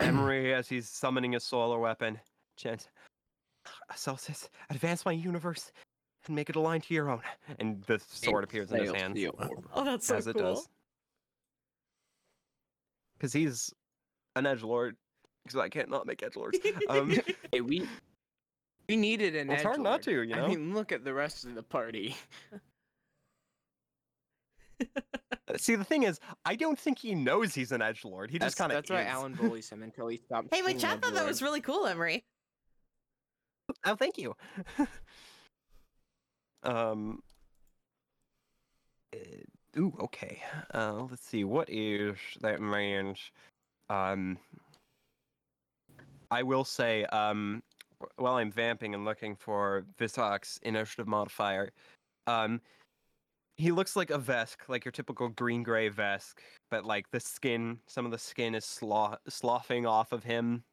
Speaker 2: Emery, as he's summoning a solar weapon, chants, "Celsius, advance my universe and make it aligned to your own." And the sword appears in his
Speaker 1: Fails
Speaker 2: hand,
Speaker 1: the
Speaker 5: Wow.
Speaker 4: Oh, that's so
Speaker 2: as it
Speaker 4: cool.
Speaker 2: does, because he's an edge lord. Because I can't not make edge lords. Um,
Speaker 1: Hey, we we needed an.
Speaker 2: Well, it's hard not
Speaker 1: edgelord.
Speaker 2: to, you know?
Speaker 1: I mean, look at the rest of the party.
Speaker 2: see, the thing is, I don't think he knows he's an edge lord. He
Speaker 1: That's,
Speaker 2: just kind of
Speaker 1: that's why Alan bullies him until he stops.
Speaker 4: hey,
Speaker 1: being
Speaker 4: wait, I thought that
Speaker 1: edgelord.
Speaker 4: was really cool, Emery.
Speaker 2: Oh, thank you. um. uh, ooh, okay. Uh, let's see. What is that range? Um. I will say, um, wh- while I'm vamping and looking for Visok's initiative modifier, um, he looks like a Vesk, like your typical green gray Vesk, but like the skin, some of the skin is slough- sloughing off of him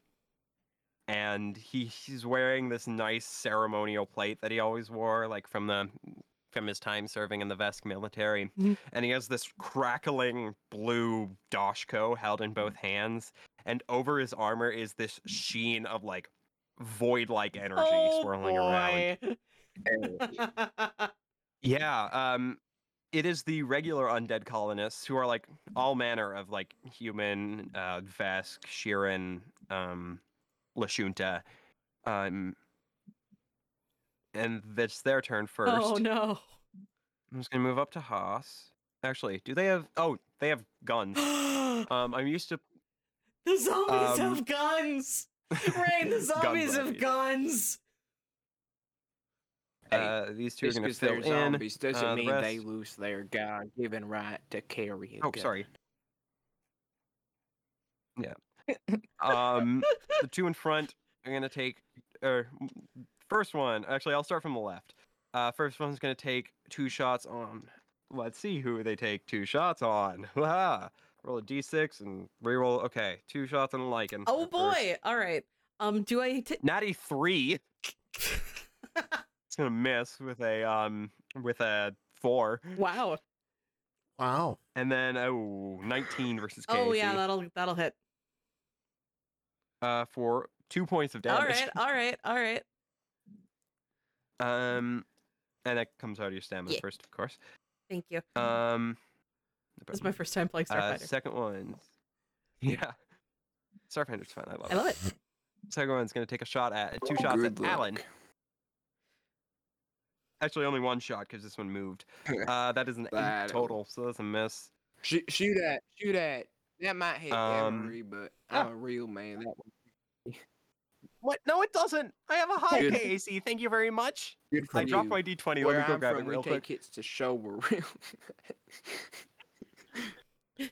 Speaker 2: and he, he's wearing this nice ceremonial plate that he always wore, like from the from his time serving in the Vesk military.
Speaker 4: Mhm.
Speaker 2: And he has this crackling blue Doshko held in both hands, and over his armor is this sheen of like void-like energy
Speaker 4: Oh,
Speaker 2: swirling around.
Speaker 4: around.
Speaker 2: Yeah, um it is the regular undead colonists who are like all manner of like human, uh Vesk, Shirin, um Lashunta. Um and that's their turn first.
Speaker 4: oh no.
Speaker 2: I'm just gonna move up to Haas. Actually, do they have oh, they have guns.
Speaker 4: the
Speaker 2: Um I'm used to
Speaker 4: zombies
Speaker 2: Um,
Speaker 4: have guns. Right, the
Speaker 2: gun
Speaker 4: zombies have
Speaker 2: buddies.
Speaker 4: guns.
Speaker 1: Hey,
Speaker 2: Uh these two are
Speaker 1: Just
Speaker 2: gonna
Speaker 1: because
Speaker 2: fill
Speaker 1: they're
Speaker 2: in.
Speaker 1: zombies doesn't
Speaker 2: uh, the
Speaker 1: mean they
Speaker 2: rest-
Speaker 1: lose Oh, their God-given right to carry a
Speaker 2: Oh,
Speaker 1: gun.
Speaker 2: sorry. Um, the two in front are gonna take. Or m- first one, actually, I'll start from the left. Uh, first one's gonna take two shots on. Let's see who they take two shots on. Wah! Roll a d6 and reroll. Okay, two shots on Lycan.
Speaker 4: Oh
Speaker 2: at first.
Speaker 4: boy! All right. Um, do I t-
Speaker 2: Natty three. It's gonna miss with a um with a four,
Speaker 4: Wow.
Speaker 5: Wow.
Speaker 2: and then oh 19 versus Casey.
Speaker 4: Oh yeah, that'll that'll hit.
Speaker 2: uh, for two points of damage.
Speaker 4: All right, all right, all right.
Speaker 2: Um, and that comes out of your stamina
Speaker 4: Yeah.
Speaker 2: first, of course.
Speaker 4: Thank you.
Speaker 2: Um, no
Speaker 4: This is
Speaker 2: problem.
Speaker 4: my first time playing
Speaker 2: uh,
Speaker 4: Starfighter.
Speaker 2: second one. Yeah, Starfinder's fine. I love it.
Speaker 4: I love it.
Speaker 2: Second one's gonna take a shot at two shots
Speaker 1: Good
Speaker 2: at Alan.
Speaker 1: luck.
Speaker 2: Actually, only one shot because this one moved. Uh, that is an eight
Speaker 1: That'll-
Speaker 2: total, so that's a miss.
Speaker 1: Shoot, shoot at, shoot at. That might hit
Speaker 2: Um,
Speaker 1: Emery, but
Speaker 2: ah.
Speaker 1: I'm a real man. That one.
Speaker 2: What? No, it doesn't. I have a high
Speaker 1: Good.
Speaker 2: KAC. Thank you very much.
Speaker 1: Good
Speaker 2: I dropped my D20. Let
Speaker 1: Where
Speaker 2: me go
Speaker 1: I'm
Speaker 2: grab
Speaker 1: from,
Speaker 2: it
Speaker 1: we
Speaker 2: real
Speaker 1: take
Speaker 2: quick.
Speaker 1: hits to show we're real.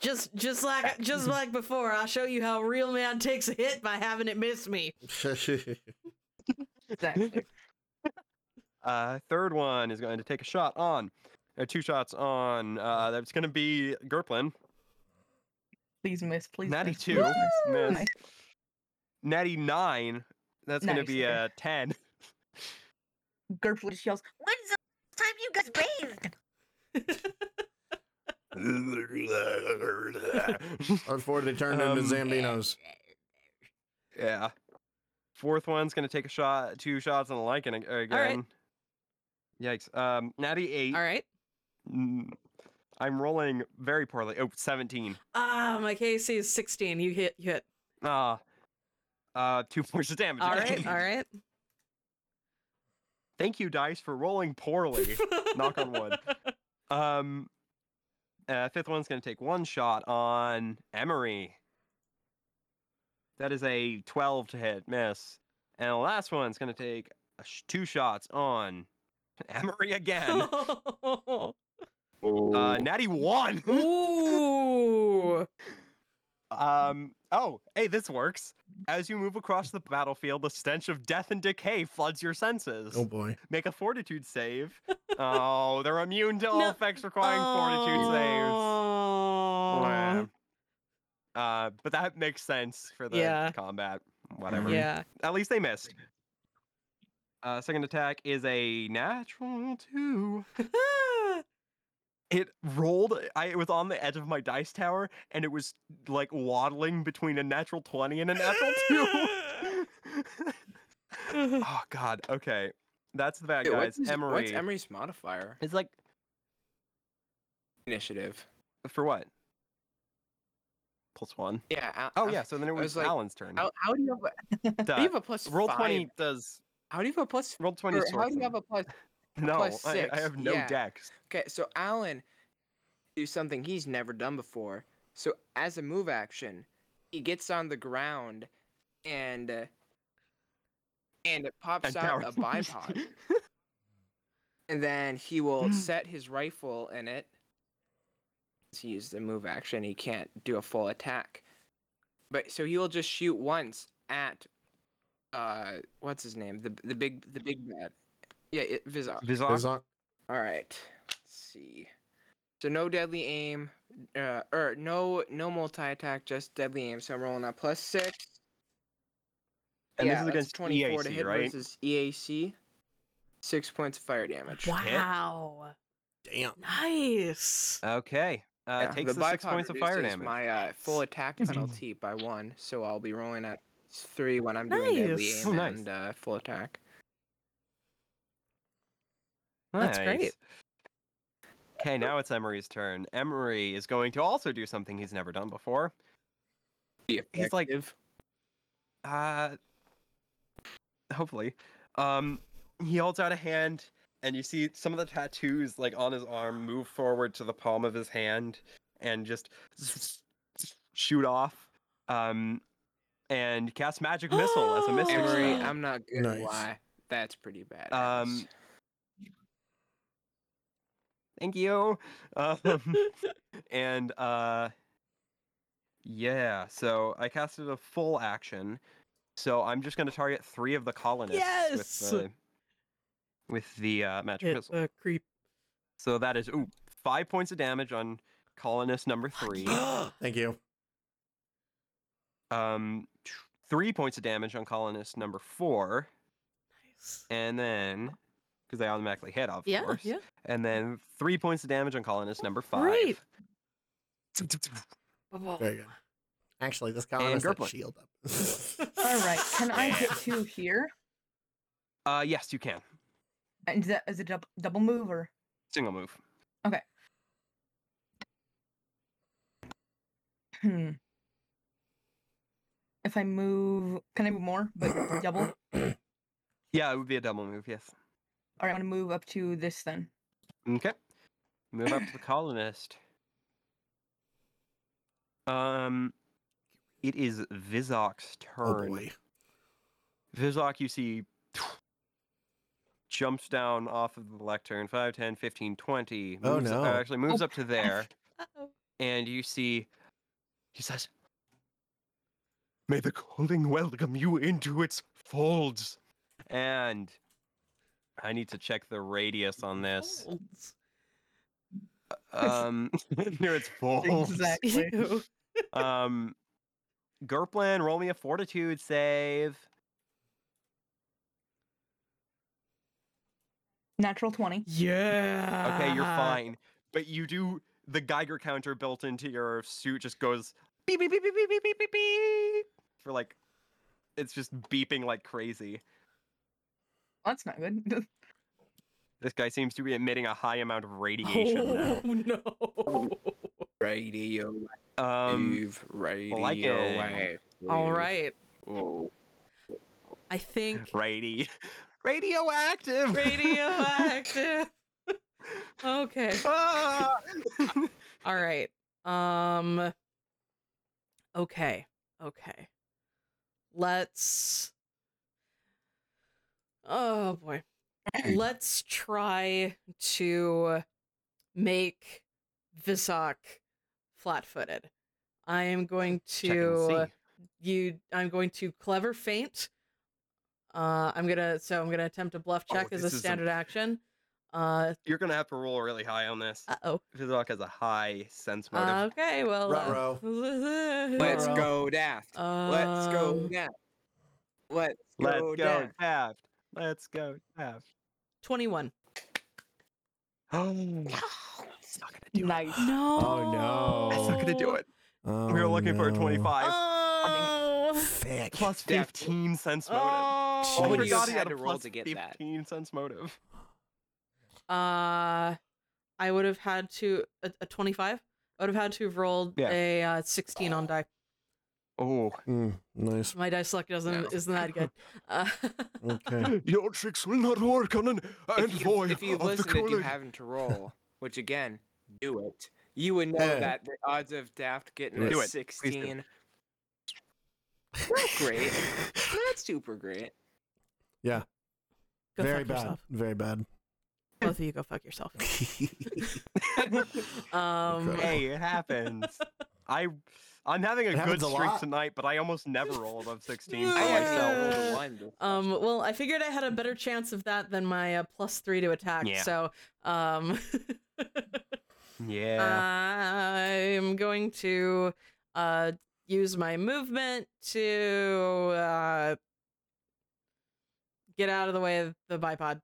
Speaker 4: Just just like just like before, I'll show you how a real man takes a hit by having it miss me.
Speaker 5: Oh,
Speaker 3: Exactly.
Speaker 2: Uh, third one is going to take a shot on, or two shots on. Uh, that's going to be Gerplin.
Speaker 3: Please miss. Please.
Speaker 2: Natty
Speaker 3: miss,
Speaker 2: two.
Speaker 3: Please miss.
Speaker 2: Miss. Natty nine. That's going to
Speaker 3: Nice,
Speaker 2: be
Speaker 3: okay.
Speaker 2: a ten.
Speaker 3: Gerpler just yells.
Speaker 6: When's the last time you guys bathed?
Speaker 5: Unfortunately, turned into
Speaker 2: Um,
Speaker 5: Zambinos.
Speaker 2: yeah. Fourth one's going to take a shot, two shots on the Lycan ag- again. Yikes. Um, Natty eight.
Speaker 4: All right.
Speaker 2: Mm, I'm rolling very poorly. Oh, 17.
Speaker 4: Ah, my KC is 16. You hit you hit.
Speaker 2: Ah. uh, two points of damage.
Speaker 4: All right, all right.
Speaker 2: Thank you, dice, for rolling poorly. Knock on wood. Um, uh, fifth one's going to take one shot on Emery. That is a 12 to hit, miss. And the last one's going to take a sh- two shots on Emery again.
Speaker 1: Oh.
Speaker 2: uh, natty one.
Speaker 4: Ooh.
Speaker 2: Um, oh, hey, this works. As you move across the battlefield, the stench of death and decay floods your senses.
Speaker 5: Oh boy.
Speaker 2: Make a fortitude save. oh, they're immune to all
Speaker 4: No. Oh.
Speaker 2: effects requiring fortitude saves. Wah.
Speaker 4: Aw.
Speaker 2: Uh, but that makes sense for the
Speaker 4: Yeah.
Speaker 2: combat. Whatever.
Speaker 4: Yeah.
Speaker 2: At least they missed. Uh, second attack is a natural two. It rolled. I it was on the edge of my dice tower, and it was like waddling between a natural twenty and a natural two. oh God. Okay, that's the bad
Speaker 1: Wait,
Speaker 2: guys.
Speaker 1: what's, his-
Speaker 2: Emery.
Speaker 1: what's Emery's modifier?
Speaker 2: It's like
Speaker 1: Initiative.
Speaker 2: for what? Plus one.
Speaker 1: Yeah. I,
Speaker 2: Oh
Speaker 1: I-
Speaker 2: yeah. So then it
Speaker 1: I
Speaker 2: was,
Speaker 1: was like,
Speaker 2: Alan's turn.
Speaker 1: How, how do you have a,
Speaker 2: Duh.
Speaker 1: how do you have a plus
Speaker 2: roll
Speaker 1: five?
Speaker 2: twenty does
Speaker 1: How do you have a plus?
Speaker 2: roll twenty.
Speaker 1: Or
Speaker 2: is
Speaker 1: how do
Speaker 2: sorcery.
Speaker 1: you have a plus?
Speaker 2: No,
Speaker 1: plus
Speaker 2: I, I
Speaker 1: six,
Speaker 2: have no
Speaker 1: yeah.
Speaker 2: decks.
Speaker 1: Okay, so Alan do something he's never done before. So as a move action, he gets on the ground and uh, and it pops
Speaker 2: And
Speaker 1: out
Speaker 2: power-
Speaker 1: a bipod, and then he will set his rifle in it. Since He used the move action; he can't do a full attack. But so he will just shoot once at uh, what's his name? The the big the big bad. Yeah, it, Vizar.
Speaker 2: Vizar?
Speaker 5: There's not-
Speaker 1: All right. Let's see. So no deadly aim, uh, or no no multi attack, just deadly aim. So I'm rolling a plus six.
Speaker 2: And
Speaker 1: yeah,
Speaker 2: this is
Speaker 1: that's
Speaker 2: against
Speaker 1: 24
Speaker 2: EAC,
Speaker 1: to hit
Speaker 2: right?
Speaker 1: versus EAC. Six points of fire damage.
Speaker 4: Wow.
Speaker 5: Damn.
Speaker 4: Nice.
Speaker 2: Okay. Uh,
Speaker 1: Yeah,
Speaker 2: takes the, six
Speaker 1: bipod
Speaker 2: points of fire
Speaker 1: reduces
Speaker 2: damage.
Speaker 1: My uh, full attack penalty by one, so I'll be rolling at three when I'm doing deadly
Speaker 4: Nice.
Speaker 1: aim
Speaker 2: Oh, nice.
Speaker 1: and uh, full attack.
Speaker 4: That's great.
Speaker 2: Okay, now it's Emery's turn. Emery is going to also do something he's never done before.
Speaker 1: Be
Speaker 2: He's like-
Speaker 1: effective.
Speaker 2: Uh, hopefully. Um, he holds out a hand, and you see some of the tattoos like on his arm move forward to the palm of his hand and just shoot off. Um, and cast magic missile as a missile.
Speaker 1: Emery,
Speaker 2: spell.
Speaker 1: I'm not good.
Speaker 5: Nice.
Speaker 1: Why? That's pretty bad.
Speaker 2: Um, Thank you. Um, and uh, Yeah, so I casted a full action. So I'm just going to target three of the colonists
Speaker 4: Yes!
Speaker 2: with the, with the uh, magic
Speaker 4: Hit
Speaker 2: missile.
Speaker 4: a creep.
Speaker 2: So that is ooh, five points of damage on colonist number three.
Speaker 5: Thank you.
Speaker 2: um, t- three points of damage on colonist number four,
Speaker 4: Nice.
Speaker 2: and then because they automatically hit, of
Speaker 4: Yeah,
Speaker 2: course.
Speaker 4: yeah.
Speaker 2: And then three points of damage on colonist number five.
Speaker 4: Great.
Speaker 5: Very good. Actually, this guy
Speaker 2: And
Speaker 5: has that
Speaker 2: Gerplin.
Speaker 5: shield up.
Speaker 3: All right. Can I get two here?
Speaker 2: Uh, yes, you can.
Speaker 3: And Uh, is, that, is it dub- double move or?
Speaker 2: Single move.
Speaker 3: Hmm. If I move, can I move more? But double. All
Speaker 2: Yeah, it would be a double move. Yes.
Speaker 3: right. I'm gonna move up to this then.
Speaker 2: Okay. Move up to the colonist. Um, it is Vizok's
Speaker 5: oh
Speaker 2: turn.
Speaker 5: boy.
Speaker 2: Vizok, you see, jumps down off of the lectern 5, 10, 15, 20.
Speaker 5: Oh,
Speaker 2: moves- uh,
Speaker 5: no.
Speaker 2: actually, moves up to
Speaker 3: F.
Speaker 2: there,
Speaker 4: Oh, Uh-oh.
Speaker 2: and you see, he says, May the calling welcome you into its folds. And I need to check the radius on this.
Speaker 4: Folds.
Speaker 2: Um, near its folds.
Speaker 3: Exactly.
Speaker 4: Ew.
Speaker 2: Um, Gerplin, roll me a fortitude save.
Speaker 3: Natural twenty.
Speaker 4: Yeah.
Speaker 2: Okay, you're fine. But you do the Geiger counter built into your suit just goes beep beep beep beep beep beep beep beep beep for like it's just beeping like crazy.
Speaker 3: That's not good.
Speaker 2: This guy seems to be emitting a high amount of radiation
Speaker 4: Oh no.
Speaker 1: Radio
Speaker 2: now. Um,
Speaker 1: wave, radio
Speaker 2: like a-
Speaker 1: wave.
Speaker 4: All right.
Speaker 1: Whoa.
Speaker 4: I think
Speaker 2: radi- radioactive.
Speaker 4: radioactive. okay.
Speaker 2: Ah!
Speaker 4: All right. Um okay. Okay. Let's Oh boy. Let's try to make Visok flat-footed. I am going to
Speaker 2: Check and see.
Speaker 4: you i'm going to clever feint uh i'm gonna so i'm gonna attempt a bluff
Speaker 2: Oh,
Speaker 4: check as a
Speaker 2: this is a-
Speaker 4: standard action uh
Speaker 2: You're gonna have to roll really high on this.
Speaker 4: uh-oh
Speaker 2: Vizok has a high sense motive.
Speaker 4: okay well uh,
Speaker 5: Ruh-roh.
Speaker 1: Let's
Speaker 5: Well,
Speaker 1: go daft. Let's go
Speaker 4: um,
Speaker 1: daft. Let's go
Speaker 2: Let's go,
Speaker 1: daft.
Speaker 2: Taft. Let's go, Taft.
Speaker 4: 21
Speaker 2: Oh,
Speaker 6: No.
Speaker 2: not gonna do it.
Speaker 3: nice.
Speaker 4: no
Speaker 5: no.
Speaker 2: That's not gonna do it. we were
Speaker 5: Oh,
Speaker 2: looking for a
Speaker 5: no.
Speaker 2: 25
Speaker 4: oh
Speaker 5: Thick.
Speaker 2: plus
Speaker 1: Definitely.
Speaker 2: 15 cents motive.
Speaker 4: oh
Speaker 5: What
Speaker 2: my
Speaker 5: would you
Speaker 2: God,
Speaker 1: have
Speaker 2: he
Speaker 1: had
Speaker 2: a
Speaker 1: to roll
Speaker 2: plus
Speaker 1: to get that?
Speaker 2: 15 cents motive.
Speaker 4: uh i would have had to a a 25 i would have had to have rolled
Speaker 2: Yeah.
Speaker 4: a uh, 16 on die
Speaker 2: Oh,
Speaker 5: Mm, nice.
Speaker 4: my dice luck doesn't
Speaker 1: No.
Speaker 4: isn't that good uh,
Speaker 5: Okay.
Speaker 2: your tricks will not work on an
Speaker 1: If you, if you listen to you having to roll, which again, do it. You would know
Speaker 5: Yeah.
Speaker 1: that the odds of Daft getting
Speaker 5: Do
Speaker 1: a
Speaker 2: it. Please do.
Speaker 1: 16. Not great. Not super great.
Speaker 4: go
Speaker 5: Very
Speaker 4: fuck
Speaker 5: bad.
Speaker 4: yourself
Speaker 5: Very bad.
Speaker 4: both of you go fuck yourself um
Speaker 5: Incredible.
Speaker 2: Hey, it happens. I, I'm having a
Speaker 5: It
Speaker 2: good
Speaker 5: happens a
Speaker 2: streak
Speaker 5: lot.
Speaker 2: tonight, but I almost never roll above 16 for
Speaker 1: I actually
Speaker 2: myself.
Speaker 1: rolled
Speaker 4: Yeah.
Speaker 1: a one. this
Speaker 4: Um, well, I figured I had a better chance of that than my uh, plus three to attack.
Speaker 2: Yeah.
Speaker 4: So, um,
Speaker 1: Uh,
Speaker 2: Yeah.
Speaker 4: I'm going to uh, use my movement to uh, get out of the way of the bipod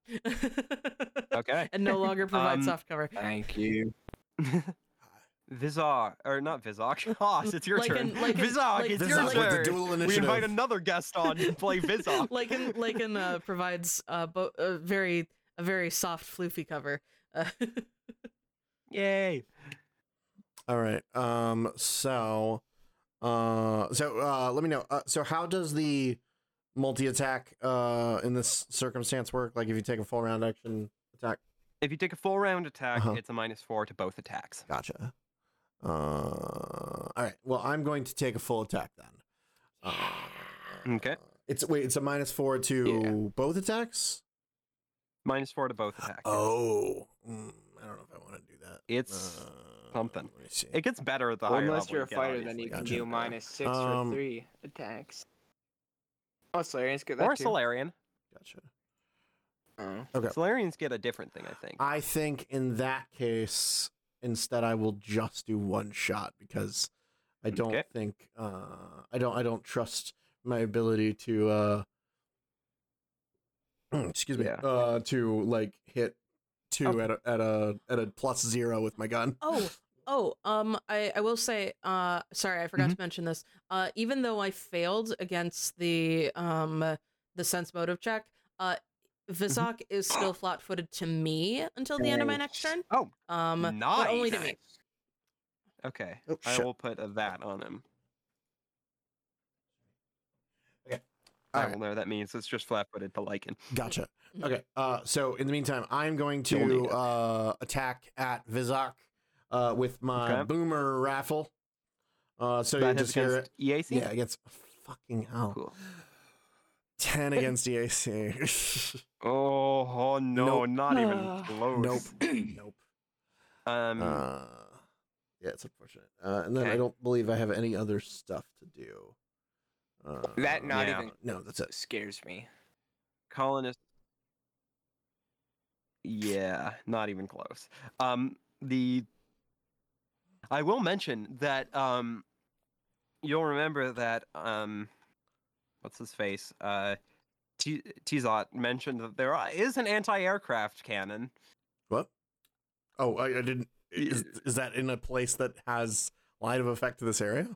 Speaker 2: okay.
Speaker 4: and no longer provide
Speaker 2: Um,
Speaker 4: soft cover.
Speaker 1: time. Thank you.
Speaker 2: Vizok, or not Vizok. Haas, it's your
Speaker 4: Like
Speaker 2: turn.
Speaker 4: an- like an-
Speaker 2: Vizok,
Speaker 4: like-
Speaker 2: it's
Speaker 4: Vizok
Speaker 5: This
Speaker 2: your
Speaker 5: is with the
Speaker 2: turn.
Speaker 5: dual
Speaker 2: We
Speaker 5: initiative.
Speaker 2: invite another guest on to play Vizok.
Speaker 4: Lycan, Lycan uh, provides uh, bo- a very a very soft, floofy cover. Uh,
Speaker 2: Yay.
Speaker 5: All right. Um. So, uh. So, uh. Let me know. Uh, so, how does the multi attack uh in this circumstance work? Like, if you take a full round action attack.
Speaker 2: If you take a full round attack,
Speaker 5: Uh-huh.
Speaker 2: it's a minus four to both attacks.
Speaker 5: Gotcha. Uh. All right. Well, I'm going to take a full attack then. Uh,
Speaker 2: Okay.
Speaker 5: It's wait. It's a minus four to
Speaker 2: Yeah.
Speaker 5: both attacks.
Speaker 2: Minus four to both attacks. yes.
Speaker 5: Oh. Mm, I don't know if I want to do that.
Speaker 2: It's
Speaker 5: Uh,
Speaker 2: something.
Speaker 5: Let me see.
Speaker 2: It gets better the higher
Speaker 1: Unless
Speaker 2: level
Speaker 1: you're
Speaker 2: you
Speaker 1: a
Speaker 2: get,
Speaker 1: fighter, then
Speaker 2: obviously.
Speaker 1: you can
Speaker 5: Gotcha.
Speaker 1: do minus six
Speaker 5: Um,
Speaker 1: or three attacks. Oh, Solarians get that
Speaker 2: Or
Speaker 1: too.
Speaker 2: Solarian.
Speaker 5: Gotcha.
Speaker 1: Oh.
Speaker 5: Okay.
Speaker 2: Solarians get a different thing, I think.
Speaker 5: I think in that case, instead, I will just do one shot because I don't
Speaker 2: Okay.
Speaker 5: think uh, I don't I don't trust my ability to uh, excuse me
Speaker 2: Yeah.
Speaker 5: uh, to like hit two
Speaker 4: Oh.
Speaker 5: at a, at a at a plus zero with my gun.
Speaker 4: Oh, oh, um, I, I will say, uh, sorry, I forgot
Speaker 5: Mm-hmm.
Speaker 4: to mention this. Uh, even though I failed against the um the sense motive check, uh,
Speaker 5: Mm-hmm.
Speaker 4: Visak is still flat footed to me until the end of my next turn.
Speaker 2: Oh,
Speaker 4: um, but only to me.
Speaker 2: Okay.
Speaker 5: Oh,
Speaker 2: I
Speaker 5: shit.
Speaker 2: will put a that on him.
Speaker 5: Okay.
Speaker 2: I
Speaker 5: Alright.
Speaker 2: will know that means it's just flat footed to lichen.
Speaker 5: Gotcha.
Speaker 4: Mhm.
Speaker 5: Okay. Uh, so in the meantime, I'm going
Speaker 2: Don't need
Speaker 5: to
Speaker 2: it.
Speaker 5: uh, attack at Vizak uh, with my
Speaker 2: Okay.
Speaker 5: boomer raffle. Uh, so
Speaker 2: that
Speaker 5: you
Speaker 2: hits
Speaker 5: just hear it.
Speaker 2: against EAC?
Speaker 5: Yeah, against fucking hell.
Speaker 2: Cool.
Speaker 5: 10 against EAC.
Speaker 2: Oh, oh no,
Speaker 5: Nope.
Speaker 2: not even
Speaker 3: Ah.
Speaker 2: close.
Speaker 5: nope. nope.
Speaker 2: Um,
Speaker 5: Uh, yeah, it's unfortunate. Uh, and then I
Speaker 2: Okay.
Speaker 5: don't believe I have any other stuff to do. Uh,
Speaker 1: That not
Speaker 2: Yeah.
Speaker 1: even
Speaker 5: No, that's it.
Speaker 1: scares me.
Speaker 2: colonist. Yeah, not even close. Um, the I will mention that um, you'll remember that um, what's his face? Uh, T- Tzot mentioned that there are- is an anti-aircraft cannon.
Speaker 5: What? Oh, I, I didn't. Is, is that in a place that has line of effect to this area?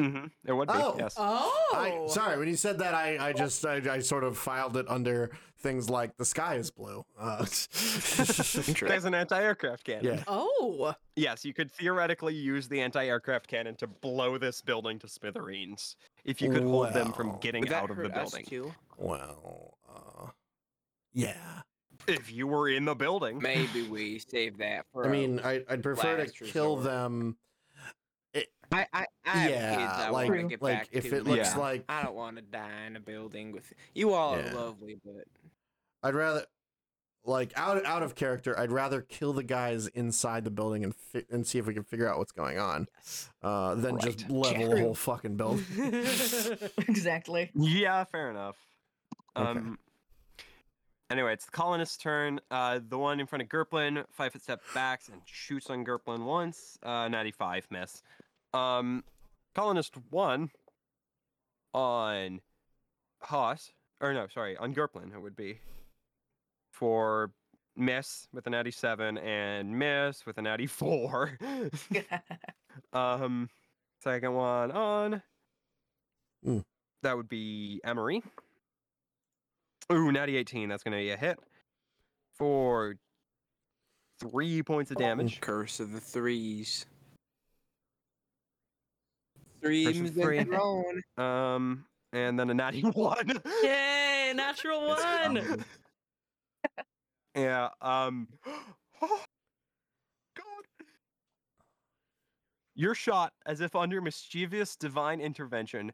Speaker 2: Mm-hmm. There would be.
Speaker 5: Oh,
Speaker 2: yes.
Speaker 4: Oh,
Speaker 5: I, sorry, when you said that, I, I just I, I sort of filed it under things like the sky is blue. Uh,
Speaker 2: There's an anti-aircraft cannon.
Speaker 5: yeah.
Speaker 4: Oh,
Speaker 2: Yes, you could theoretically use the anti-aircraft cannon to blow this building to smithereens if you could hold them
Speaker 5: Wow.
Speaker 2: from getting
Speaker 1: Would that
Speaker 2: out of the
Speaker 1: hurt us
Speaker 2: building.
Speaker 1: too?
Speaker 5: Well, uh, yeah.
Speaker 2: If you were in the building,
Speaker 1: Maybe we save that for.
Speaker 5: I
Speaker 1: a-
Speaker 5: mean, uh, I, I'd prefer to
Speaker 1: last
Speaker 5: kill
Speaker 1: resort.
Speaker 5: them.
Speaker 1: I, I, I have kids
Speaker 5: yeah,
Speaker 1: I
Speaker 5: like
Speaker 1: want to get
Speaker 5: like
Speaker 1: back
Speaker 5: if
Speaker 1: to.
Speaker 5: it looks
Speaker 2: Yeah.
Speaker 5: like
Speaker 1: I don't want to die in a building with you. All
Speaker 5: Yeah.
Speaker 1: are lovely, but
Speaker 5: I'd rather like out out of character. I'd rather kill the guys inside the building and fi- and see if we can figure out what's going on,
Speaker 4: yes.
Speaker 5: uh, than just
Speaker 2: Right.
Speaker 5: level the
Speaker 3: True.
Speaker 5: whole fucking building.
Speaker 3: exactly.
Speaker 2: yeah, fair enough.
Speaker 5: Okay.
Speaker 2: Um. Anyway, it's the colonist's turn. Uh, the one in front of Gerplin, five foot step backs and shoots on Gerplin once. Uh, ninety-five miss. Um, colonist one on Haas, or no, sorry, on Gerplin it would be for miss with an ninety-seven and miss with an ninety-four. Um, second one on.
Speaker 5: Mm.
Speaker 2: That would be Emery. Ooh, natty 18. That's going to be a hit for three points of damage.
Speaker 1: curse of the threes. Threes
Speaker 2: of
Speaker 1: is
Speaker 2: three.
Speaker 1: thrown.
Speaker 2: Um, and then a natty 1.
Speaker 4: Yay, natural one.
Speaker 5: Um,
Speaker 2: yeah. Um, God. Your shot, as if under mischievous divine intervention,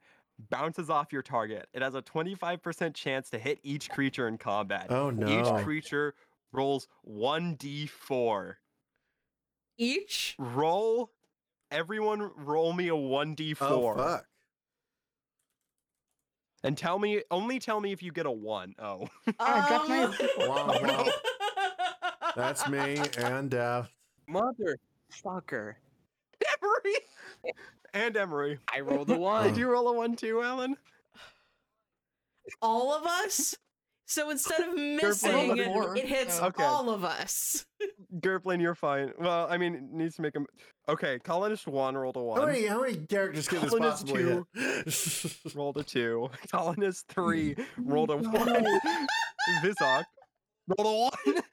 Speaker 2: bounces off your target. It has a 25% chance to hit each creature in combat.
Speaker 5: oh
Speaker 2: Each
Speaker 5: no!
Speaker 2: creature rolls 1d4.
Speaker 4: Each.
Speaker 2: Roll. Everyone roll me a 1d4.
Speaker 5: Oh fuck!
Speaker 2: And tell me, only tell me if you get a 1. Oh.
Speaker 3: I dropped my
Speaker 4: Um,
Speaker 5: Wow, wow. That's me and uh, Daph.
Speaker 1: Motherfucker!
Speaker 2: Emery! and Emery.
Speaker 1: I rolled a
Speaker 2: Did
Speaker 1: one.
Speaker 2: you roll a 1 too, Alan?
Speaker 4: all of us. So instead of missing,
Speaker 3: one more,
Speaker 4: it hits
Speaker 3: so-
Speaker 2: Okay.
Speaker 4: all of us.
Speaker 2: Gerplin, you're fine. Well, I mean, it needs to make him. Okay, Colonist 1 rolled a 1.
Speaker 5: How many how many characters can this
Speaker 2: Colin is
Speaker 5: possibly hit?
Speaker 2: rolled a 2. Colonist 3 rolled a 1. Vizok rolled a 1.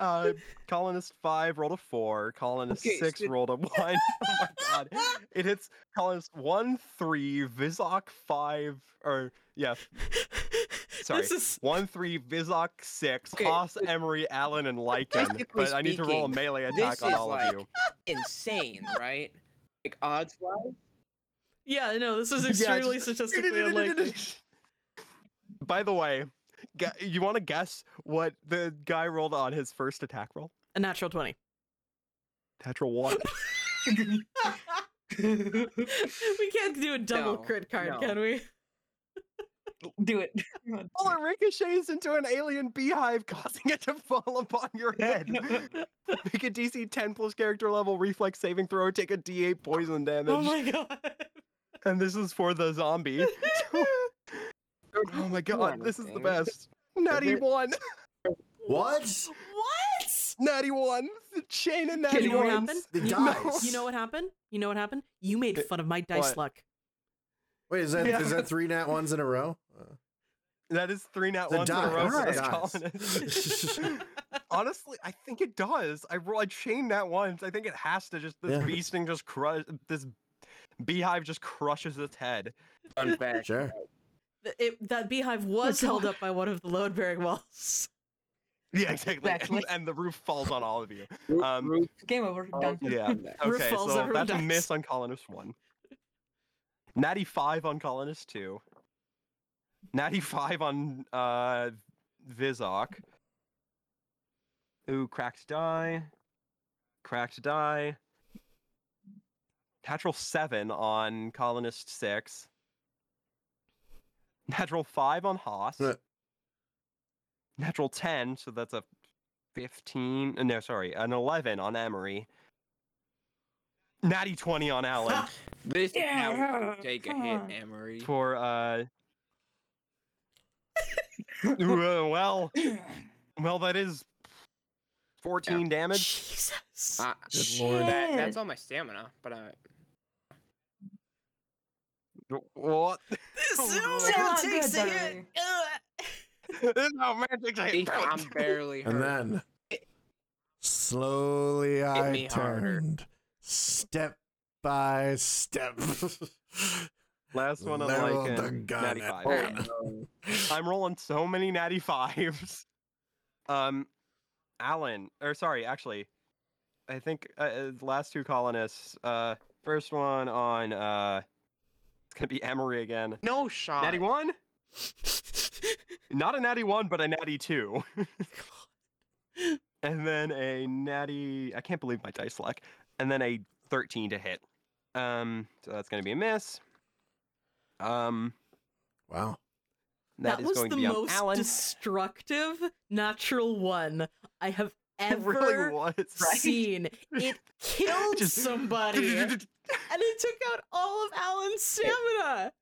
Speaker 2: Uh, colonist 5 rolled a 4. Colonist
Speaker 1: Okay,
Speaker 2: 6
Speaker 1: so-
Speaker 2: rolled a 1. Oh my god. It hits Colonist 1, 3, Vizok 5, or yeah, Sorry.
Speaker 4: This is
Speaker 2: 1, 3, Vizok 6,
Speaker 1: Okay,
Speaker 2: Haas,
Speaker 1: but-
Speaker 2: Emery, Allen, and Lycan.
Speaker 1: Basically
Speaker 2: But I need to roll a
Speaker 1: speaking,
Speaker 2: melee
Speaker 1: this
Speaker 2: attack on
Speaker 1: is
Speaker 2: all
Speaker 1: like-
Speaker 2: of you.
Speaker 1: Insane, right? Like odds wise.
Speaker 4: yeah, no, this is
Speaker 2: Yeah, it's
Speaker 4: extremely
Speaker 2: just-
Speaker 4: statistically unlikely.
Speaker 2: By the way, gu- you want to guess what the guy rolled on his first attack roll?
Speaker 4: A natural 20.
Speaker 2: Natural one.
Speaker 4: we can't do a double
Speaker 1: No,
Speaker 4: crit card,
Speaker 1: no.
Speaker 4: can we?
Speaker 3: Do it.
Speaker 2: Oh, it ricochets into an alien beehive, causing it to fall upon your head. Make a DC 10 plus character level reflex saving throw, take a D8 poison damage.
Speaker 4: Oh my god.
Speaker 2: and this is for the zombie. oh my god, this is the
Speaker 1: anything.
Speaker 2: best. Natty
Speaker 1: it-
Speaker 2: one,
Speaker 5: What?
Speaker 4: What?
Speaker 2: natty one, Shane and natty
Speaker 4: you know what
Speaker 2: ones.
Speaker 4: happened?
Speaker 5: The
Speaker 4: you,
Speaker 5: dice.
Speaker 4: you know what happened? You know what happened? You made
Speaker 2: It-
Speaker 4: fun of my dice
Speaker 2: what?
Speaker 4: luck.
Speaker 5: Wait, is that is
Speaker 2: Yeah.
Speaker 5: that three nat ones in a row? Uh,
Speaker 2: That is three nat
Speaker 5: The
Speaker 2: ones in a row for
Speaker 5: dice,
Speaker 2: this
Speaker 5: the dice.
Speaker 2: colonist. Honestly, I think it does. I rolled I chained that once. I think it has to just this
Speaker 5: Yeah.
Speaker 2: bee sting just crush this beehive just crushes its head.
Speaker 1: Fun fact.
Speaker 5: sure.
Speaker 4: Th- It, that beehive was held
Speaker 3: God.
Speaker 4: up by one of the load bearing walls.
Speaker 2: Yeah, exactly. And,
Speaker 3: Exactly.
Speaker 2: and the roof falls on all of you.
Speaker 1: Ru-
Speaker 2: Um,
Speaker 1: Ru-
Speaker 3: Game over. Done.
Speaker 2: Yeah.
Speaker 4: Roof
Speaker 2: Okay,
Speaker 4: falls,
Speaker 2: so
Speaker 4: everyone
Speaker 2: that's a
Speaker 4: dies.
Speaker 2: miss on colonist one. Natty five on colonist two. Natty five on uh Vizok. Ooh, cracked die. Cracked die. Natural seven on colonist six. Natural five on Haas.
Speaker 5: Uh.
Speaker 2: Natural ten, so that's a fifteen. uh, No, sorry, an eleven on Emery. Natty twenty on Alan
Speaker 1: This is how we
Speaker 3: Yeah.
Speaker 1: take a hit, Emery.
Speaker 2: for uh. Ooh, uh, well, well, that is fourteen damage.
Speaker 4: Jesus.
Speaker 2: Ah.
Speaker 1: Uh,
Speaker 5: Good lord.
Speaker 1: that,
Speaker 3: Shit.
Speaker 1: that's all my stamina, but uh, I
Speaker 2: What?
Speaker 4: This
Speaker 2: Oh,
Speaker 4: is
Speaker 3: no.
Speaker 4: what it takes to
Speaker 3: Good
Speaker 4: hit.
Speaker 3: diary.
Speaker 4: Ugh.
Speaker 2: There's no magic to hit.
Speaker 1: I'm barely hurt.
Speaker 5: And then slowly I
Speaker 1: me harder.
Speaker 5: turned step by step.
Speaker 2: Last one on
Speaker 5: Level
Speaker 2: like uh,
Speaker 5: the gun
Speaker 2: natty
Speaker 5: at
Speaker 2: five.
Speaker 5: all.
Speaker 2: I'm rolling so many natty fives. Um, Alan, or sorry, actually, I think uh, uh, the last two colonists. Uh, first one on uh, it's gonna be Emery again.
Speaker 1: no shot.
Speaker 2: Natty one, not a natty one, but a natty two. and then a natty. I can't believe my dice luck. And then a thirteen to hit. Um, so that's gonna be a miss. Um,
Speaker 5: wow.
Speaker 4: That,
Speaker 2: is
Speaker 4: was
Speaker 2: going
Speaker 4: the
Speaker 2: to be on
Speaker 4: most
Speaker 2: Alan.
Speaker 4: destructive natural one I have
Speaker 2: It
Speaker 4: ever
Speaker 2: really was.
Speaker 4: seen. It killed
Speaker 2: Just-
Speaker 4: somebody, and it took out all of Alan's stamina.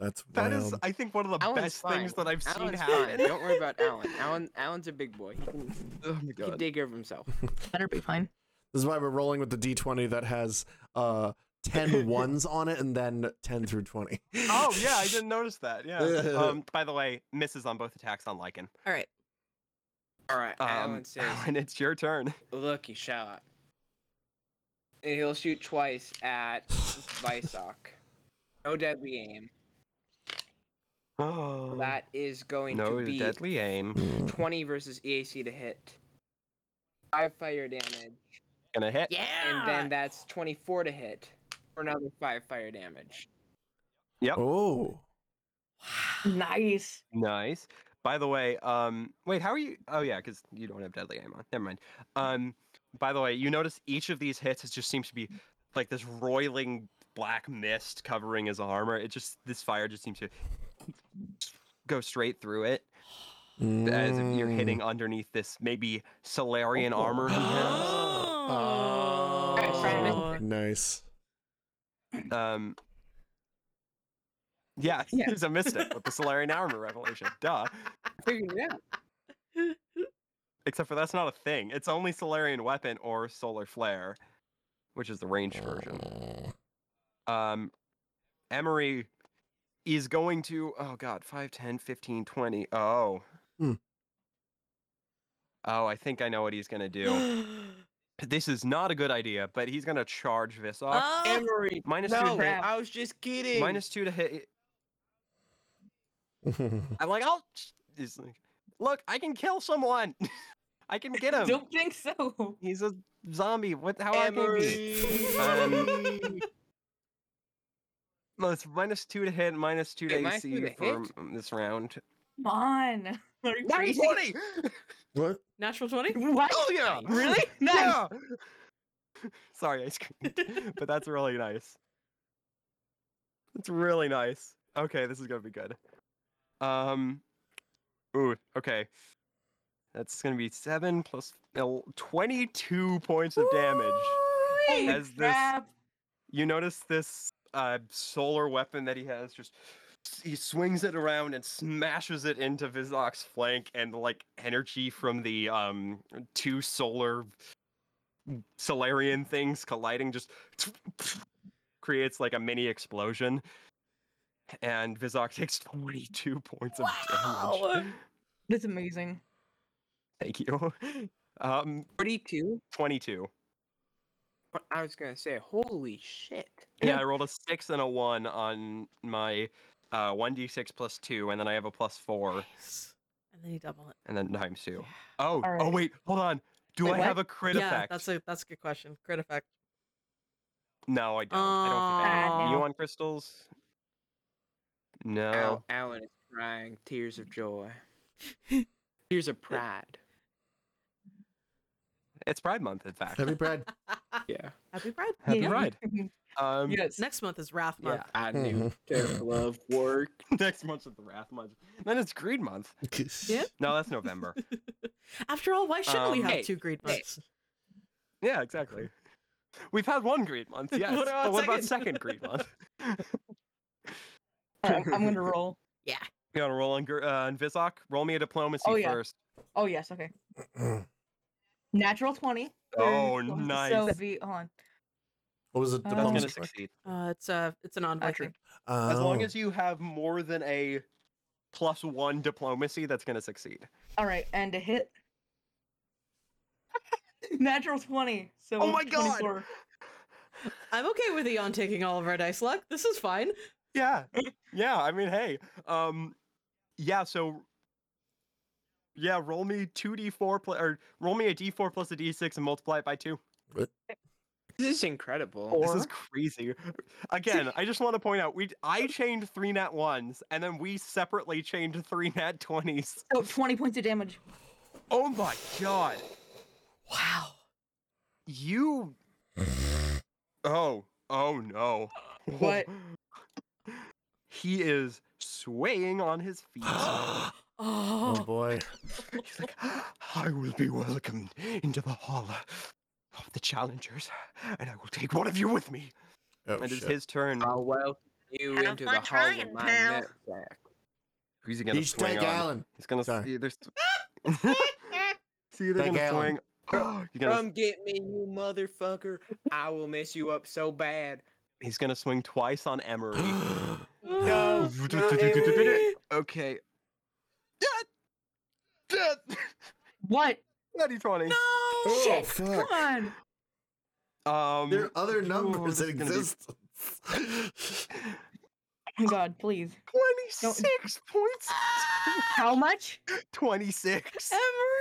Speaker 5: That's
Speaker 2: That
Speaker 5: wild.
Speaker 2: is, I think, one of the
Speaker 1: Alan's
Speaker 2: best
Speaker 1: fine.
Speaker 2: things that I've seen
Speaker 1: Alan's fine.
Speaker 2: happen.
Speaker 1: Don't worry about Alan. Alan Alan's a big boy. He can,
Speaker 2: Oh my
Speaker 1: he can take care of himself.
Speaker 3: Better be fine.
Speaker 5: This is why we're rolling with the D20 that has uh 10 ones on it and then 10 through 20.
Speaker 2: Oh yeah, I didn't notice that. Yeah. um, by the way, misses on both attacks on Lycan.
Speaker 4: All right,
Speaker 1: All right,
Speaker 2: Um,
Speaker 1: Alan says,
Speaker 2: Alan, it's your turn.
Speaker 1: "Look, he shot." And he'll shoot twice at Vysok. No deadly aim.
Speaker 2: Oh.
Speaker 1: That is going
Speaker 2: no
Speaker 1: to be
Speaker 2: deadly aim.
Speaker 5: Mm.
Speaker 1: twenty versus EAC to hit. Five fire damage,
Speaker 2: Gonna hit.
Speaker 6: Yeah.
Speaker 1: and then that's twenty-four to hit for another five fire damage.
Speaker 5: Oh.
Speaker 3: Nice.
Speaker 2: Nice. By the way, um, wait, how are you? Oh yeah, because you don't have deadly aim on. Never mind. Um, by the way, you notice each of these hits it just seems to be like this roiling black mist covering his armor. It just this fire just seems to go straight through it as if you're
Speaker 5: Mm.
Speaker 2: hitting underneath this maybe Solarian armor he has.
Speaker 4: Oh.
Speaker 5: Oh, nice.
Speaker 2: Um, yeah,
Speaker 1: Yeah.
Speaker 2: there's a misstep with the Solarian armor revelation. Duh.
Speaker 1: I figured it out.
Speaker 2: Except for that's not a thing. It's only Solarian weapon or solar flare, which is the range version. Um Emery is going to oh god, 5 10 15 20. Oh.
Speaker 5: Hmm.
Speaker 2: Oh, I think I know what he's going to do. this is not a good idea, but he's going to charge this off.
Speaker 1: Uh,
Speaker 4: Oh.
Speaker 1: Emery,
Speaker 2: Minus
Speaker 1: no,
Speaker 2: two to hit.
Speaker 1: I was just kidding.
Speaker 2: Minus 2 to hit. I'm like, "I'll he's like, Look, I can kill someone. I can get him.
Speaker 3: Don't think so.
Speaker 2: He's a zombie. What how I can be?
Speaker 1: Emery.
Speaker 2: Um, No, it's minus two to hit, minus two to
Speaker 1: Wait, minus
Speaker 2: AC
Speaker 1: two to
Speaker 2: for
Speaker 1: hit?
Speaker 2: m- this round.
Speaker 3: Come on.
Speaker 2: Natural
Speaker 3: Crazy.
Speaker 2: 20!
Speaker 5: What?
Speaker 4: Natural 20?
Speaker 3: What?
Speaker 2: Oh yeah!
Speaker 3: Really? Nice.
Speaker 2: Yeah! Sorry, I screamed, but that's really nice. That's really nice. Okay, this is gonna be good. Um, ooh, okay. That's gonna be seven plus el- twenty-two points of damage.
Speaker 3: Holy
Speaker 2: As this-
Speaker 3: crap.
Speaker 2: You notice this uh, solar weapon that he has just he swings it around and smashes it into Vizok's flank and the, like energy from the um two solar mm, Solarian things colliding just creates like a mini explosion. And Vizok takes 22 points of damage.
Speaker 4: Wow.
Speaker 3: That's amazing.
Speaker 2: Thank you. Um
Speaker 1: 42?
Speaker 2: 22.
Speaker 1: I was gonna say, holy shit.
Speaker 2: Yeah, I rolled a six and a one on my uh, 1d6 plus two, and then I have a plus four,
Speaker 4: Nice. And then you double it.
Speaker 2: and then times two.
Speaker 4: Yeah.
Speaker 2: Oh, oh,
Speaker 3: Alright.
Speaker 2: wait, hold on. Do
Speaker 3: Wait,
Speaker 2: I
Speaker 3: what?
Speaker 2: have a crit
Speaker 4: yeah,
Speaker 2: effect?
Speaker 4: that's a that's a good question. Crit effect.
Speaker 2: No, I don't. I don't think I have. You
Speaker 4: Aw.
Speaker 2: on crystals? No.
Speaker 1: Al- Alan is crying tears of joy. tears of pride.
Speaker 2: It's Pride Month, in fact.
Speaker 5: Happy Brad.
Speaker 1: Yeah.
Speaker 4: Happy Pride.
Speaker 2: Happy
Speaker 3: Yeah.
Speaker 2: Pride. Um,
Speaker 3: yes.
Speaker 4: Next month is Wrath
Speaker 1: Yeah.
Speaker 4: month.
Speaker 1: I knew
Speaker 2: Mm-hmm.
Speaker 1: Derek loved work.
Speaker 2: next month's the Wrath Month. Then it's Greed Month.
Speaker 4: Yeah.
Speaker 2: No, that's November.
Speaker 4: After all, why shouldn't we
Speaker 2: Um,
Speaker 4: have
Speaker 1: hey,
Speaker 4: two greed
Speaker 1: hey.
Speaker 4: months?
Speaker 2: yeah, exactly. We've had one Greed Month, yes.
Speaker 4: What about
Speaker 2: but what about second
Speaker 4: second?
Speaker 2: Greed Month?
Speaker 3: Alright, I'm, I'm gonna roll.
Speaker 2: You want to roll on, Gr- uh, on Vizok? Roll me a diplomacy
Speaker 3: Oh, yeah.
Speaker 2: first.
Speaker 3: Oh yes. Okay. Natural twenty.
Speaker 2: Oh,
Speaker 3: So
Speaker 2: nice.
Speaker 3: that'd be- hold on.
Speaker 5: What was it?
Speaker 3: That's
Speaker 2: That's
Speaker 3: Um,
Speaker 5: diplomacy
Speaker 2: gonna
Speaker 5: check?
Speaker 2: succeed.
Speaker 4: Uh, it's a it's an envoy
Speaker 3: Actually,
Speaker 4: trait.
Speaker 2: As long
Speaker 5: Oh.
Speaker 2: as you have more than a plus one diplomacy, that's gonna succeed.
Speaker 3: All right, and a hit. Natural twenty. So
Speaker 2: Oh my god!
Speaker 3: 24.
Speaker 4: I'm okay with Eon taking all of our dice luck. This is fine.
Speaker 2: Yeah, yeah. I mean, hey, um, yeah. So, yeah, roll me two d four plus, or roll me a d four plus a d six and multiply it by two.
Speaker 1: This is incredible.
Speaker 2: This is crazy. Again, I just want to point out we I chained three nat ones, and then we separately chained three nat twenties.
Speaker 3: So twenty points of damage.
Speaker 2: Oh my god,
Speaker 4: Wow.
Speaker 2: you! Oh, oh no. Whoa.
Speaker 3: What?
Speaker 2: He is swaying on his feet.
Speaker 5: Oh
Speaker 4: Oh,
Speaker 5: boy.
Speaker 2: He's like, I will be welcomed into the hall of the challengers, and I will take one of you with me.
Speaker 5: Oh,
Speaker 2: it is
Speaker 5: shit.
Speaker 2: his turn.
Speaker 1: I'll welcome you
Speaker 6: Have
Speaker 1: into the
Speaker 6: fun
Speaker 1: hall of
Speaker 6: trying,
Speaker 1: my
Speaker 6: pal.
Speaker 1: nutsack.
Speaker 2: Who's he gonna
Speaker 5: He's
Speaker 2: swing
Speaker 5: Doug
Speaker 2: on?
Speaker 5: Allen.
Speaker 2: He's gonna
Speaker 5: Sorry.
Speaker 2: see. There's. see, they're
Speaker 5: Doug
Speaker 2: gonna
Speaker 5: Allen. Um,
Speaker 2: swing. You're gonna-
Speaker 1: Come get me, you motherfucker. I will mess you up so bad.
Speaker 2: He's gonna swing twice on Emery.
Speaker 1: No, no, Emery.
Speaker 2: okay. Dead. Dead.
Speaker 3: What?
Speaker 2: Nutty twenty.
Speaker 4: no.
Speaker 5: Oh,
Speaker 3: Shit,
Speaker 5: fuck.
Speaker 3: Come on. Oh
Speaker 2: Um,
Speaker 5: There are other
Speaker 2: ooh, this
Speaker 5: numbers that
Speaker 2: is gonna be
Speaker 5: exist.
Speaker 3: Oh my god, please.
Speaker 2: Twenty-six points.
Speaker 3: How much?
Speaker 2: Twenty-six.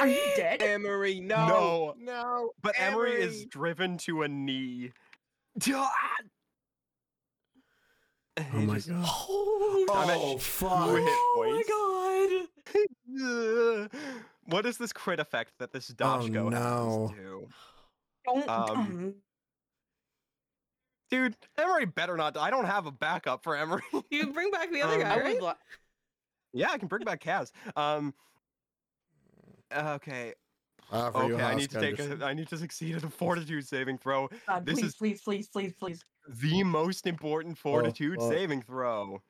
Speaker 3: Are you dead?
Speaker 2: Um,
Speaker 1: Emery, no.
Speaker 2: No.
Speaker 1: No.
Speaker 2: But Emery, is
Speaker 1: Emery.
Speaker 2: driven to a knee. Ah! And
Speaker 5: oh
Speaker 2: he
Speaker 5: my
Speaker 2: just-
Speaker 5: god.
Speaker 4: Holy
Speaker 2: I'm at
Speaker 5: Oh
Speaker 2: two
Speaker 5: fuck.
Speaker 2: hit points.
Speaker 4: oh
Speaker 2: Ugh. What is this crit effect that this dodge go
Speaker 5: Oh, no.
Speaker 2: has to?
Speaker 3: Don't. oh
Speaker 2: Um, Dude, Emery better not. I don't have a backup for Emery.
Speaker 4: my god. You bring back the other
Speaker 2: Um,
Speaker 4: guy,
Speaker 1: I
Speaker 4: right?
Speaker 1: would like.
Speaker 2: yeah, I can bring back Kaz. Um. Okay.
Speaker 5: Ah, for you,
Speaker 2: Okay. I
Speaker 5: Haas,
Speaker 2: need to take. A,
Speaker 5: Anderson.
Speaker 2: I need to succeed at a fortitude saving throw.
Speaker 3: God,
Speaker 2: this
Speaker 3: please,
Speaker 2: is-
Speaker 3: please, please, please, please.
Speaker 2: the most important
Speaker 4: Oh,
Speaker 2: fortitude
Speaker 5: fuck.
Speaker 2: saving throw.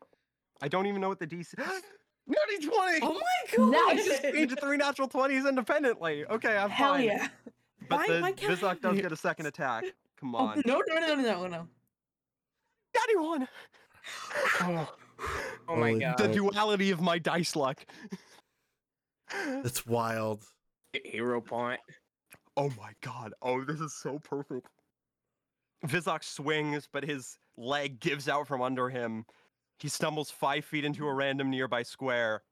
Speaker 2: I don't even know what the DC. Nutty 20!
Speaker 4: Oh my god.
Speaker 2: I just made three natural 20s independently. Okay, I'm
Speaker 3: Hell
Speaker 2: fine.
Speaker 3: yeah.
Speaker 2: But
Speaker 4: Why-
Speaker 2: the
Speaker 4: why can't I
Speaker 2: Vizsla
Speaker 4: have
Speaker 2: does
Speaker 4: it?
Speaker 2: get a second attack. Come
Speaker 3: Oh,
Speaker 2: on.
Speaker 3: no, no, no, no, no, no.
Speaker 2: Daddy one!
Speaker 1: Oh my
Speaker 5: Holy
Speaker 1: god.
Speaker 2: The
Speaker 5: Uh,
Speaker 2: duality of my dice luck.
Speaker 5: That's wild.
Speaker 1: Hero point.
Speaker 2: Oh my god. Oh, this is so perfect. Vizok swings, but his leg gives out from under him. He stumbles five feet into a random nearby square.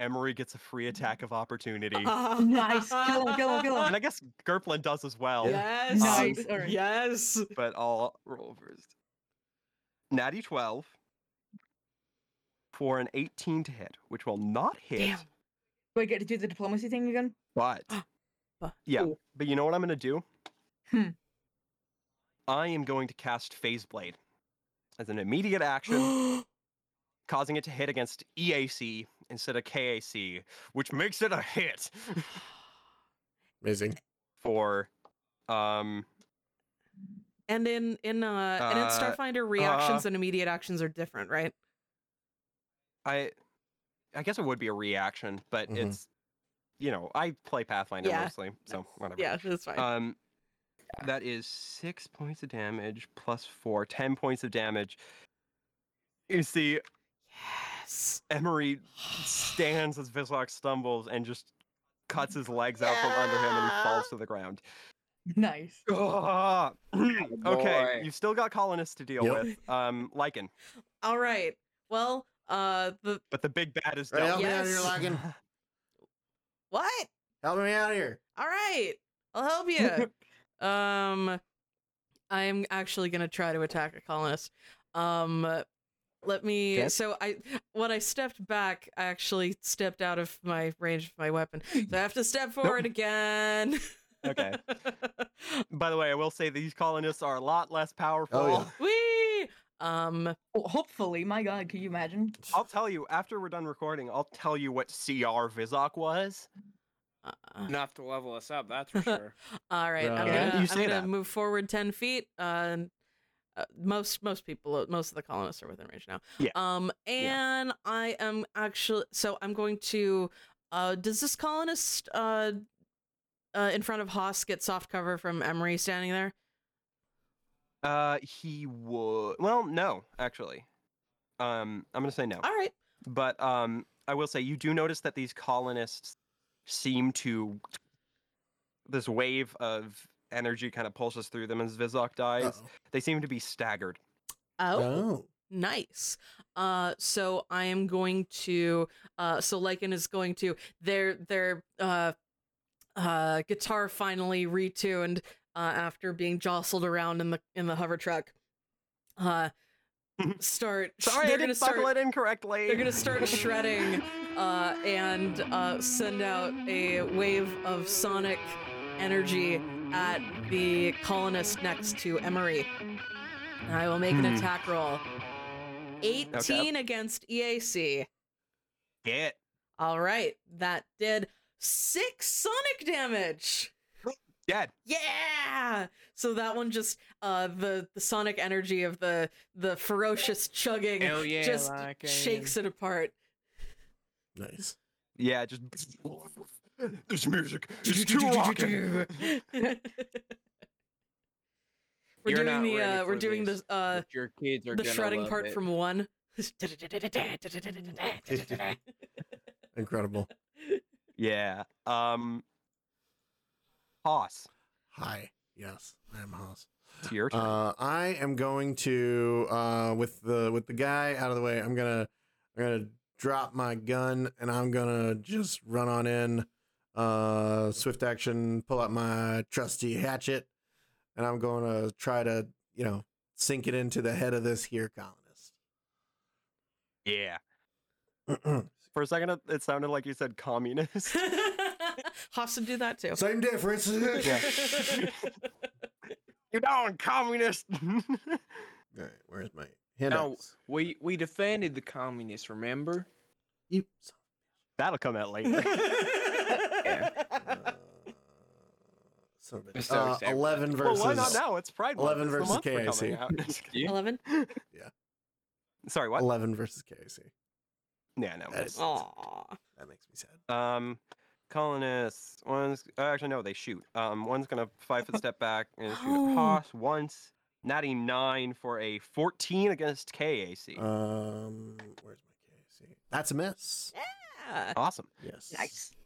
Speaker 2: Emery gets a free attack of opportunity.
Speaker 3: Nice. Kill him, kill him, kill
Speaker 2: And
Speaker 3: him.
Speaker 2: I guess Gerplin does as well,
Speaker 4: Yes.
Speaker 3: Nice, alright.
Speaker 4: Yes.
Speaker 2: but I'll roll first. Natty 12 for an 18 to hit, which will not hit.
Speaker 4: Damn.
Speaker 3: Do I get to do the diplomacy thing again?
Speaker 2: But
Speaker 4: But-
Speaker 2: yeah,
Speaker 3: Ooh.
Speaker 2: but you know what I'm gonna do?
Speaker 3: Hmm.
Speaker 2: I am going to cast Phase Blade as an immediate action,
Speaker 4: Wait,
Speaker 2: causing it to hit against EAC instead of KAC, which makes it a hit
Speaker 5: Amazing.
Speaker 2: for um
Speaker 4: and in in uh, and in
Speaker 2: Uh,
Speaker 4: Starfinder, reactions and immediate actions are different, right?
Speaker 2: I I guess it would be a reaction, but
Speaker 5: Mhm.
Speaker 2: it's you know, I play Pathfinder
Speaker 4: Yeah.
Speaker 2: mostly, so whatever.
Speaker 4: Yeah, that's fine.
Speaker 2: Um that is six points of damage plus four, ten points of damage. You see
Speaker 4: yes.
Speaker 2: Emery stands as Vizlock stumbles and just cuts his legs out from under him and he falls to the ground.
Speaker 3: Nice.
Speaker 2: Ah! okay,
Speaker 1: Oh, boy.
Speaker 2: you've still got colonists to deal
Speaker 5: Yep.
Speaker 2: with. Um, Lycan,
Speaker 4: All right. Well, uh, the
Speaker 2: but the big bad is
Speaker 5: Hey,
Speaker 2: dealt
Speaker 5: help me out of here,
Speaker 4: Yes.
Speaker 5: Logan.
Speaker 4: what?
Speaker 5: Help me out of here.
Speaker 4: All right, I'll help you. um, I am actually gonna try to attack a colonist. Um, let me.
Speaker 1: Okay.
Speaker 4: So I, when I stepped back, I actually stepped out of my range of my weapon. So I have to step forward again.
Speaker 2: with. Okay. By the way, I will say these colonists are a lot less powerful.
Speaker 4: Whee! Um,
Speaker 3: Well, Oh, hopefully, my God, could you imagine?
Speaker 2: I'll tell you after we're done recording. I'll tell you what CR Vizok was.
Speaker 4: uh,
Speaker 1: Enough to level us up, that's for sure.
Speaker 4: All right, I'm
Speaker 5: Yeah,
Speaker 4: gonna,
Speaker 2: you
Speaker 4: I'm
Speaker 2: say
Speaker 4: gonna
Speaker 2: that.
Speaker 4: move forward ten feet. Uh, and, uh, most most people, most of the colonists are within range now.
Speaker 2: Yeah.
Speaker 4: Um, and I am actually so I'm going to. Uh, does this colonist uh, uh in front of Haas get soft cover from Emery standing there?
Speaker 2: Uh, he would. Well, no, actually. Um, I'm gonna say no.
Speaker 4: All right.
Speaker 2: But um, I will say you do notice that these colonists seem to this wave of energy kind of pulses through them as Vizok dies.
Speaker 5: Uh-oh.
Speaker 2: They seem to be staggered.
Speaker 4: Oh.
Speaker 5: Oh.
Speaker 4: Nice. Uh, so I am going to. Uh, so Lycan is going to their their uh, uh, guitar finally retuned uh, after being jostled around in the in the hover truck. Uh, start.
Speaker 2: Mm-hmm. Sorry,
Speaker 4: they're
Speaker 2: I
Speaker 4: gonna
Speaker 2: didn't buckle
Speaker 4: start.
Speaker 2: it incorrectly.
Speaker 4: They're gonna start shredding uh, and uh, send out a wave of sonic energy at the colonist next to Emery. And I will make an
Speaker 2: Hmm.
Speaker 4: attack roll. 18 against EAC.
Speaker 2: Get.
Speaker 4: All right, that did six sonic damage.
Speaker 2: Dead.
Speaker 4: Yeah. So that one just uh the the sonic energy of the the ferocious chugging
Speaker 1: Hell yeah,
Speaker 4: just
Speaker 1: Lycan.
Speaker 4: shakes it apart.
Speaker 5: Nice.
Speaker 2: Yeah, just this music is too rocking.
Speaker 4: we're
Speaker 1: You're
Speaker 4: doing
Speaker 1: not
Speaker 4: the
Speaker 1: ready
Speaker 4: uh, we're
Speaker 1: for
Speaker 4: doing
Speaker 1: this.
Speaker 4: the uh
Speaker 1: But your kids are
Speaker 4: the
Speaker 1: gonna
Speaker 4: shredding
Speaker 1: love
Speaker 4: part
Speaker 1: it.
Speaker 4: from one.
Speaker 5: Incredible.
Speaker 2: Yeah. Um. Hoss,
Speaker 5: Hi. Yes, I am Haas.
Speaker 2: it's your turn.
Speaker 5: Uh, I am going to uh, with the with the guy out of the way. I'm gonna I'm gonna drop my gun and I'm gonna just run on in. Uh, swift action. Pull out my trusty hatchet, and I'm going to try to you know sink it into the head of this here colonist.
Speaker 2: yeah. For a second, it- it sounded like you said communist.
Speaker 4: Haas would do that too.
Speaker 5: Same difference.
Speaker 2: Yeah. you down, communist.
Speaker 5: All right, where's my
Speaker 1: No.
Speaker 5: handout?
Speaker 1: We we defended the communists, remember?
Speaker 5: You.
Speaker 2: That'll come out later.
Speaker 5: Uh, son of a bitch.
Speaker 1: So
Speaker 5: Uh,
Speaker 1: excited.
Speaker 5: Eleven versus.
Speaker 2: well, why not now? It's Pride Month.
Speaker 5: 11
Speaker 2: It's the
Speaker 5: versus
Speaker 2: month we're
Speaker 5: KIC.
Speaker 2: coming out. Just kidding.
Speaker 4: 11.
Speaker 2: Sorry, what?
Speaker 5: Eleven versus KAC.
Speaker 2: Yeah, no.
Speaker 5: That is-
Speaker 4: Aw.
Speaker 5: That makes me sad.
Speaker 2: Um, colonists. One's uh, actually no, they shoot. Um, one's gonna five foot step back and shoot
Speaker 4: Oh.
Speaker 2: at Haas once. Natty nine for a fourteen against KAC.
Speaker 5: Um, where's my KAC? That's a miss.
Speaker 4: Yeah.
Speaker 2: awesome.
Speaker 5: Yes.
Speaker 3: Nice.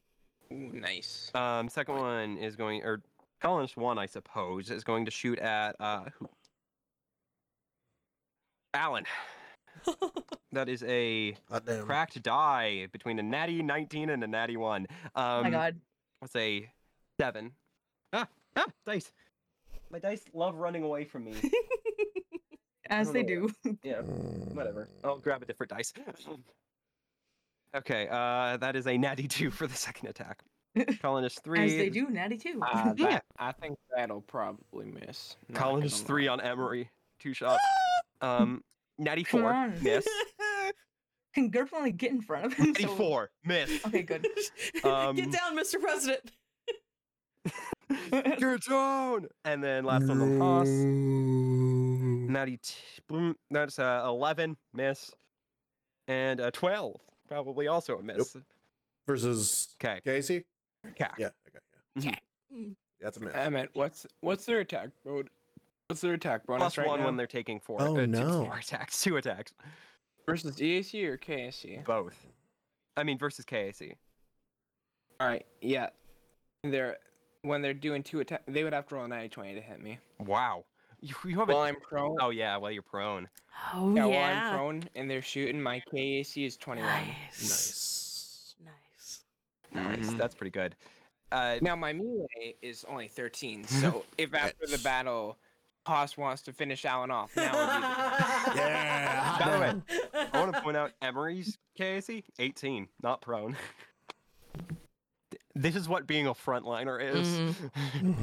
Speaker 1: Ooh, nice.
Speaker 2: Um, second one is going or colonist one, I suppose, is going to shoot at uh who? Alan. That is a
Speaker 5: Hot damn.
Speaker 2: cracked die between a natty nineteen and a natty one. Um,
Speaker 3: Oh my God.
Speaker 2: Let's say seven. Ah, ah, dice. My dice love running away from me.
Speaker 3: As they
Speaker 2: don't know
Speaker 3: do.
Speaker 2: yeah, whatever. I'll grab a different dice. Okay, uh, that is a natty two for the second attack. Colin is three.
Speaker 3: As they do, natty too.
Speaker 1: Uh,
Speaker 2: Yeah.
Speaker 1: that- I think that'll probably miss. not
Speaker 2: Colin
Speaker 1: gonna
Speaker 2: is
Speaker 1: lie.
Speaker 2: three on Emery. Two shots. Um, natty
Speaker 3: Come
Speaker 2: four.
Speaker 3: on.
Speaker 2: Miss.
Speaker 3: Can Gerp only get in front of him?
Speaker 2: Natty
Speaker 3: so-
Speaker 2: four. Miss.
Speaker 3: Okay, good.
Speaker 2: Um,
Speaker 4: Get down, Mr. President.
Speaker 2: Your down. And then last one on Haas.
Speaker 5: Mm.
Speaker 2: Natty. T- boom, that's uh, eleven. Miss. And a twelve. Probably also a miss.
Speaker 7: versus
Speaker 2: Okay.
Speaker 7: Casey.
Speaker 2: Cack.
Speaker 7: Yeah, okay, yeah.
Speaker 4: Mhm.
Speaker 7: That's a miss.
Speaker 1: Emmett, what's what's their attack mode? What's their attack bonus
Speaker 2: Plus
Speaker 1: right
Speaker 2: one
Speaker 1: now?
Speaker 2: when they're taking four.
Speaker 5: Oh,
Speaker 2: uh, two-
Speaker 5: no.
Speaker 2: Four attacks. Two attacks.
Speaker 1: versus EAC or KSC?
Speaker 2: Both. I mean versus KAC.
Speaker 1: All right, yeah. They're when they're doing two attack, they would have to roll a ninety twenty to hit me.
Speaker 2: Wow. You, you have
Speaker 1: Well,
Speaker 2: a.
Speaker 1: I'm prone.
Speaker 2: Oh yeah. Well, you're prone.
Speaker 4: Oh
Speaker 1: yeah,
Speaker 4: yeah.
Speaker 1: while I'm prone and they're shooting, my KAC is twenty one.
Speaker 4: Nice.
Speaker 5: Nice.
Speaker 4: Nice.
Speaker 2: Nice.
Speaker 1: Mhm.
Speaker 2: That's pretty good. Uh,
Speaker 1: Now my melee is only thirteen, so if after the battle, Haas wants to finish Alan off, now would be the time.
Speaker 5: Yeah. hot
Speaker 2: By the
Speaker 5: damn.
Speaker 2: way, I want to point out Emery's KAC 18, not prone. Th- This is what being a frontliner is.
Speaker 1: Mm-hmm.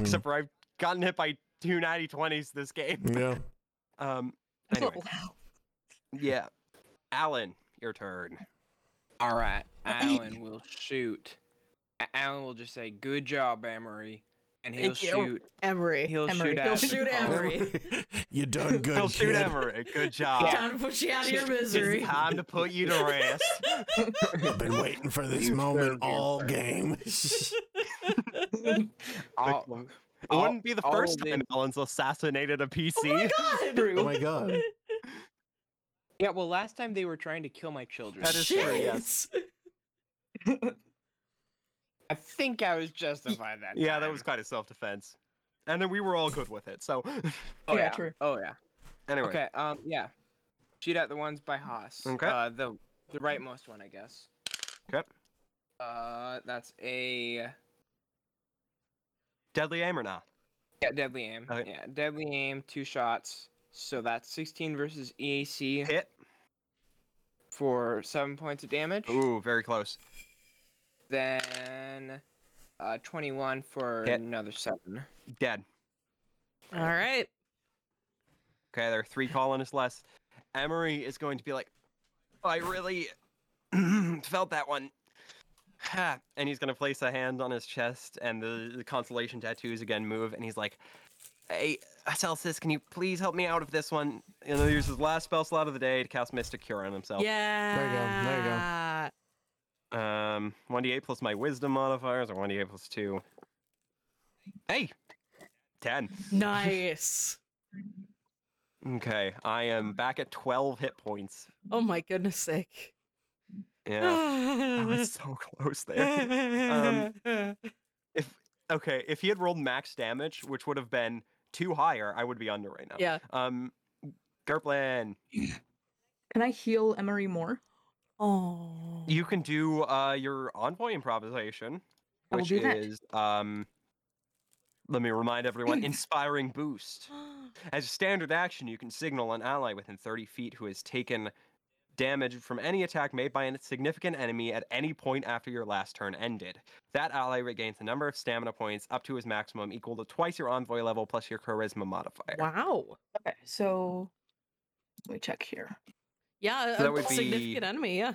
Speaker 2: Except for I've gotten hit by two 90 20s this game.
Speaker 5: Mm-hmm. Yeah.
Speaker 2: Um,
Speaker 3: Oh,
Speaker 2: anyway,
Speaker 3: wow.
Speaker 2: yeah. Alan, your turn.
Speaker 1: All right, Alan will shoot. A- Alan will just say, "Good job, Emery," and he'll
Speaker 4: Thank you.
Speaker 1: shoot.
Speaker 4: Emery.
Speaker 1: He'll
Speaker 3: Emery.
Speaker 1: shoot.
Speaker 3: He'll
Speaker 1: at the
Speaker 4: shoot
Speaker 1: car.
Speaker 4: Emery.
Speaker 5: you done good.
Speaker 2: He'll shoot
Speaker 5: kid.
Speaker 2: Emery. Good job.
Speaker 4: Time to put you out of your
Speaker 2: It's
Speaker 4: misery.
Speaker 2: time to put you to rest.
Speaker 5: I've been waiting for this
Speaker 1: You
Speaker 5: moment
Speaker 1: served your
Speaker 5: all
Speaker 1: turn.
Speaker 5: game.
Speaker 1: I'll-
Speaker 2: It wouldn't be the
Speaker 1: all
Speaker 2: first
Speaker 1: of the-
Speaker 2: time Alan's assassinated a PC.
Speaker 5: oh my god.
Speaker 1: yeah, well, last time they were trying to kill my children.
Speaker 2: That is true, yes.
Speaker 1: I think I was justified that.
Speaker 2: Yeah, that was
Speaker 1: time.
Speaker 2: quite a self defense. And then we were all good with it. So,
Speaker 1: Oh,
Speaker 3: Yeah,
Speaker 1: yeah.
Speaker 3: true.
Speaker 1: Oh yeah.
Speaker 2: anyway.
Speaker 1: Okay. Um. Yeah. Shoot at the ones by Haas.
Speaker 2: Okay.
Speaker 1: Uh, the the rightmost one, I guess.
Speaker 2: Okay.
Speaker 1: Uh, that's a
Speaker 2: Deadly aim or not?
Speaker 1: yeah, deadly aim.
Speaker 2: Okay.
Speaker 1: Yeah, deadly aim. Two shots. So that's 16 versus EAC
Speaker 2: Hit.
Speaker 1: for seven points of damage.
Speaker 2: Ooh, very close.
Speaker 1: Then, uh, 21 for
Speaker 2: Hit.
Speaker 1: another seven.
Speaker 2: Dead.
Speaker 4: All right.
Speaker 2: Okay, there are three colonists less. Emery is going to be like, "Oh, I really felt that one. Ha. and he's going to place a hand on his chest, and the, the constellation tattoos again move, and he's like, Hey, Celsius, can you please help me out of this one? And then he uses his last spell slot of the day to cast Mystic Cure on himself.
Speaker 4: Yeah.
Speaker 5: There you go, there you go.
Speaker 2: Um, 1d8 plus my wisdom modifiers, or 1d8 plus 2. Hey! 10.
Speaker 4: Nice.
Speaker 2: Okay, I am back at 12 hit points.
Speaker 4: Oh my goodness sake.
Speaker 2: Yeah. I was um, so close there. if okay, if he had rolled max damage, which would have been two higher, I would be under right now.
Speaker 4: yeah.
Speaker 2: Um Gerplin,
Speaker 3: Can I heal Emery more?
Speaker 4: Oh.
Speaker 2: you can do uh your envoy improvisation,
Speaker 3: I will
Speaker 2: which
Speaker 3: do that.
Speaker 2: is um let me remind everyone, inspiring boost. As a standard action, you can signal an ally within 30 feet who has taken damage from any attack made by a significant enemy at any point after your last turn ended. That ally regains the number of stamina points up to his maximum equal to twice your envoy level plus your charisma modifier.
Speaker 4: Wow.
Speaker 3: Okay, so let me check here.
Speaker 4: Yeah.
Speaker 2: So that
Speaker 4: a
Speaker 2: would
Speaker 4: significant
Speaker 2: be-
Speaker 4: enemy. Yeah.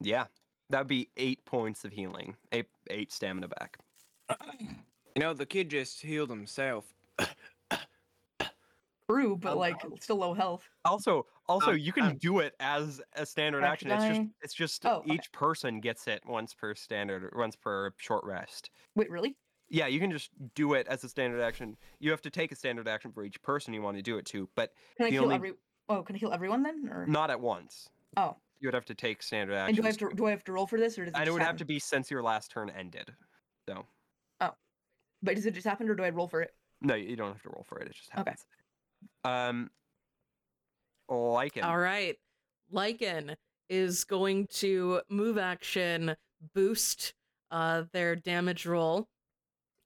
Speaker 2: Yeah. That'd be eight points of healing. Eight eight stamina back.
Speaker 1: You know, the kid just healed himself.
Speaker 3: True, but
Speaker 2: Oh,
Speaker 1: Um,
Speaker 3: like still low health.
Speaker 2: Also, also
Speaker 1: Um,
Speaker 2: you can
Speaker 1: um,
Speaker 2: do it as a standard
Speaker 3: Back
Speaker 2: action.
Speaker 3: to
Speaker 2: It's just
Speaker 3: dying.
Speaker 2: it's just
Speaker 3: Oh, okay.
Speaker 2: each person gets it once per standard once per short rest.
Speaker 3: Wait, really?
Speaker 2: Yeah, you can just do it as a standard action. You have to take a standard action for each person you want to do it to, but
Speaker 3: Can I
Speaker 2: The
Speaker 3: heal
Speaker 2: only-
Speaker 3: every? Oh, can I heal everyone then? Or
Speaker 2: not at once.
Speaker 3: Oh.
Speaker 2: You would have to take standard
Speaker 3: and
Speaker 2: actions.
Speaker 3: do I have to do I have to roll for this or does it?
Speaker 2: and it
Speaker 3: just
Speaker 2: would have to
Speaker 3: happen?
Speaker 2: be since your last turn ended. So
Speaker 3: But does it just happen or do I roll for it?
Speaker 2: no, you don't have to roll for it. It just
Speaker 3: Okay.
Speaker 2: happens. Um, like it.
Speaker 4: All right. Lycan is going to move action boost uh,
Speaker 2: Mm-hmm.
Speaker 4: their damage roll.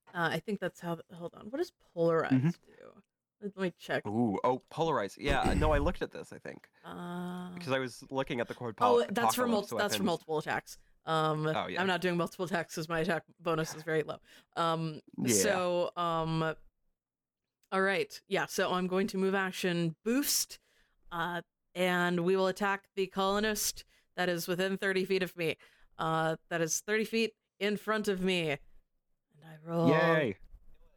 Speaker 4: Uh, I think that's how. Hold on. What does polarize do? Let me check.
Speaker 2: Ooh, oh, polarize. Yeah, no, I looked at this. I think
Speaker 4: Uh,
Speaker 2: because I was looking at the chord.
Speaker 4: oh,
Speaker 2: pol-
Speaker 4: that's for
Speaker 2: apocalypse
Speaker 4: multiple. That's for
Speaker 2: weapons.
Speaker 4: multiple attacks. Um,
Speaker 2: Oh, yeah.
Speaker 4: I'm not doing multiple attacks because my attack bonus is very low. Um,
Speaker 2: Yeah.
Speaker 4: so um, all right, yeah. So I'm going to move action boost, uh, and we will attack the colonist that is within 30 feet of me. Uh, that is 30 feet in front of me, and I roll.
Speaker 2: Yay!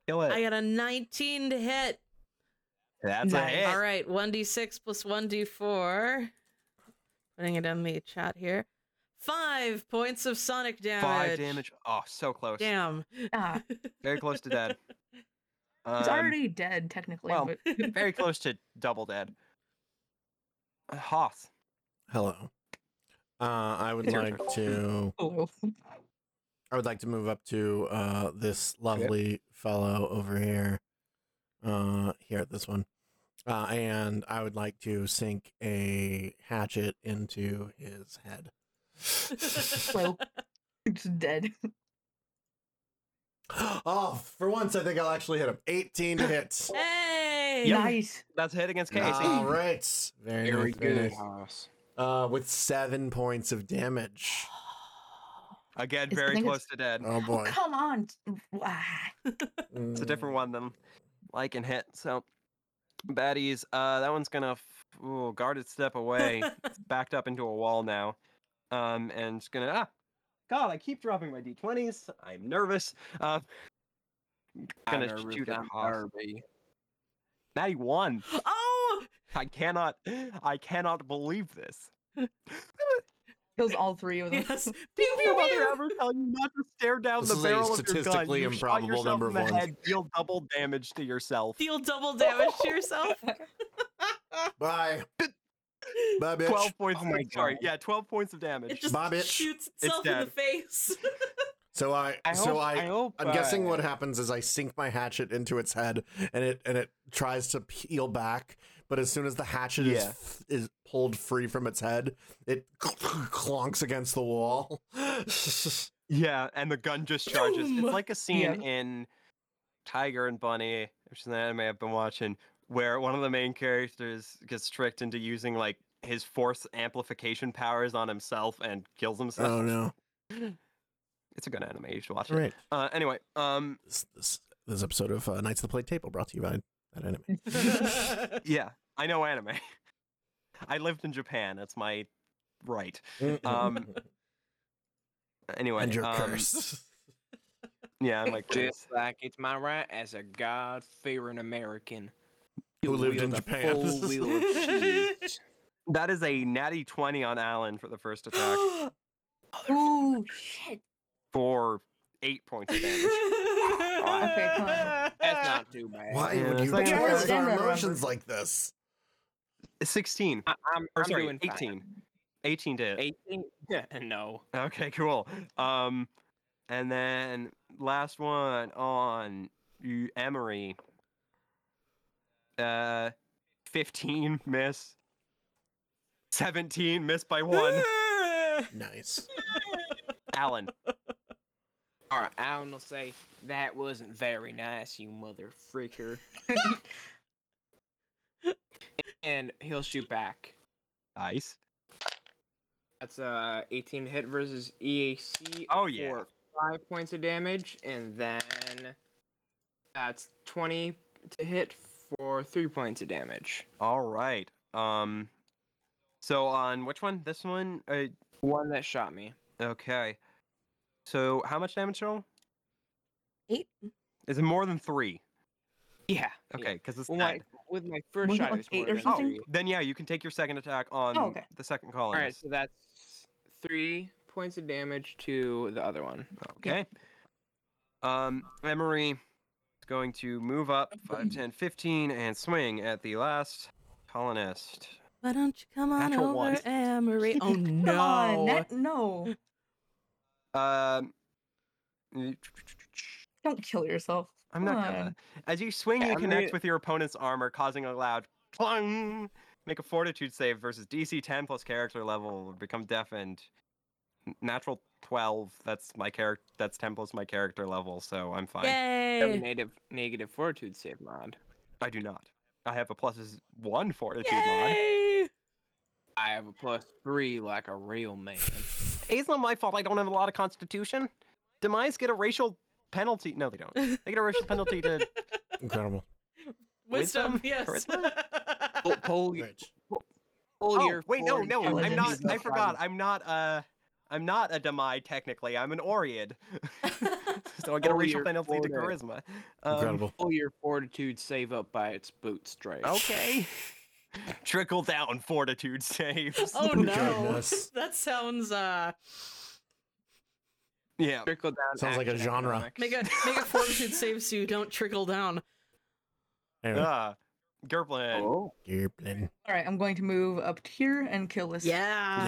Speaker 2: Kill it.
Speaker 4: I got a 19 to hit.
Speaker 2: That's a
Speaker 3: Nice.
Speaker 2: hit.
Speaker 4: All right, 1d6 plus 1d4. Putting it in the chat here. Five points of sonic damage.
Speaker 2: Five damage. Oh, so close.
Speaker 4: Damn.
Speaker 3: Ah,
Speaker 2: Very close to dead.
Speaker 3: it's
Speaker 2: Um,
Speaker 3: already dead technically.
Speaker 2: well,
Speaker 3: but
Speaker 2: very close to double dead. Uh, Hoth.
Speaker 5: Hello. Uh, I would like to.
Speaker 3: Hello.
Speaker 5: I would like to move up to uh, this lovely fellow over here, uh, here at this one, uh, and I would like to sink a hatchet into his head.
Speaker 3: Well. it's dead.
Speaker 5: oh, for once, I think I'll actually hit him. Eighteen to hit.
Speaker 4: Hey!
Speaker 3: Nice.
Speaker 2: That's a hit against Casey.
Speaker 5: All right, very,
Speaker 7: Very
Speaker 5: nice, very
Speaker 7: good.
Speaker 5: nice. Uh, with seven points of damage.
Speaker 2: Again,
Speaker 3: It's- I
Speaker 2: very
Speaker 3: think
Speaker 2: close
Speaker 3: it's-
Speaker 2: to dead.
Speaker 5: Oh
Speaker 3: Oh,
Speaker 5: boy,
Speaker 3: come on. Ah,
Speaker 5: Mm.
Speaker 2: It's a different one than like and hit. So baddies. Uh, that one's gonna f- ooh, guarded step away. it's backed up into a wall now. Um, and it's gonna ah, God, I keep dropping my d20s. I'm nervous. Uh, gonna shoot at Hoth. Maddie won.
Speaker 4: Oh!
Speaker 2: I cannot. I cannot believe this.
Speaker 3: kills all three of them.
Speaker 4: Yes. Pew,
Speaker 2: Did
Speaker 4: pew,
Speaker 2: your mother
Speaker 4: pew.
Speaker 2: ever tell you not to stare down
Speaker 5: This
Speaker 2: the
Speaker 5: is a
Speaker 2: barrel of your gun?
Speaker 5: statistically
Speaker 2: You shot
Speaker 5: improbable
Speaker 2: yourself
Speaker 5: number
Speaker 2: in
Speaker 5: of
Speaker 2: the
Speaker 5: ones.
Speaker 2: head. Deal double damage to yourself.
Speaker 4: Deal double damage to yourself.
Speaker 5: Mm. Bye. Bye, bitch.
Speaker 2: Twelve points.
Speaker 7: Oh
Speaker 2: of
Speaker 7: my
Speaker 2: damage. sorry,
Speaker 7: God.
Speaker 2: yeah, twelve points of damage.
Speaker 4: It just
Speaker 5: Bob itch.
Speaker 4: shoots itself in the
Speaker 2: dead.
Speaker 4: face.
Speaker 5: So I,
Speaker 2: I
Speaker 5: so
Speaker 2: hope-
Speaker 5: I,
Speaker 2: hope,
Speaker 5: I'm guessing what
Speaker 2: uh,
Speaker 5: happens is I sink my hatchet into its head, and it and it tries to peel back. But as soon as the hatchet
Speaker 2: Yeah.
Speaker 5: is is pulled free from its head, it clonks against the wall. Oh,
Speaker 2: Yeah, and the gun just charges.
Speaker 4: Boom!
Speaker 2: It's like a scene in Tiger and Bunny, which is an anime I've been watching, where one of the main characters gets tricked into using like his force amplification powers on himself and kills himself.
Speaker 5: oh no!
Speaker 2: It's a good anime. You should watch
Speaker 5: All
Speaker 2: it.
Speaker 5: right,
Speaker 2: Uh, anyway, um,
Speaker 5: this, this, this episode of uh, Knights of the Play Table brought to you by that anime.
Speaker 2: yeah, I know anime. I lived in Japan. That's my right. Um, Anyway,
Speaker 5: and your
Speaker 2: um,
Speaker 5: curse.
Speaker 2: Yeah, I'm like,
Speaker 1: Just like it's my right as a God fearing American
Speaker 5: Who
Speaker 1: to
Speaker 5: lived in
Speaker 1: wield a
Speaker 5: Japan.
Speaker 1: full wheel of cheese.
Speaker 2: that is a natty twenty on Alan for the first attack
Speaker 6: Ooh, shit.
Speaker 2: for eight points of damage.
Speaker 3: Okay, come on.
Speaker 1: That's not too bad.
Speaker 5: Why
Speaker 2: Yeah,
Speaker 5: would
Speaker 2: it's
Speaker 5: you
Speaker 2: like-
Speaker 3: Yeah,
Speaker 5: express
Speaker 3: I
Speaker 5: our
Speaker 3: remember.
Speaker 5: emotions like this?
Speaker 2: 16.
Speaker 1: I, I'm,
Speaker 2: Or
Speaker 1: I'm
Speaker 2: sorry,
Speaker 1: doing
Speaker 2: 18. 18 to hit.
Speaker 1: 18? no.
Speaker 2: Okay, cool. Um, and then last one on you, Emery. Uh, 15 miss. 17 miss by one.
Speaker 5: Nice.
Speaker 2: Alan.
Speaker 1: All right, Alan will say that wasn't very nice, you mother freaker, and he'll shoot back.
Speaker 2: Nice.
Speaker 1: That's uh 18 hit versus EAC.
Speaker 2: Oh, yeah.
Speaker 1: For five points of damage, and then that's 20 to hit for three points of damage.
Speaker 2: All right. Um, so on which one? This one? Uh,
Speaker 1: One that shot me.
Speaker 2: okay. So how much damage total?
Speaker 4: Eight.
Speaker 2: Is it more than three?
Speaker 1: Yeah.
Speaker 2: Okay, because it's
Speaker 1: Well, oh.
Speaker 2: dead.
Speaker 1: my, with my first
Speaker 3: Wasn't it
Speaker 1: shot,
Speaker 3: like
Speaker 1: it was more
Speaker 3: eight or
Speaker 1: than
Speaker 3: something?
Speaker 1: three.
Speaker 2: Then yeah, you can take your second attack on
Speaker 3: okay.
Speaker 2: the second
Speaker 1: All right,
Speaker 2: colonist.
Speaker 1: so that's three points of damage to the other one.
Speaker 2: Okay. Um, Emery is going to move up 5, 10, 15, and swing at the last colonist.
Speaker 4: Why don't you come on
Speaker 2: Natural
Speaker 4: over,
Speaker 2: one.
Speaker 4: Emery? Oh
Speaker 3: Come
Speaker 4: no!
Speaker 3: on, that- no.
Speaker 2: Um,
Speaker 3: Don't kill yourself.
Speaker 2: I'm not
Speaker 3: Come
Speaker 2: gonna.
Speaker 3: on.
Speaker 2: As you swing,
Speaker 1: Yeah,
Speaker 2: you
Speaker 1: I'm
Speaker 2: connect
Speaker 1: re-
Speaker 2: with your opponent's armor, causing a loud clung. Make a fortitude save versus DC 10 plus character level. Become deafened. N- Natural 12. That's my character. That's 10 plus my character level, so I'm fine.
Speaker 3: Eh.
Speaker 4: Yay!
Speaker 1: Negative negative fortitude save mod.
Speaker 2: I do not. I have a plus one fortitude mod.
Speaker 4: Yay!
Speaker 1: I have a plus three like a real man.
Speaker 2: It's not my fault. I don't have a lot of constitution. Demise get a racial penalty. No, they don't. They get a racial penalty to
Speaker 7: Incredible.
Speaker 4: Wisdom,
Speaker 2: Wisdom?
Speaker 4: yes.
Speaker 1: pull, pull, your-
Speaker 7: Rich.
Speaker 1: pull
Speaker 2: oh,
Speaker 1: your
Speaker 2: wait, no,
Speaker 1: forty
Speaker 2: no, I'm
Speaker 1: calories
Speaker 2: not.
Speaker 1: up
Speaker 2: I
Speaker 1: on
Speaker 2: forgot. I'm not. Uh, I'm not a Demai technically. I'm an Oread, so I get a
Speaker 1: Oh,
Speaker 2: racial
Speaker 1: you're
Speaker 2: penalty to
Speaker 1: Oread.
Speaker 2: charisma. Um,
Speaker 7: Incredible.
Speaker 1: Pull your fortitude save up by its bootstraps.
Speaker 2: okay. Trickle down fortitude saves.
Speaker 4: oh no.
Speaker 7: Goodness.
Speaker 4: that sounds uh
Speaker 2: Yeah.
Speaker 1: Trickle down.
Speaker 5: Sounds like a
Speaker 1: action
Speaker 5: genre.
Speaker 1: economics.
Speaker 4: make a make a fortitude save so you don't trickle down.
Speaker 5: Anyway.
Speaker 2: Uh, Gerplin.
Speaker 1: Oh.
Speaker 5: Gearblin.
Speaker 3: All right, I'm going to move up here and kill this.
Speaker 2: uh,
Speaker 4: Yeah.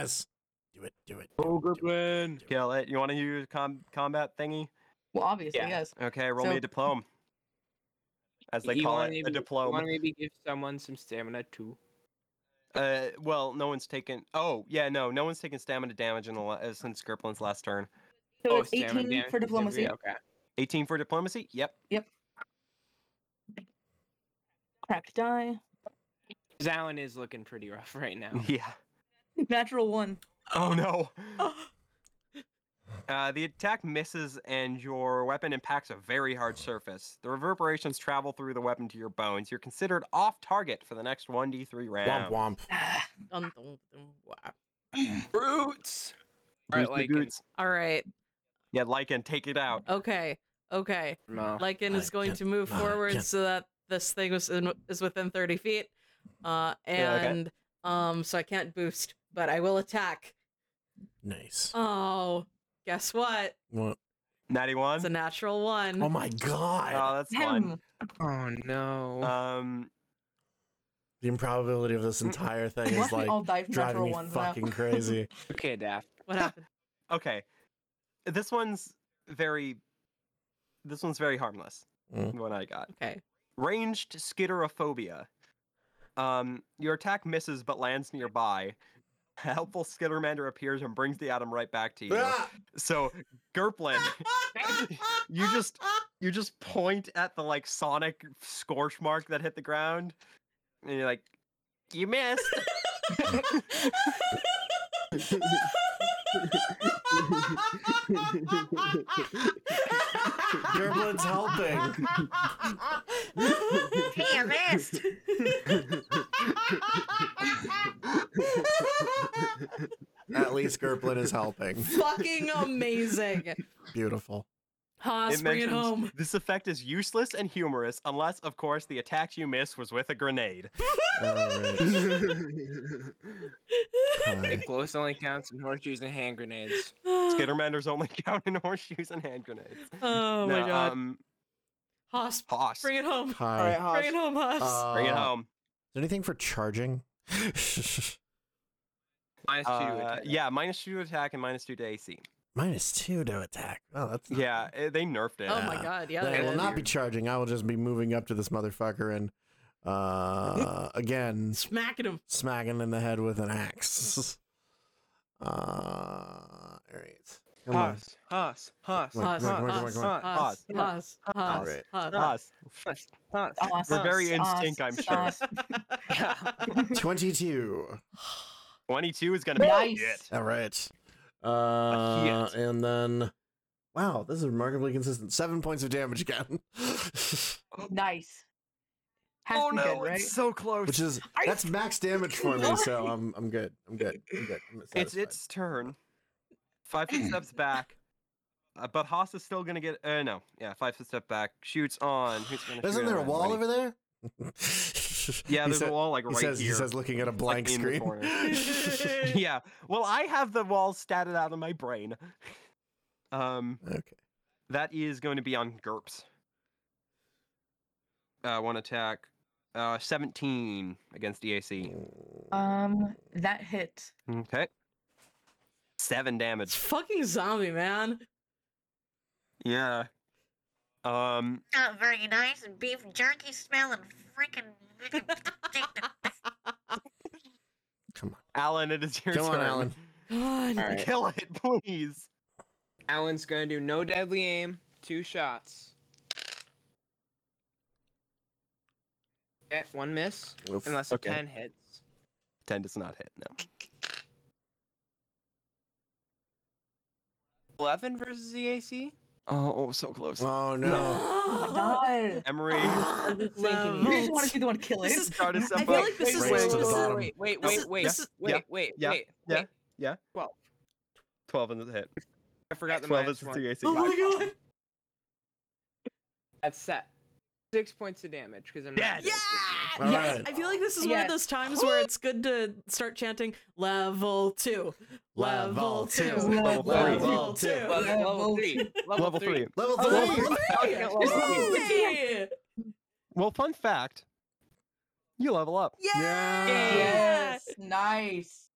Speaker 5: yes. Do it. Do it.
Speaker 1: Oh,
Speaker 5: do it, do it.
Speaker 1: Gerplin.
Speaker 2: Kill it. You want to use com- combat thingy?
Speaker 3: Well, obviously,
Speaker 1: Yeah.
Speaker 3: yes.
Speaker 2: Okay, roll me
Speaker 3: So-
Speaker 2: a diplome. As they
Speaker 1: You
Speaker 2: call
Speaker 1: wanna
Speaker 2: it, a
Speaker 1: maybe- You
Speaker 2: diplome.
Speaker 1: want to maybe give someone some stamina too?
Speaker 2: Uh, well, no one's taken. Oh, yeah, no, no one's taken stamina damage in the la- uh, since Gerplin's last turn.
Speaker 3: So it's
Speaker 1: Oh, stamina damage
Speaker 3: 18 for
Speaker 1: is every-
Speaker 3: diplomacy.
Speaker 1: Okay.
Speaker 2: 18 for diplomacy. Yep.
Speaker 3: Cracked die.
Speaker 1: Zalin is looking pretty rough right now.
Speaker 2: Yeah.
Speaker 3: Natural one.
Speaker 2: Oh no. Uh, the attack misses, and your weapon impacts a very hard surface. The reverberations travel through the weapon to your bones. You're considered off target for the next 1d3
Speaker 7: Womp
Speaker 2: round.
Speaker 7: womp.
Speaker 3: Ah,
Speaker 4: Dun, dun, dun, wow.
Speaker 1: Brutes. All right,
Speaker 2: Goose me
Speaker 1: like
Speaker 2: goots.
Speaker 4: All right.
Speaker 2: Yeah, Lycan, take it out.
Speaker 4: Okay. Okay.
Speaker 1: no.
Speaker 4: Lycan is going to move
Speaker 5: Lycan.
Speaker 4: forward so that this thing was in, is within 30 feet. Uh,
Speaker 2: Yeah, okay.
Speaker 4: and um, so I can't boost, but I will attack.
Speaker 5: Nice.
Speaker 4: Oh, guess what?
Speaker 5: What?
Speaker 2: 91.
Speaker 4: It's a natural one.
Speaker 5: Oh my god.
Speaker 2: Oh, that's fine.
Speaker 3: hem.
Speaker 1: Oh no.
Speaker 2: Um,
Speaker 5: The improbability of this entire thing
Speaker 3: Why
Speaker 5: is
Speaker 3: do we
Speaker 5: like
Speaker 3: all die from
Speaker 5: driving
Speaker 3: natural
Speaker 5: me
Speaker 3: ones now?
Speaker 5: fucking crazy.
Speaker 1: okay, Daft.
Speaker 4: What happened?
Speaker 2: okay. This one's very. This one's very harmless.
Speaker 5: Mm.
Speaker 2: the One I got.
Speaker 4: Okay.
Speaker 2: Ranged skitterophobia. Um, your attack misses but lands nearby. A helpful skittermander appears and brings the atom right back to you.
Speaker 5: Ah!
Speaker 2: So, Gerplin, you just you just point at the like sonic scorch mark that hit the ground, and you're like, "You missed."
Speaker 5: Gerblin's helping.
Speaker 6: Hey, you missed.
Speaker 5: At least Gerplin is helping.
Speaker 4: Fucking amazing.
Speaker 5: Beautiful.
Speaker 4: Haas, bring it
Speaker 2: mentions,
Speaker 4: home.
Speaker 2: This effect is useless and humorous, unless, of course, the attack you miss was with a grenade.
Speaker 5: Alright.
Speaker 1: It close only counts in horseshoes and hand grenades.
Speaker 2: Skittermanders only count in horseshoes and hand grenades.
Speaker 4: Oh my
Speaker 2: No,
Speaker 4: god.
Speaker 2: Um,
Speaker 4: Haas,
Speaker 2: Hoss,
Speaker 4: bring it home.
Speaker 5: Hi.
Speaker 4: Bring it home, Haas.
Speaker 5: Uh,
Speaker 2: bring it home.
Speaker 5: Is there anything for charging?
Speaker 1: Minus two.
Speaker 2: Uh,
Speaker 1: attack.
Speaker 2: yeah, minus two to attack and minus two to AC.
Speaker 5: Minus two to attack. Oh, that's not
Speaker 2: Yeah, eh, they nerfed it.
Speaker 4: oh my
Speaker 5: yeah.
Speaker 4: god. Yeah.
Speaker 5: Then I
Speaker 4: that
Speaker 5: will
Speaker 4: is.
Speaker 5: not be charging. I will just be moving up to this motherfucker and uh again
Speaker 4: Smacking him.
Speaker 5: smacking in the head with an axe. Uh all right. Come on.
Speaker 1: Haas, Haas, Haas,
Speaker 5: Come on,
Speaker 4: Haas,
Speaker 5: come on, come on,
Speaker 4: Haas,
Speaker 5: come on.
Speaker 4: Haas,
Speaker 2: Haas,
Speaker 4: Haas, Haas,
Speaker 5: Alright.
Speaker 4: Haas.
Speaker 2: Us.
Speaker 1: Haas.
Speaker 3: Us,
Speaker 2: We're very in
Speaker 3: us,
Speaker 2: sync, I'm
Speaker 3: us.
Speaker 2: sure.
Speaker 5: Twenty-two.
Speaker 2: 22 is going to be
Speaker 3: nice.
Speaker 2: it.
Speaker 5: All right. Uh, and then, wow, this is remarkably consistent. Seven points of damage again,
Speaker 3: Nice. Has
Speaker 2: Oh,
Speaker 3: to be good, right?
Speaker 2: so close.
Speaker 5: which is
Speaker 3: Are you
Speaker 5: that's max damage for me. So I'm I'm good. I'm good. I'm good. I'm
Speaker 2: It's
Speaker 5: satisfied.
Speaker 2: its turn. Five foot steps back. Uh, but Haas is still gonna get. Uh, no, yeah, five foot step back. Shoots on. Who's gonna
Speaker 5: Isn't
Speaker 2: shoot
Speaker 5: there a
Speaker 2: on?
Speaker 5: wall
Speaker 2: Wait.
Speaker 5: over there?
Speaker 2: Yeah,
Speaker 5: He
Speaker 2: there's
Speaker 5: said-
Speaker 2: a wall like
Speaker 5: He
Speaker 2: right
Speaker 5: says
Speaker 2: here.
Speaker 5: he says looking at a blank
Speaker 2: in the
Speaker 5: screen.
Speaker 2: corner. yeah. Well, I have the wall statted out of my brain. Um,
Speaker 5: okay.
Speaker 2: that is going to be on Gerps. Uh, one attack. Uh, 17 against DAC.
Speaker 3: Um, that hit.
Speaker 2: Okay. Seven
Speaker 4: It's
Speaker 2: damage.
Speaker 4: fucking zombie, man.
Speaker 2: Yeah. Um,
Speaker 6: Not very nice. Beef jerky smell and freaking.
Speaker 5: Come
Speaker 2: Alan, it is your
Speaker 5: Come on,
Speaker 2: turn.
Speaker 5: Alan.
Speaker 4: God.
Speaker 1: All right.
Speaker 2: Kill it, please.
Speaker 1: Alan's gonna do no deadly aim, two shots. Okay, one miss.
Speaker 7: Oof.
Speaker 1: Unless
Speaker 2: Okay.
Speaker 1: a 10 hits.
Speaker 2: 10 does not hit. No.
Speaker 1: 11 versus the AC?
Speaker 2: Oh, so close.
Speaker 7: Oh no.
Speaker 3: Oh my god.
Speaker 2: Emery.
Speaker 3: You just want to be the one to kill it.
Speaker 4: This is-
Speaker 2: Start us
Speaker 4: I
Speaker 2: up.
Speaker 4: feel like this is
Speaker 7: Raise to the
Speaker 4: this is-
Speaker 7: bottom.
Speaker 1: Wait, wait,
Speaker 4: This
Speaker 1: wait,
Speaker 4: is-
Speaker 1: wait,
Speaker 4: this is-
Speaker 1: wait,
Speaker 2: yeah,
Speaker 1: wait,
Speaker 2: yeah,
Speaker 1: wait,
Speaker 2: yeah.
Speaker 1: wait.
Speaker 2: 12 in the hit.
Speaker 1: I forgot the
Speaker 2: 12 is
Speaker 1: minus
Speaker 2: the
Speaker 1: one.
Speaker 2: AC.
Speaker 4: Oh my god.
Speaker 1: That's set. Six points of damage because I'm not.
Speaker 2: Yes!
Speaker 1: good.
Speaker 7: All
Speaker 4: Yes.
Speaker 7: right.
Speaker 4: I feel like this is one of
Speaker 3: Yes.
Speaker 4: those times where it's good to start chanting level two.
Speaker 5: Level two.
Speaker 2: Level three.
Speaker 4: Level two.
Speaker 1: Level, level
Speaker 3: Level
Speaker 1: three.
Speaker 2: Level three.
Speaker 5: Level
Speaker 1: Oh,
Speaker 5: three.
Speaker 1: level three. Count level three.
Speaker 4: Yeah.
Speaker 2: Well, fun fact you level up.
Speaker 5: Yeah.
Speaker 3: Yes. Nice.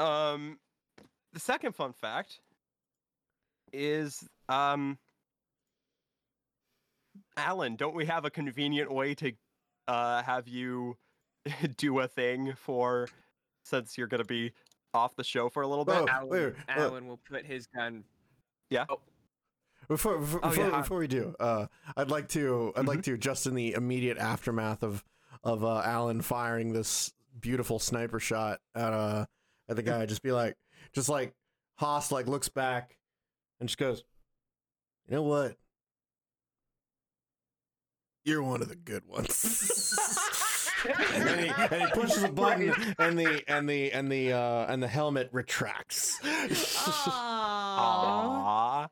Speaker 2: Um, the second fun fact is um, Alan, don't we have a convenient way to uh, have you do a thing for since you're gonna be off the show for a little bit?
Speaker 7: Oh,
Speaker 1: Alan,
Speaker 7: wait, uh,
Speaker 1: Alan will put his gun.
Speaker 5: Before before,
Speaker 1: Oh,
Speaker 5: before,
Speaker 1: yeah. Mm-hmm.
Speaker 5: before we do, uh, I'd like to I'd like to just in the immediate aftermath of of uh, Alan firing this beautiful sniper shot at uh at the guy, just be like, just like Haas like looks back and just goes, you know what? You're one of the good ones. and, then he, and he pushes a button, and the and the and the uh, and the helmet retracts.
Speaker 1: Oh.
Speaker 4: Aww.
Speaker 2: Aww.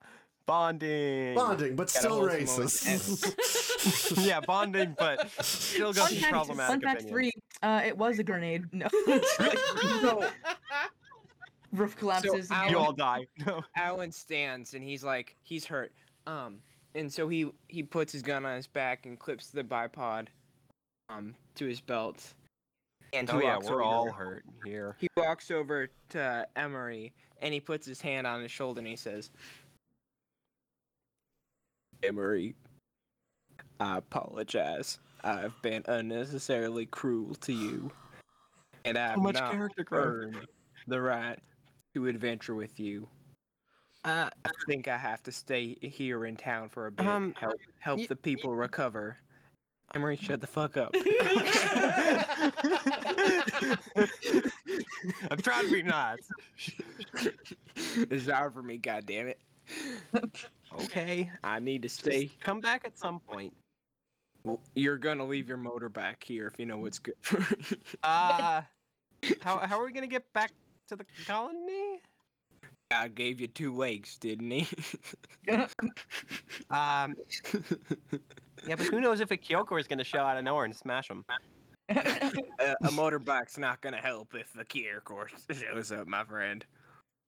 Speaker 2: Bonding.
Speaker 5: Bonding, but
Speaker 1: Gotta
Speaker 5: still
Speaker 1: hold some moment.
Speaker 5: racist.
Speaker 2: yeah, bonding, but still got
Speaker 3: Fun
Speaker 2: some
Speaker 3: fact-
Speaker 2: problematic
Speaker 3: fun fact
Speaker 2: opinions.
Speaker 3: three, uh, it was a grenade. No. Roof collapses.
Speaker 1: So,
Speaker 3: and
Speaker 2: You
Speaker 1: Alan-
Speaker 2: all die. No.
Speaker 1: Alan stands and he's like, he's hurt. Um, and so he he puts his gun on his back and clips the bipod, um, to his belt. And he
Speaker 2: Oh yeah,
Speaker 1: walks
Speaker 2: we're
Speaker 1: over-
Speaker 2: all hurt here.
Speaker 1: He walks over to Emery and he puts his hand on his shoulder and he says, Emery, I apologize. I've been unnecessarily cruel to you. And I've
Speaker 2: much
Speaker 1: not
Speaker 2: character growth.
Speaker 1: earned the right to adventure with you.
Speaker 2: Uh,
Speaker 1: I think I have to stay here in town for a bit.
Speaker 2: Um,
Speaker 1: help help
Speaker 2: y-
Speaker 1: the people recover. Emery, shut the fuck up.
Speaker 2: I'm trying to be nice.
Speaker 1: it's not for me, goddammit.
Speaker 2: Okay.
Speaker 1: I need to stay.
Speaker 2: Come back at some point.
Speaker 1: Well, you're gonna leave your motor back here if you know what's good.
Speaker 2: Uh, how, how are we going to get back to the colony?
Speaker 1: I gave you two legs, didn't he?
Speaker 2: Um, yeah, but who knows if a Kyoko is going to show out of nowhere and smash him.
Speaker 1: uh, a motorbike's not gonna help if the Kier course shows up, my friend.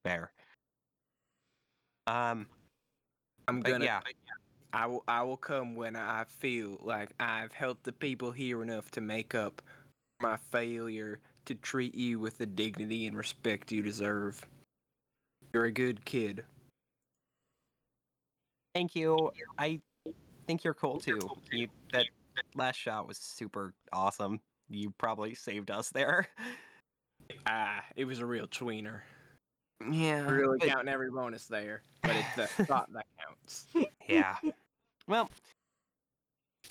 Speaker 2: Fair. Um,
Speaker 1: I'm
Speaker 2: but
Speaker 1: gonna.
Speaker 2: yeah.
Speaker 1: I will. I will come when I feel like I've helped the people here enough to make up my failure to treat you with the dignity and respect you deserve. You're a good kid.
Speaker 2: Thank you. I think you're cool too. You, that last shot was super awesome. You probably saved us there.
Speaker 1: Ah, it was a real tweener.
Speaker 2: Yeah.
Speaker 1: Really counting every bonus there, but it's the thought that counts.
Speaker 2: Yeah. Well,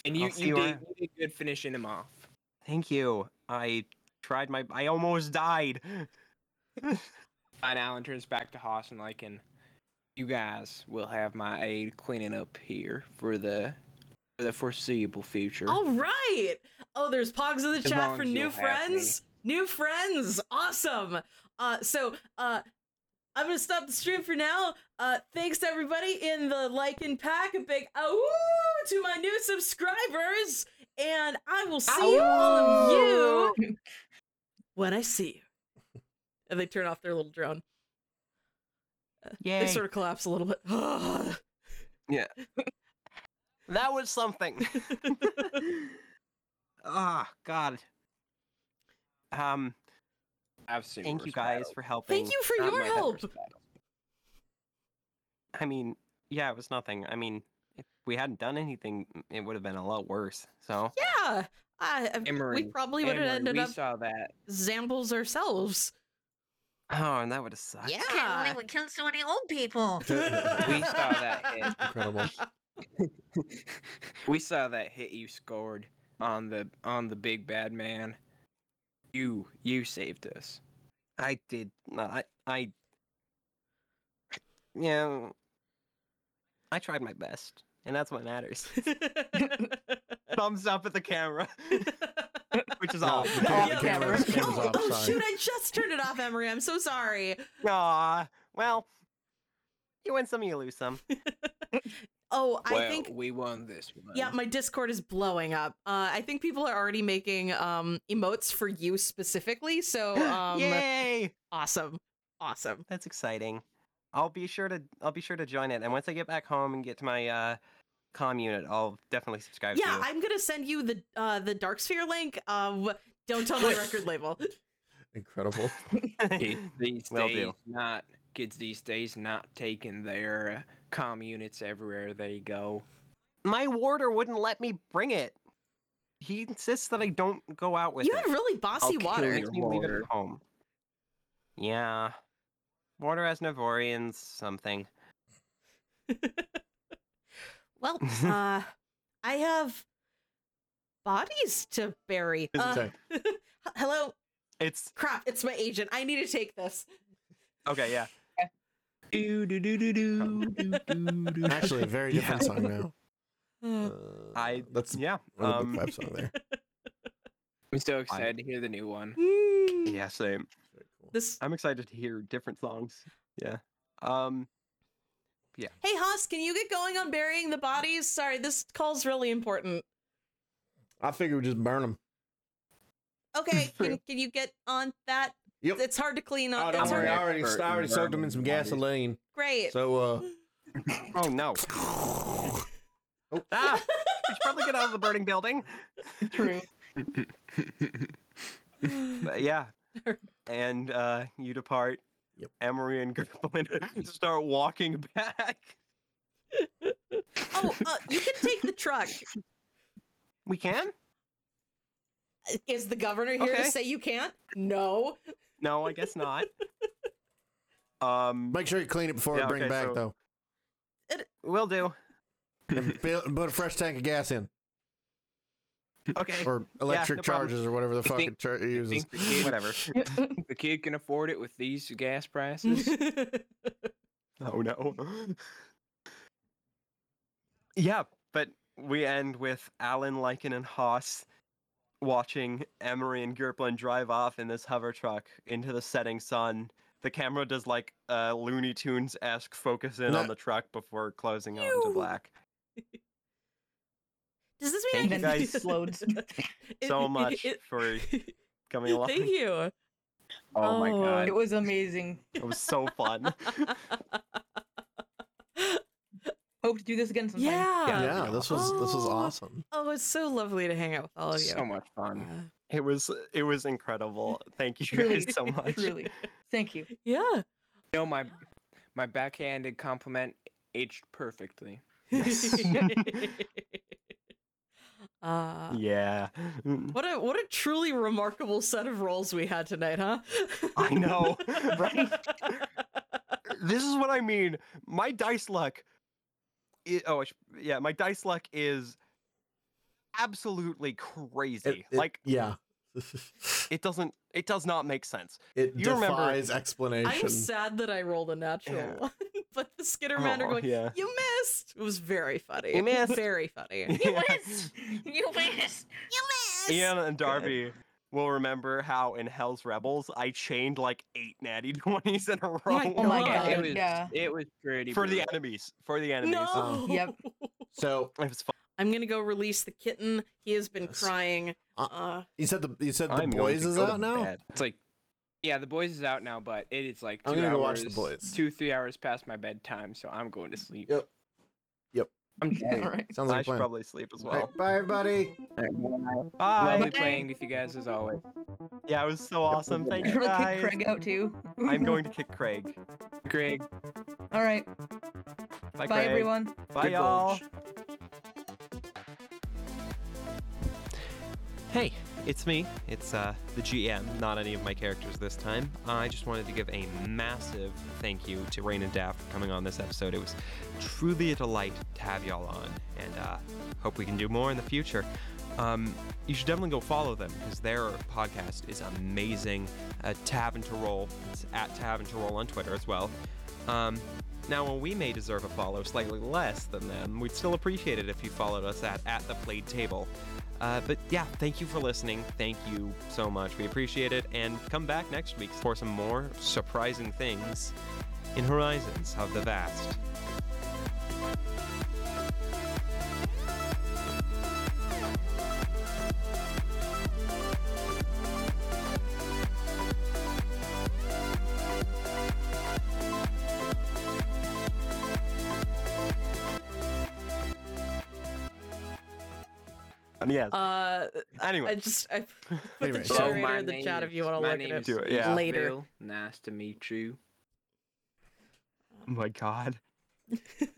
Speaker 1: And you,
Speaker 2: I'll see
Speaker 1: you,
Speaker 2: you
Speaker 1: did,
Speaker 2: around.
Speaker 1: you did good finishing him off.
Speaker 2: thank you. I tried my. I almost died.
Speaker 1: And Alan turns back to Haas and like, and you guys will have my aid cleaning up here for the for the foreseeable future.
Speaker 4: All right. Oh, there's Pogs in the
Speaker 1: As
Speaker 4: chat
Speaker 1: long
Speaker 4: for
Speaker 1: as
Speaker 4: new
Speaker 1: you'll have me.
Speaker 4: friends. New friends. Awesome. Uh, so uh, I'm gonna stop the stream for now. Uh, thanks to everybody in the like and pack. A big oh to my new subscribers, and I will see you all of you when I see you. And they turn off their little drone.
Speaker 2: Yeah.
Speaker 4: They sort of collapse a little bit.
Speaker 2: That was something. Ah, God. Um,
Speaker 1: I've seen
Speaker 2: thank you
Speaker 1: worse
Speaker 2: guys
Speaker 1: battles.
Speaker 2: for helping.
Speaker 4: Thank you for
Speaker 2: Not
Speaker 4: your
Speaker 2: much, but
Speaker 4: help.
Speaker 1: worse battles.
Speaker 2: I mean, yeah, it was nothing. I mean, if we hadn't done anything, it would have been a lot worse. So.
Speaker 4: Yeah. I, I- we
Speaker 1: Emery,
Speaker 4: probably would have
Speaker 1: Emery,
Speaker 4: ended
Speaker 1: we
Speaker 4: up
Speaker 1: saw that.
Speaker 4: zambles ourselves.
Speaker 2: Oh, and that would have sucked.
Speaker 6: Yeah, can't believe we killed so many old people.
Speaker 1: We saw that hit.
Speaker 5: Incredible.
Speaker 1: We saw that hit you scored. on the on the big bad man. You you saved us.
Speaker 2: I did. No, I, I. Yeah. I tried my best, and that's what matters. Thumbs up at the camera, which is off.
Speaker 5: Yeah, the
Speaker 4: Yeah.
Speaker 5: camera's,
Speaker 4: Oh,
Speaker 5: camera's off.
Speaker 4: oh,
Speaker 5: sorry.
Speaker 4: shoot! I just turned it off, Emery. I'm so sorry.
Speaker 2: Aw, well, you win some, you lose some.
Speaker 4: Oh, I
Speaker 1: Well,
Speaker 4: think
Speaker 1: we won this one.
Speaker 4: yeah, my Discord is blowing up. Uh, I think people are already making um emotes for you specifically. So um,
Speaker 2: Yay!
Speaker 4: awesome, awesome.
Speaker 2: That's exciting. I'll be sure to I'll be sure to join it, and once I get back home and get to my uh, com unit, I'll definitely subscribe.
Speaker 4: Yeah,
Speaker 2: to you.
Speaker 4: I'm gonna send you the uh the Dark Sphere link. Um, don't tell my record label.
Speaker 7: Incredible.
Speaker 1: Kids these
Speaker 2: Will
Speaker 1: days
Speaker 2: do.
Speaker 1: not kids these days not taking their uh, com units everywhere they go.
Speaker 2: my warder wouldn't let me bring it. He insists that I don't go out with
Speaker 4: You
Speaker 2: it.
Speaker 4: have really bossy
Speaker 1: kill
Speaker 4: water.
Speaker 1: you.
Speaker 2: Makes me leave it
Speaker 1: warder.
Speaker 2: at home. Yeah, warder has Navorian something.
Speaker 4: Well, uh, I have bodies to bury.
Speaker 5: It's
Speaker 4: Uh,
Speaker 5: okay.
Speaker 4: h- hello,
Speaker 2: It's
Speaker 4: crap! It's my agent. I need to take this.
Speaker 2: okay. Yeah.
Speaker 1: Do do do do
Speaker 2: Oh.
Speaker 1: do do do do.
Speaker 5: Actually, a very different
Speaker 2: Yeah.
Speaker 5: song now.
Speaker 4: Uh,
Speaker 5: Uh,
Speaker 2: I-
Speaker 5: that's
Speaker 2: Yeah.
Speaker 5: a little
Speaker 2: um,
Speaker 5: bit vibe song there.
Speaker 1: I'm so excited to hear the new one.
Speaker 4: mm,
Speaker 2: yeah. Same.
Speaker 4: This.
Speaker 2: I'm excited to hear different songs. Yeah. Um.
Speaker 4: Hey, Haas, can you get going on burying the bodies? Sorry, this call's really important.
Speaker 5: I figure we just burn them.
Speaker 4: Okay, can, can you get on that?
Speaker 5: Yep.
Speaker 4: It's hard to clean up.
Speaker 5: Oh, don't
Speaker 4: it's
Speaker 5: worry.
Speaker 4: hard.
Speaker 5: I already,
Speaker 1: expert
Speaker 5: I already
Speaker 1: in
Speaker 5: soaked them
Speaker 1: burning
Speaker 5: in some
Speaker 1: bodies.
Speaker 5: gasoline.
Speaker 4: Great.
Speaker 5: So, uh,
Speaker 2: Oh no. Ah. We should probably get out of the burning building.
Speaker 3: True.
Speaker 2: But yeah. And uh, you depart.
Speaker 5: Yep.
Speaker 2: Emery and Griffin start walking back.
Speaker 4: oh, uh, you can take the truck.
Speaker 2: We can?
Speaker 4: Is the governor here
Speaker 2: Okay.
Speaker 4: to say you can't? No.
Speaker 2: No, I guess not. Um,
Speaker 5: make sure you clean it before
Speaker 2: Yeah,
Speaker 5: I bring
Speaker 2: okay,
Speaker 5: it back,
Speaker 2: so-
Speaker 5: though.
Speaker 2: will do.
Speaker 5: And fill- put a fresh tank of gas in,
Speaker 2: Okay.
Speaker 5: or electric
Speaker 2: no problem.
Speaker 5: charges, or whatever the fuck
Speaker 1: think-
Speaker 5: it char- it
Speaker 1: You
Speaker 5: uses.
Speaker 1: think the kid,
Speaker 2: Whatever.
Speaker 1: think the kid can afford it with these gas prices?
Speaker 2: Oh no. yeah, but we end with Alan, Lycan, and Haas watching Emery and Gerplin drive off in this hover truck into the setting sun. The camera does like uh, Looney Tunes esque focus in
Speaker 5: No.
Speaker 2: on the truck before closing on
Speaker 4: Phew.
Speaker 2: to black.
Speaker 4: Does this
Speaker 2: Thank
Speaker 4: mean
Speaker 2: you
Speaker 4: I
Speaker 2: guys
Speaker 3: loads.
Speaker 2: so much for coming along.
Speaker 4: Thank you.
Speaker 2: Oh my
Speaker 4: Oh.
Speaker 2: god.
Speaker 3: It was amazing.
Speaker 2: It was so fun.
Speaker 3: Hope to do this again sometime.
Speaker 4: yeah.
Speaker 5: yeah, this was this was
Speaker 4: Oh.
Speaker 5: awesome.
Speaker 4: Oh, it's so lovely to hang out with all of you.
Speaker 1: so much fun.
Speaker 4: Uh,
Speaker 2: It was it was incredible. Thank you
Speaker 3: Truly,
Speaker 2: guys so much.
Speaker 3: Truly. Thank you.
Speaker 4: yeah.
Speaker 1: You know my my backhanded compliment aged perfectly.
Speaker 4: uh,
Speaker 2: Yeah.
Speaker 4: What a what a truly remarkable set of roles we had tonight, huh?
Speaker 2: I know, right? this is what I mean. My dice luck. i- oh, I sh- yeah. My dice luck is absolutely crazy.
Speaker 5: It- it-
Speaker 2: like
Speaker 5: yeah,
Speaker 2: it doesn't. It does not make sense.
Speaker 5: it
Speaker 2: you remember-
Speaker 5: defies
Speaker 4: I'm
Speaker 5: explanation.
Speaker 4: sad that I rolled a natural
Speaker 2: Yeah.
Speaker 4: one, but the Skitterman are
Speaker 2: Aw,
Speaker 5: Oh,
Speaker 4: going,
Speaker 2: yeah.
Speaker 4: "You missed." It was very funny.
Speaker 2: You missed.
Speaker 4: Very funny.
Speaker 6: You missed. You missed.
Speaker 2: Ian and Darby will remember how in Hell's Rebels I chained like eight natty twenties in a row
Speaker 3: Oh my
Speaker 4: God,
Speaker 1: it
Speaker 3: god.
Speaker 1: was
Speaker 3: Yeah.
Speaker 1: it was pretty
Speaker 2: for the
Speaker 1: brutal.
Speaker 2: enemies. For the enemies.
Speaker 4: No.
Speaker 5: Oh.
Speaker 3: Yep.
Speaker 5: so
Speaker 2: It was fun.
Speaker 4: I'm gonna go release the kitten. He has been
Speaker 5: Yes.
Speaker 4: crying.
Speaker 5: Uh,
Speaker 4: Uh,
Speaker 5: you said the you said the
Speaker 2: I'm going
Speaker 5: boys
Speaker 2: to
Speaker 5: is
Speaker 2: go to
Speaker 5: out now.
Speaker 2: bed.
Speaker 1: It's like yeah, the boys is out now, but it is like 2
Speaker 5: I'm gonna
Speaker 1: hours,
Speaker 5: go watch The Boys.
Speaker 1: Two three hours past my bedtime, so I'm going to sleep.
Speaker 5: Yep. Yep.
Speaker 1: I'm
Speaker 3: All
Speaker 1: tired.
Speaker 3: right.
Speaker 5: Sounds
Speaker 2: I
Speaker 5: like a
Speaker 2: should
Speaker 5: plan.
Speaker 2: probably sleep as
Speaker 5: All
Speaker 2: well.
Speaker 5: right, bye, everybody.
Speaker 1: Lovely
Speaker 2: Bye.
Speaker 1: playing with you guys as always.
Speaker 2: Yeah, it was so awesome. Thank you
Speaker 3: Really kick
Speaker 2: guys.
Speaker 3: Craig out too.
Speaker 2: I'm going to kick Craig.
Speaker 1: Greg,
Speaker 3: All right.
Speaker 2: Bye,
Speaker 3: Bye
Speaker 2: Craig.
Speaker 3: everyone.
Speaker 2: Bye,
Speaker 1: Good
Speaker 2: y'all.
Speaker 1: lunch.
Speaker 2: Hey, it's me. It's uh, the GM, not any of my characters this time. I just wanted to give a massive thank you to Rain and Daft for coming on this episode. It was truly a delight to have y'all on, and uh, hope we can do more in the future. um, you should definitely go follow them because their podcast is amazing. Uh, Tavern to Roll, it's at Tavern to Roll on Twitter as well. Um, now, while we may deserve a follow slightly less than them, we'd still appreciate it if you followed us at at the Played Table. Uh, but yeah, thank you for listening. Thank you so much. We appreciate it, and come back next week for some more surprising things in Horizons of the Vast. And yes.
Speaker 4: Uh, I
Speaker 2: anyway,
Speaker 4: just I put the
Speaker 5: Anyway, so-
Speaker 4: generator in the chat if you want to look at it.
Speaker 2: Do it, yeah.
Speaker 4: later.
Speaker 1: Bill. Nice to meet you.
Speaker 2: oh my god,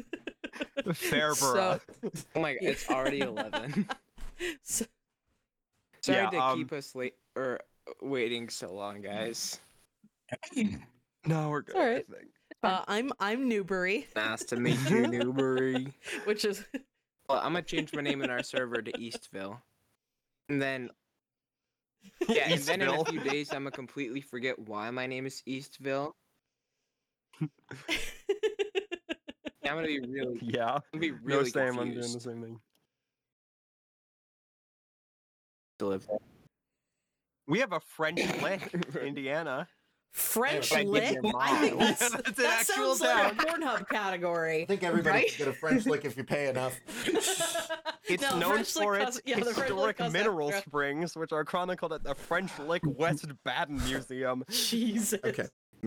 Speaker 2: fair
Speaker 4: So-
Speaker 2: bro.
Speaker 1: Oh my god, it's already eleven.
Speaker 4: So-
Speaker 1: Sorry
Speaker 2: Yeah,
Speaker 1: to
Speaker 2: um,
Speaker 1: keep us late or waiting so long, guys.
Speaker 2: no, we're good.
Speaker 4: all
Speaker 2: I
Speaker 4: right.
Speaker 2: think.
Speaker 4: uh, I'm I'm Newbury,
Speaker 1: Nice to meet you, Newbury.
Speaker 4: which is
Speaker 1: Well, I'm gonna change my name in our server to Eastville, and then yeah, and then in a
Speaker 2: Eastville.
Speaker 1: few days I'm gonna completely forget why my name is Eastville. and I'm gonna be really,
Speaker 2: Yeah.
Speaker 1: I'm gonna be
Speaker 2: No,
Speaker 1: really
Speaker 2: Sam, I'm doing the
Speaker 1: confused.
Speaker 2: same thing. We have a French lick, Indiana.
Speaker 4: French
Speaker 1: Like, with
Speaker 4: lick.
Speaker 1: your
Speaker 4: I think
Speaker 1: mom.
Speaker 4: that's,
Speaker 2: That's an
Speaker 4: that
Speaker 2: actual
Speaker 4: sounds like a
Speaker 2: town.
Speaker 4: Pornhub category.
Speaker 5: I think everybody
Speaker 3: Right?
Speaker 5: can get a French lick if you pay enough.
Speaker 2: It's
Speaker 4: No,
Speaker 2: known
Speaker 4: French lick
Speaker 2: for
Speaker 4: cause-
Speaker 2: its
Speaker 4: yeah, the French lick
Speaker 2: historic
Speaker 4: cause
Speaker 2: mineral
Speaker 4: extra.
Speaker 2: springs, which are chronicled at the French Lick West Baden Museum.
Speaker 4: Jesus.
Speaker 5: Okay.